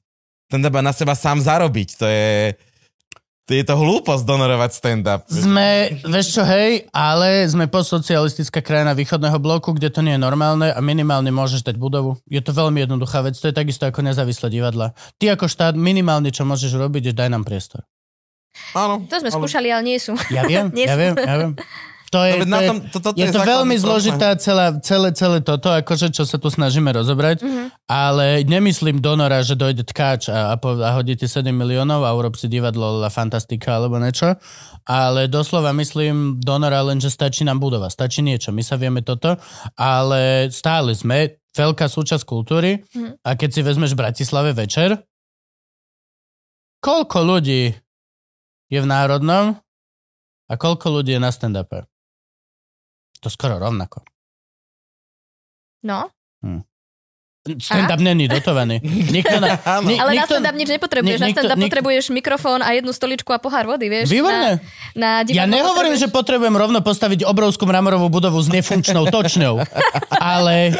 [SPEAKER 4] Stand-up má na seba sám zarobiť. To je, to je to hlúposť donorovať stand-up.
[SPEAKER 1] Sme, vieš čo, hej, ale sme postsocialistická krajina východného bloku, kde to nie je normálne a minimálne môžeš dať budovu. Je to veľmi jednoduchá vec, to je takisto ako nezávislé divadla. Ty ako štát minimálne, čo môžeš robiť, je daj nám priestor.
[SPEAKER 4] Áno.
[SPEAKER 3] To sme
[SPEAKER 4] ale-
[SPEAKER 3] skúšali, ale nie sú.
[SPEAKER 1] Ja viem,
[SPEAKER 3] Nie
[SPEAKER 1] ja
[SPEAKER 3] sú.
[SPEAKER 1] viem, ja viem. To je,
[SPEAKER 4] ale
[SPEAKER 1] to
[SPEAKER 4] No na
[SPEAKER 1] je,
[SPEAKER 4] tom- to- toto
[SPEAKER 1] je
[SPEAKER 4] je
[SPEAKER 1] to
[SPEAKER 4] základný
[SPEAKER 1] veľmi
[SPEAKER 4] problém.
[SPEAKER 1] zložitá celá, celé, celé toto, akože čo sa tu snažíme rozobrať.
[SPEAKER 3] Mhm.
[SPEAKER 1] Ale nemyslím donora, že dojde tkáč a, a, po, a hodíte 7 miliónov a urob si divadlo La Fantastika alebo niečo. Ale doslova myslím donora len, že stačí nám budova, stačí niečo. My sa vieme toto, ale stále sme veľká súčasť kultúry
[SPEAKER 3] Mhm.
[SPEAKER 1] a keď si vezmeš v Bratislave večer, koľko ľudí je v Národnom a koľko ľudí je na stand-upe? To skoro rovnako.
[SPEAKER 3] No,
[SPEAKER 1] Stand-up není dotovaný. Nikto na,
[SPEAKER 4] Áno.
[SPEAKER 1] ni,
[SPEAKER 3] ale na
[SPEAKER 1] nikto,
[SPEAKER 3] stand-up nič nepotrebuješ.
[SPEAKER 1] nie-
[SPEAKER 3] na
[SPEAKER 1] nikto-
[SPEAKER 3] stand-up
[SPEAKER 1] nik-
[SPEAKER 3] potrebuješ mikrofón a jednu stoličku a pohár vody, vieš.
[SPEAKER 1] Výborné.
[SPEAKER 3] Na, na
[SPEAKER 1] Ja
[SPEAKER 3] divadlo
[SPEAKER 1] nehovorím, že
[SPEAKER 3] potrebuješ-
[SPEAKER 1] potrebujem rovno postaviť obrovskú mramorovú budovu s nefunkčnou točňou, ale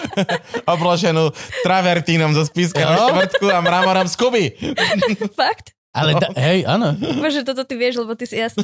[SPEAKER 4] obloženú travertínom zo spíska
[SPEAKER 1] Jo.
[SPEAKER 4] no? štvrtku a mramorom z Kuby.
[SPEAKER 3] Fakt?
[SPEAKER 1] ale da, hej, áno.
[SPEAKER 3] Bože, toto ty vieš, lebo ty si jasný.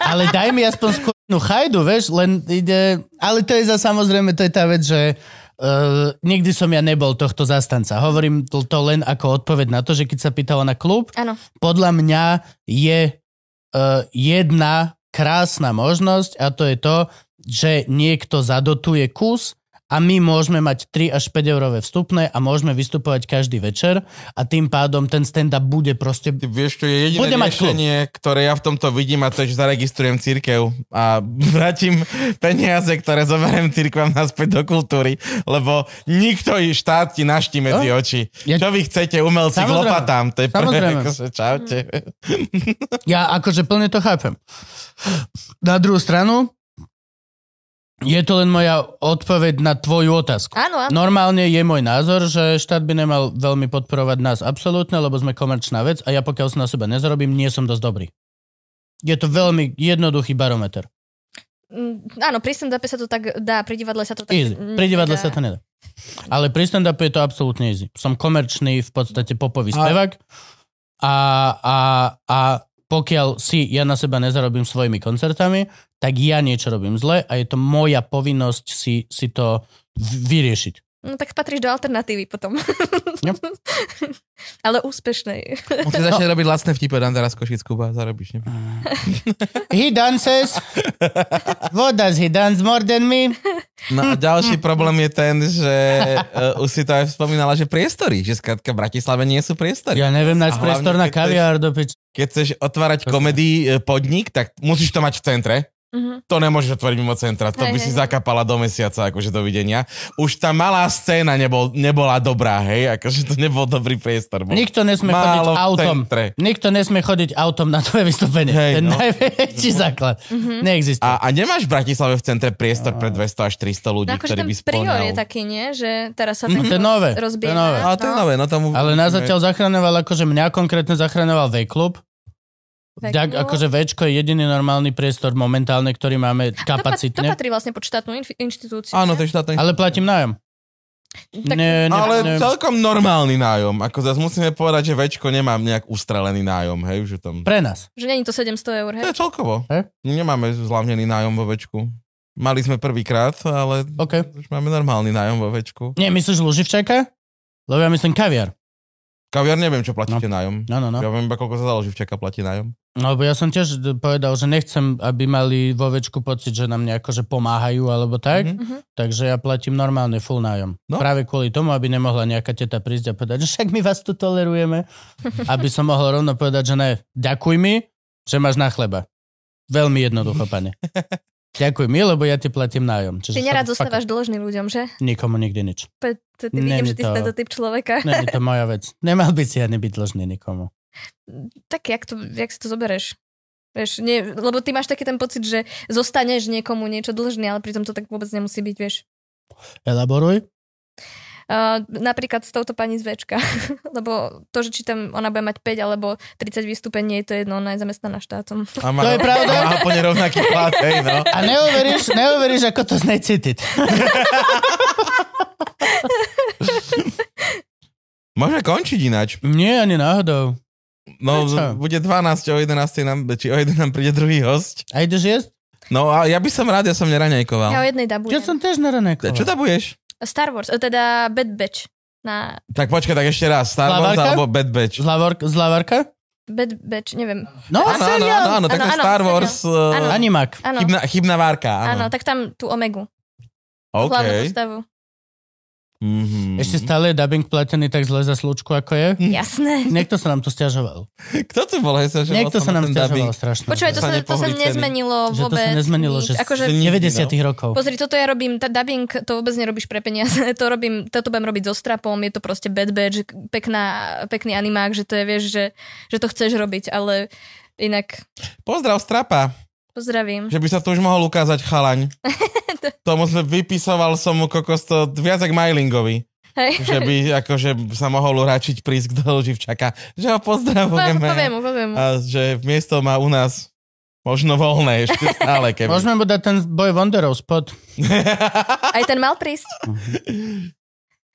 [SPEAKER 1] Ale daj mi aspoň skúšnú chajdu, vieš, len ide... Ale to je za samozrejme, to je tá vec, že Uh, nikdy som ja nebol tohto zastanca. Hovorím to, to len ako odpoveď na to, že keď sa pýtala na klub,
[SPEAKER 3] Áno.
[SPEAKER 1] podľa mňa je uh, jedna krásna možnosť a to je to, že niekto zadotuje kus a my môžeme mať 3 až 5 eurové vstupné a môžeme vystupovať každý večer a tým pádom ten stand-up bude proste...
[SPEAKER 4] Ty vieš, čo je jediné
[SPEAKER 1] Bude
[SPEAKER 4] Bude
[SPEAKER 1] mať
[SPEAKER 4] riešenie, ktoré ja v tomto vidím a to je, že zaregistrujem církev a vrátim peniaze, ktoré zoberiem církvam naspäť do kultúry, lebo nikto i štát ti našti medzi oči.
[SPEAKER 1] Ja-
[SPEAKER 4] Čo vy chcete, umelci,
[SPEAKER 1] Samozrejme.
[SPEAKER 4] k lopatám, to je prvé,
[SPEAKER 1] Samozrejme.
[SPEAKER 4] akože čaute.
[SPEAKER 1] Ja akože plne to chápem. Na druhú stranu je to len moja odpoveď na tvoju otázku.
[SPEAKER 3] Áno, áno.
[SPEAKER 1] Normálne je môj názor, že štát by nemal veľmi podporovať nás absolútne, lebo sme komerčná vec a ja pokiaľ sa na seba nezarobím, nie som dosť dobrý. Je to veľmi jednoduchý barometer.
[SPEAKER 3] Mm, áno, pri stand-upe sa to tak dá, pri divadle sa to tak...
[SPEAKER 1] Easy.
[SPEAKER 3] mm,
[SPEAKER 1] Pri divadle
[SPEAKER 3] dá.
[SPEAKER 1] sa to nedá. Ale pri stand je to absolútne easy. Som komerčný, v podstate popový
[SPEAKER 6] A-
[SPEAKER 1] spevák a, a, a pokiaľ si ja na seba nezarobím svojimi koncertami, tak ja niečo robím zle a je to moja povinnosť si, si to v- vyriešiť.
[SPEAKER 3] No tak patríš do alternatívy potom.
[SPEAKER 1] Yep.
[SPEAKER 3] Ale úspešnej.
[SPEAKER 4] Musíš začať robiť lacné vtipy, dám teraz košic Kuba, zarobíš, ne?
[SPEAKER 1] He dances. What does he dance more than me?
[SPEAKER 4] No a ďalší problém je ten, že uh, už si to aj spomínala, že priestory, že skrátka v Bratislave nie sú priestory.
[SPEAKER 1] Ja neviem nájsť
[SPEAKER 4] A hlavne,
[SPEAKER 1] priestor na
[SPEAKER 4] keď chceš-
[SPEAKER 1] kaviár do pič.
[SPEAKER 4] Keď chceš otvárať komedy podnik, tak musíš to mať v centre.
[SPEAKER 3] Mhm.
[SPEAKER 4] To nemôžeš otvoriť mimo centra, to
[SPEAKER 3] Hej,
[SPEAKER 4] by
[SPEAKER 3] hej,
[SPEAKER 4] si
[SPEAKER 3] hej.
[SPEAKER 4] zakapala do mesiaca, akože dovidenia. Už tá malá scéna nebol, nebola dobrá, hej, akože to nebol dobrý priestor. Bol
[SPEAKER 1] Nikto nesmie chodiť
[SPEAKER 4] málo v
[SPEAKER 1] autom.
[SPEAKER 4] centre.
[SPEAKER 1] Nikto nesmie chodiť autom na tvoje vystúpenie.
[SPEAKER 4] Hej,
[SPEAKER 1] Ten
[SPEAKER 4] no.
[SPEAKER 1] najväčší základ.
[SPEAKER 3] Mhm.
[SPEAKER 1] Neexistuje.
[SPEAKER 4] A, a nemáš v Bratislave v centre priestor pre 200 až 300 ľudí,
[SPEAKER 3] No
[SPEAKER 4] no,
[SPEAKER 3] akože
[SPEAKER 4] ktorý
[SPEAKER 3] ten
[SPEAKER 4] by
[SPEAKER 3] prior
[SPEAKER 4] splňal.
[SPEAKER 3] je taký, nie? Že teraz sa
[SPEAKER 1] No
[SPEAKER 3] tak
[SPEAKER 1] to je
[SPEAKER 3] roz-
[SPEAKER 1] nové, to je
[SPEAKER 3] rozbiehá.
[SPEAKER 1] nové.
[SPEAKER 4] Ale to je nové, no tomu...
[SPEAKER 1] Ale nás zatiaľ zachraňoval, akože mňa konkrétne zachraňoval V-klub.
[SPEAKER 3] V-klub.
[SPEAKER 1] Tak akože Včko je jediný normálny priestor momentálne, ktorý máme
[SPEAKER 3] To, pat- to
[SPEAKER 1] kapacitne.
[SPEAKER 3] patrí vlastne pod štátnu inf- inštitúciu.
[SPEAKER 4] Áno, to
[SPEAKER 3] nie?
[SPEAKER 4] je štátny...
[SPEAKER 1] Ale
[SPEAKER 4] Ale,
[SPEAKER 1] platím nájom.
[SPEAKER 3] tak,
[SPEAKER 1] Ne, ne,
[SPEAKER 4] ale
[SPEAKER 1] ne.
[SPEAKER 4] celkom normálny nájom. Ako zase musíme povedať, že Večko nemám nejak ustrelený nájom, hej, že tam...
[SPEAKER 1] Pre nás.
[SPEAKER 3] Že není to 700 eur,
[SPEAKER 4] To
[SPEAKER 3] hej?
[SPEAKER 4] je celkovo.
[SPEAKER 1] Hej.
[SPEAKER 4] Nemáme zlavnený nájom vo Večku. Mali sme prvýkrát, ale
[SPEAKER 1] OK.
[SPEAKER 4] už máme normálny nájom vo Večku.
[SPEAKER 1] Nie, myslíš Luživčaka? Lebo ja myslím kaviar.
[SPEAKER 4] Kaviar neviem, čo platíte nájom.
[SPEAKER 1] No, no, no.
[SPEAKER 4] Ja viem iba, koľko sa založí včaka platí nájom.
[SPEAKER 1] No, lebo ja som tiež d- povedal, že nechcem, aby mali vo večku pocit, že nám nejako že pomáhajú alebo tak,
[SPEAKER 4] Mhm.
[SPEAKER 1] takže ja platím normálne full nájom. No.
[SPEAKER 4] No.
[SPEAKER 1] Práve kvôli tomu, aby nemohla nejaká teta prísť a povedať, že však my vás tu tolerujeme, aby som mohol rovno povedať, že ne, ďakuj mi, že máš na chleba. Veľmi jednoducho, pane. Ďakuj mi, lebo ja ti platím nájom. Čiže
[SPEAKER 3] Ty nerad
[SPEAKER 1] fuck-
[SPEAKER 3] zostávaš dlžný ľuďom, že?
[SPEAKER 1] Nikomu nikdy nič.
[SPEAKER 3] Pe- To ty
[SPEAKER 1] Není
[SPEAKER 3] vidím, že ty
[SPEAKER 1] to-
[SPEAKER 3] si tento typ človeka.
[SPEAKER 1] Nie je to moja vec. Nemal by si ani byť dlžný nikomu.
[SPEAKER 3] Tak jak, to, jak si to zobereš? Vieš, nie, lebo ty máš taký ten pocit, že zostaneš niekomu niečo dlžný, ale pritom to tak vôbec nemusí byť, vieš.
[SPEAKER 1] Elaboruj.
[SPEAKER 3] Uh, napríklad s touto pani z Včka. lebo to, že či tam ona bude mať 5 alebo 30 vystúpení, je to jedno, ona je zamestnaná štátom.
[SPEAKER 4] A má,
[SPEAKER 1] To je pravda.
[SPEAKER 4] A má úplne rovnaký plat, hej, no.
[SPEAKER 1] A neuveríš, neuveríš ako to znecítiť.
[SPEAKER 4] Môžeme končiť ináč.
[SPEAKER 1] Nie, ani náhodou.
[SPEAKER 4] No,
[SPEAKER 1] Prečo?
[SPEAKER 4] bude 12, o 11 nám, či o 1 nám príde druhý host.
[SPEAKER 1] A ideš jesť?
[SPEAKER 4] No a ja by som rád, ja som
[SPEAKER 3] Ja o
[SPEAKER 4] neraňajkoval.
[SPEAKER 3] jednej dabujem.
[SPEAKER 1] Ja som tiež neranekol.
[SPEAKER 4] Čo tabuješ?
[SPEAKER 3] Star Wars, e, teda Bad Batch. Na
[SPEAKER 4] Tak počkaj, tak ešte raz. Star Wars
[SPEAKER 1] Slavarka?
[SPEAKER 4] alebo Bad Batch?
[SPEAKER 1] Zlavork, zlavarka?
[SPEAKER 3] Bad Batch, neviem.
[SPEAKER 1] No,
[SPEAKER 4] Áno, áno, áno, áno, tak
[SPEAKER 3] Áno,
[SPEAKER 4] to
[SPEAKER 3] áno,
[SPEAKER 4] Star
[SPEAKER 3] seriál.
[SPEAKER 4] Wars,
[SPEAKER 3] Áno.
[SPEAKER 4] uh,
[SPEAKER 1] Animak.
[SPEAKER 3] Áno,
[SPEAKER 4] chybná, chybná várka,
[SPEAKER 3] áno,
[SPEAKER 4] áno.
[SPEAKER 3] tak tam tú Omegu, okay. hlavnú
[SPEAKER 4] OK.
[SPEAKER 3] postavu.
[SPEAKER 4] Mhm.
[SPEAKER 1] Ešte stále je dubbing platený tak zle za slučku, ako je.
[SPEAKER 3] Jasné.
[SPEAKER 1] Niekto sa nám tu stiažoval.
[SPEAKER 4] Kto to bol? Hej, sa, že
[SPEAKER 1] Niekto
[SPEAKER 4] bol
[SPEAKER 1] sa
[SPEAKER 4] som na
[SPEAKER 1] nám
[SPEAKER 4] ten
[SPEAKER 1] stiažoval
[SPEAKER 4] dubbing.
[SPEAKER 1] strašne.
[SPEAKER 3] Počúvaj, to
[SPEAKER 4] Sa
[SPEAKER 3] sa, to sa
[SPEAKER 4] nepohli vtedy.
[SPEAKER 3] nezmenilo
[SPEAKER 1] že to
[SPEAKER 3] vôbec.
[SPEAKER 1] sa nezmenilo,
[SPEAKER 3] nič.
[SPEAKER 1] že
[SPEAKER 3] akože,
[SPEAKER 4] no.
[SPEAKER 1] z 90 rokov.
[SPEAKER 3] Pozri, toto ja robím, tá dubbing, to vôbec nerobíš pre peniaze, to robím, toto budem robiť so strapom, je to proste bad badge, pekná, pekný animák, že to je, vieš, že, že to chceš robiť, ale inak
[SPEAKER 4] Pozdrav Strapa.
[SPEAKER 3] pozdravím.
[SPEAKER 4] Že by sa to už mohol ukázať chalaň. Tomu sme vypisoval som mu kokos to viac jak Mailingovi.
[SPEAKER 3] Hej.
[SPEAKER 4] Že by akože sa mohol uráčiť prísť do Živčaka. Že ho
[SPEAKER 3] Po-
[SPEAKER 4] pozdravujeme.
[SPEAKER 3] No, Poviem mu, poviem mu.
[SPEAKER 4] A že miesto má u nás možno voľné ešte stále. Keby.
[SPEAKER 1] Môžeme mu dať ten boj Wonderov spod.
[SPEAKER 3] Aj ten mal prísť.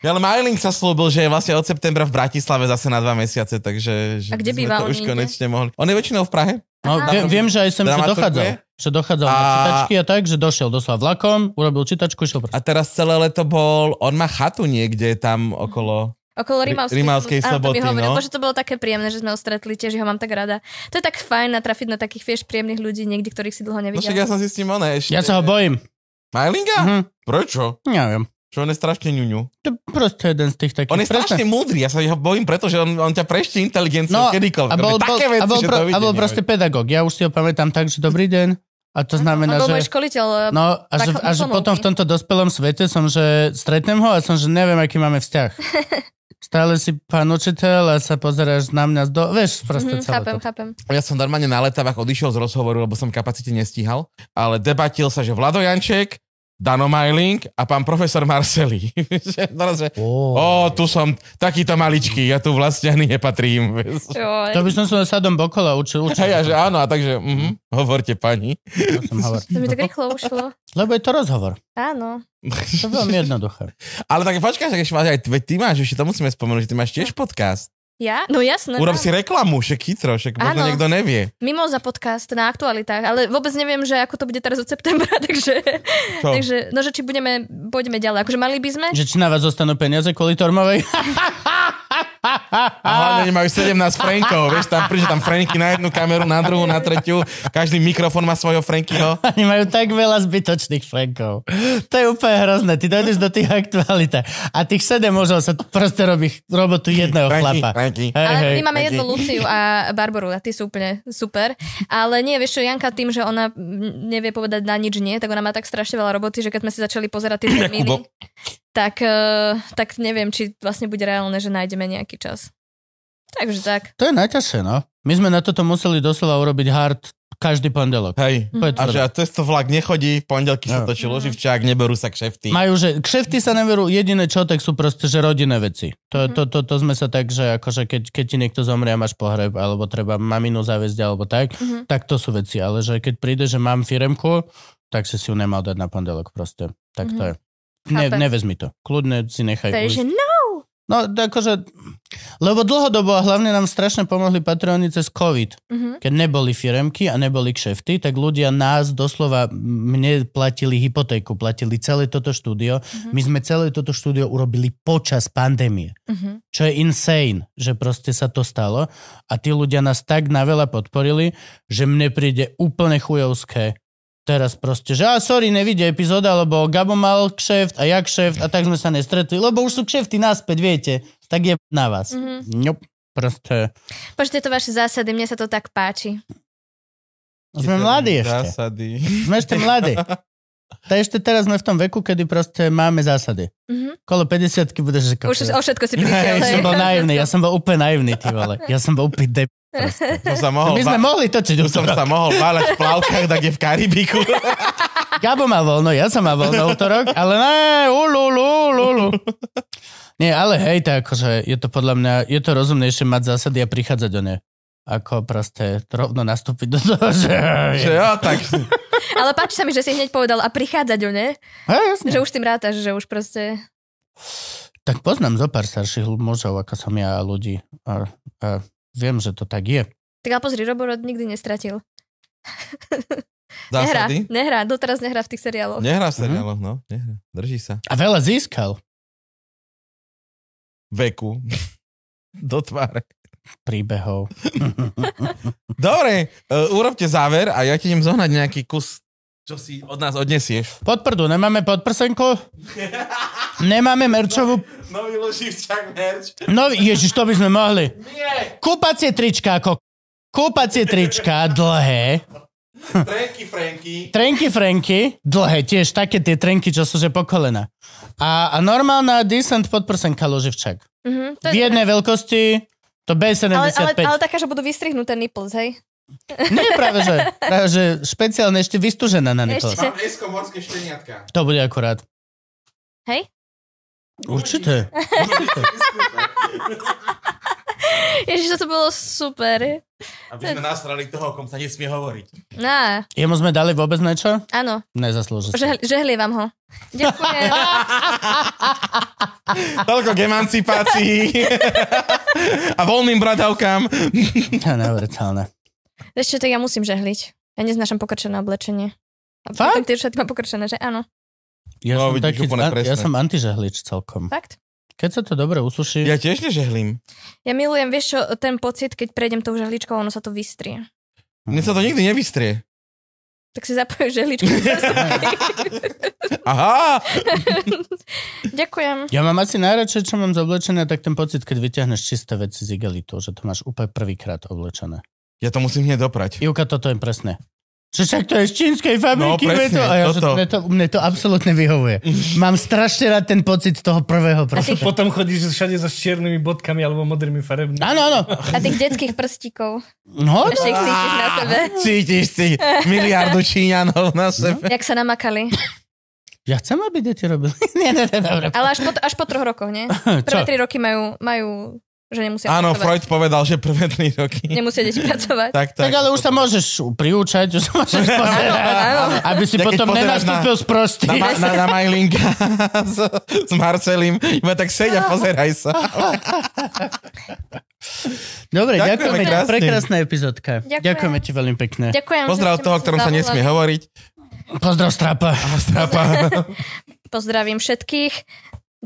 [SPEAKER 4] Ale Mailing sa slúbil, že je vlastne od septembra v Bratislave zase na dva mesiace, takže že
[SPEAKER 3] A kde
[SPEAKER 4] by sme
[SPEAKER 3] býva
[SPEAKER 4] to
[SPEAKER 3] on
[SPEAKER 4] už
[SPEAKER 3] inde?
[SPEAKER 4] konečne mohli. On je väčšinou v Prahe,
[SPEAKER 1] No,
[SPEAKER 3] Aha.
[SPEAKER 1] vie, viem, že aj sem, že
[SPEAKER 4] Dramaturg
[SPEAKER 1] dochádzal.
[SPEAKER 4] je?
[SPEAKER 1] Že dochádzal na
[SPEAKER 4] A-
[SPEAKER 1] čítačky a tak, že došiel doslova vlakom, urobil čítačku, išiel preč.
[SPEAKER 4] A teraz celé leto bol, on má chatu niekde tam okolo.
[SPEAKER 3] Okolo
[SPEAKER 4] Ri-
[SPEAKER 3] Rímavskej,
[SPEAKER 4] Rímavskej
[SPEAKER 3] áno, to mi
[SPEAKER 4] soboty,
[SPEAKER 3] hovoril.
[SPEAKER 4] no.
[SPEAKER 3] Bože, to bolo také príjemné, že sme ho stretli, tiež ho mám tak rada. To je tak fajn natrafiť na takých, vieš, príjemných ľudí, niekde, ktorých si dlho
[SPEAKER 4] No
[SPEAKER 3] nevidel.
[SPEAKER 4] však ja som si s ním oné ešte.
[SPEAKER 1] Ja sa ho bojím.
[SPEAKER 4] Majlinga?
[SPEAKER 1] Mhm.
[SPEAKER 4] Prečo?
[SPEAKER 1] Neviem.
[SPEAKER 4] Čo on je strašne ňuňu.
[SPEAKER 1] To je proste jeden z tých takých.
[SPEAKER 4] On je strašne
[SPEAKER 1] presne.
[SPEAKER 4] múdry, ja sa jeho bojím, pretože on, on ťa prešti
[SPEAKER 1] No,
[SPEAKER 4] inteligenciou kedykoľvek.
[SPEAKER 1] a bol, bol,
[SPEAKER 4] také veci,
[SPEAKER 1] a bol,
[SPEAKER 4] že
[SPEAKER 1] pro, a
[SPEAKER 4] dovidenia.
[SPEAKER 1] bol proste pedagóg. Ja už si ho pamätám tak, že dobrý deň. A to znamená,
[SPEAKER 3] On
[SPEAKER 1] že...
[SPEAKER 3] bol môj školiteľ. No.
[SPEAKER 1] No a že, a že
[SPEAKER 3] základnej
[SPEAKER 1] potom v
[SPEAKER 3] formulky.
[SPEAKER 1] tomto dospelom svete som, že stretnem ho a som, že neviem, aký máme vzťah. Stále si pán učiteľ a sa pozeráš na mňa do... Vieš, proste
[SPEAKER 3] Mhm,
[SPEAKER 1] celé
[SPEAKER 3] chápem,
[SPEAKER 1] to.
[SPEAKER 3] chápem.
[SPEAKER 4] Ja som normálne na letavách odišiel z rozhovoru, lebo som kapacite nestíhal, ale debatil sa, že Vlado Janček, Dano Majling a pán profesor Marceli. Že teraz, že,
[SPEAKER 6] Oh.
[SPEAKER 4] Ó, tu som takýto maličký, ja tu vlastne ani nepatrím. vieš.
[SPEAKER 3] Joj.
[SPEAKER 1] To by som sa sadom bokola učil. učil
[SPEAKER 4] A ja, že áno, a takže, mhm, hovorte pani.
[SPEAKER 1] to som hovoril.
[SPEAKER 3] To mi tak rýchlo ušlo.
[SPEAKER 1] Lebo je to rozhovor.
[SPEAKER 3] Áno.
[SPEAKER 1] To je veľmi jednoduché.
[SPEAKER 4] Ale tak počkaj, že máš aj, veď ty máš, ešte to musíme spomenúť, že ty máš tiež
[SPEAKER 3] No.
[SPEAKER 4] podcast.
[SPEAKER 3] Ja? No jasné.
[SPEAKER 4] Urob
[SPEAKER 3] mám.
[SPEAKER 4] si reklamu, však chytro, však možno
[SPEAKER 3] Áno.
[SPEAKER 4] niekto nevie.
[SPEAKER 3] Mimo za podcast na aktualitách, ale vôbec neviem, že ako to bude teraz od septembra, takže,
[SPEAKER 4] Čo?
[SPEAKER 3] takže no, že či budeme, pôjdeme ďalej. Akože mali by sme?
[SPEAKER 1] Že či na vás zostanú peniaze kvôli Tormovej?
[SPEAKER 4] A hlavne majú 17 Frankov, vieš, tam príde tam Franky na jednu kameru, na druhú, na tretiu, každý mikrofón má svojho Frankyho.
[SPEAKER 1] Oni majú tak veľa zbytočných frankov. To je úplne hrozné. Ty dojdeš do tých aktualít a tých sedem mužov sa proste robí robotu jedného
[SPEAKER 4] Franky,
[SPEAKER 1] chlapa.
[SPEAKER 4] Franky.
[SPEAKER 1] Hej,
[SPEAKER 3] Ale
[SPEAKER 1] hej.
[SPEAKER 3] my máme
[SPEAKER 4] Taký.
[SPEAKER 3] jednu Luciu a Barbaru a tí sú úplne super. Ale nie, vieš čo, Janka tým, že ona mm, nevie povedať na nič nie, tak ona má tak strašne veľa roboty, že keď sme si začali pozerať tie termíny,
[SPEAKER 4] Kubo.
[SPEAKER 3] tak, eh, tak neviem, či vlastne bude reálne, že nájdeme nejaký čas. Takže tak.
[SPEAKER 1] To je najťažšie, no. My sme na toto museli doslova urobiť hard každý pondelok.
[SPEAKER 4] Hej.
[SPEAKER 1] To je
[SPEAKER 4] A že
[SPEAKER 1] tvrdé.
[SPEAKER 4] a to vlak nechodí, v pondelky
[SPEAKER 1] No.
[SPEAKER 4] sa točilo, živčák, neberú sa kšefty.
[SPEAKER 1] Majú, že kšefty sa neverú, jediné čo, tak sú proste, že rodinné veci.
[SPEAKER 3] Mhm.
[SPEAKER 1] To, to, to, to sme sa tak, že akože keď, keď ti niekto zomrie a máš pohreb, alebo treba maminu zaviesť, alebo tak,
[SPEAKER 3] Mhm.
[SPEAKER 1] tak to sú veci. Ale že keď príde, že mám firemku, tak si si ju nemal dať na pondelok proste. Tak to
[SPEAKER 3] Mhm.
[SPEAKER 1] je. Ne,
[SPEAKER 3] Chápem.
[SPEAKER 1] nevezmi to. Kľudne si nechaj
[SPEAKER 3] To je, že
[SPEAKER 1] ujsť.
[SPEAKER 3] no,
[SPEAKER 1] No, tak akože, lebo dlhodobo a hlavne nám strašne pomohli Patreoni cez COVID.
[SPEAKER 3] Mhm.
[SPEAKER 1] Keď neboli firemky a neboli kšefty, tak ľudia nás doslova, mne platili hypotéku, platili celé toto štúdio.
[SPEAKER 3] Mhm.
[SPEAKER 1] My sme celé toto štúdio urobili počas pandémie.
[SPEAKER 3] Mhm.
[SPEAKER 1] Čo je insane, že proste sa to stalo a tí ľudia nás tak naveľa podporili, že mne príde úplne chujovské teraz proste, že a sorry, nevidie epizóda, lebo Gabo mal kšeft a ja kšeft a tak sme sa nestretli, lebo už sú kšefty naspäť, viete, tak je na vás.
[SPEAKER 3] Mhm.
[SPEAKER 1] Nope, proste.
[SPEAKER 3] Počte to vaše zásady, mne sa to tak páči.
[SPEAKER 1] Sme mladí ešte.
[SPEAKER 4] Zásady.
[SPEAKER 1] Sme ešte mladí. To ešte teraz sme v tom veku, kedy proste máme zásady.
[SPEAKER 3] Mhm.
[SPEAKER 1] Kolo 50 budeš že
[SPEAKER 3] Už
[SPEAKER 1] kokos.
[SPEAKER 3] o všetko si
[SPEAKER 1] Ja
[SPEAKER 3] prišiel. hej.
[SPEAKER 1] som bol naivný, ja som bol úplne naivný, ty vole. Ja som bol úplne dep. proste.
[SPEAKER 4] To sa mohol,
[SPEAKER 1] My sme
[SPEAKER 4] ba-
[SPEAKER 1] mohli točiť
[SPEAKER 4] tu
[SPEAKER 1] už
[SPEAKER 4] som sa mohol váľať v plavkách, tak je v Karibiku.
[SPEAKER 1] Gabo má voľno, ja som má voľno útorok, ale ne, ulu, ulu, ulu, ulu. Nie, ale hej, to akože je to podľa mňa, je to rozumnejšie mať zásady a prichádzať do ne. Ako proste rovno nastúpiť do toho, že...
[SPEAKER 4] Že jo, tak.
[SPEAKER 3] Ale páči sa mi, že si hneď povedal a prichádzať o ne,
[SPEAKER 1] Hej, jasne.
[SPEAKER 3] že už tým rátaš, že už proste...
[SPEAKER 1] Tak poznám zo pár starších mužov, ako som ja a ľudí. A, a viem, že to tak je.
[SPEAKER 3] Tak ale pozri, Roborod nikdy nestratil.
[SPEAKER 4] Zásady.
[SPEAKER 3] Nehrá, nehrá, doteraz nehrá v tých seriáloch. Ne.
[SPEAKER 4] Nehrá sa
[SPEAKER 1] Mhm.
[SPEAKER 4] ďalej, no. Nehrá. Drží sa.
[SPEAKER 1] A veľa získal.
[SPEAKER 4] Veku. Do tváre.
[SPEAKER 1] príbehov.
[SPEAKER 4] Dobre, uh, urobte záver a ja ti idem zohnať nejaký kus, čo si od nás odnesieš.
[SPEAKER 1] Podprdu, nemáme podprsenku? Nemáme merčovú...
[SPEAKER 4] Nový Luživčak merch.
[SPEAKER 1] No, ježiš, to by sme mohli. Kúpacie trička, ako... Kúpacie trička, dlhé.
[SPEAKER 4] Franky, Franky.
[SPEAKER 1] Trenky Franky, dlhé tiež, také tie trenky, čo sú že po kolena. A, a normálna decent podprsenka Luživčak.
[SPEAKER 3] Mhm,
[SPEAKER 1] V
[SPEAKER 3] to je
[SPEAKER 1] jednej veľkosti, to
[SPEAKER 3] ale, ale,
[SPEAKER 1] B75.
[SPEAKER 3] ale taká, že budú vystrihnuté nipples, hej?
[SPEAKER 1] Nie, práve že, práve že špeciálne ešte vystúžená na Nikol.
[SPEAKER 3] Ešte sa...
[SPEAKER 4] Eskomorské šteniatka.
[SPEAKER 1] To bude akurát.
[SPEAKER 3] Hej?
[SPEAKER 1] Určite.
[SPEAKER 3] Ježiš, to bolo super.
[SPEAKER 4] Aby sme nasrali toho, o kom sa nesmie hovoriť.
[SPEAKER 3] Á,
[SPEAKER 1] Jemu sme dali vôbec niečo?
[SPEAKER 3] áno,
[SPEAKER 1] Nezaslúži si.
[SPEAKER 3] Žehl- žehlievam ho. Ďakujem.
[SPEAKER 4] Toľko k emancipácii a voľným bradavkám.
[SPEAKER 1] To je neuveriteľné.
[SPEAKER 3] Ešte tak ja musím žehliť. Ja neznášam pokrčené oblečenie. A
[SPEAKER 1] Fakt?
[SPEAKER 3] Tak tie šaty mám pokrčené, že áno.
[SPEAKER 1] Ja,
[SPEAKER 4] No,
[SPEAKER 1] som
[SPEAKER 4] vidíš,
[SPEAKER 1] taký,
[SPEAKER 4] úplne
[SPEAKER 1] an, ja
[SPEAKER 4] presné.
[SPEAKER 1] som antižehlič celkom.
[SPEAKER 3] Fakt?
[SPEAKER 1] Keď sa to dobre usuší,
[SPEAKER 4] Ja tiež nežehlím.
[SPEAKER 3] Ja milujem, vieš čo, ten pocit, keď prejdem tou žehličkou, ono sa to vystrie.
[SPEAKER 4] Mne sa to nikdy nevystrie.
[SPEAKER 3] Tak si zapojím žehličku.
[SPEAKER 4] Aha!
[SPEAKER 3] Ďakujem.
[SPEAKER 1] Ja mám asi najradšej, čo mám z oblečenia, tak ten pocit, keď vyťahneš čisté veci z igelitu, že to máš úplne prvýkrát oblečené.
[SPEAKER 4] Ja to musím hneď doprať.
[SPEAKER 1] Ivka, toto je presné. Že však to je z čínskej fabriky, no,
[SPEAKER 4] No, presne,
[SPEAKER 1] to, a ja, že
[SPEAKER 4] toto.
[SPEAKER 1] mne, to, mne to absolútne vyhovuje. Mám strašne rád ten pocit toho prvého
[SPEAKER 3] A
[SPEAKER 1] prstu.
[SPEAKER 3] tých,
[SPEAKER 6] Potom chodíš všade so čiernymi bodkami alebo modrými farebnými.
[SPEAKER 1] Áno, áno.
[SPEAKER 3] a tých detských prstíkov.
[SPEAKER 1] No,
[SPEAKER 3] Ešte ich cítiš na sebe.
[SPEAKER 4] Cítiš si miliardu Číňanov na sebe.
[SPEAKER 3] Jak sa namakali.
[SPEAKER 1] ja chcem, aby deti robili. Nie, nie, nie, dobre.
[SPEAKER 3] Ale až po, až po troch rokoch, nie?
[SPEAKER 1] Čo?
[SPEAKER 3] Prvé tri roky majú, majú že nemusia
[SPEAKER 4] Áno,
[SPEAKER 3] pracovať.
[SPEAKER 4] Freud povedal, že prvé tri roky.
[SPEAKER 3] Nemusia deti pracovať.
[SPEAKER 4] Tak, tak.
[SPEAKER 1] Tak ale už sa môžeš priúčať, už sa môžeš pozerať,
[SPEAKER 3] áno.
[SPEAKER 1] aby si
[SPEAKER 4] Ja keď
[SPEAKER 1] potom
[SPEAKER 4] pozerám
[SPEAKER 1] nenastúpil z prostý.
[SPEAKER 4] Na, ma, na, na Majlinka s, s Marcelim. Iba tak sedia, pozeraj sa.
[SPEAKER 1] Dobre,
[SPEAKER 4] Ďakujeme
[SPEAKER 1] ďakujeme ti.
[SPEAKER 4] krásne.
[SPEAKER 1] Prekrásna epizódka.
[SPEAKER 3] Ďakujem.
[SPEAKER 1] Ďakujeme ti veľmi pekne.
[SPEAKER 3] Ďakujem. že
[SPEAKER 4] Pozdrav
[SPEAKER 3] ste ma
[SPEAKER 4] toho, ktorom sa nesmie
[SPEAKER 3] zavolali.
[SPEAKER 4] hovoriť.
[SPEAKER 1] Pozdrav strapa.
[SPEAKER 4] A strapa.
[SPEAKER 3] Pozdravím všetkých.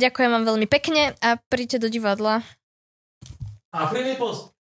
[SPEAKER 3] Ďakujem vám veľmi pekne a príďte do divadla.
[SPEAKER 7] A Filipos,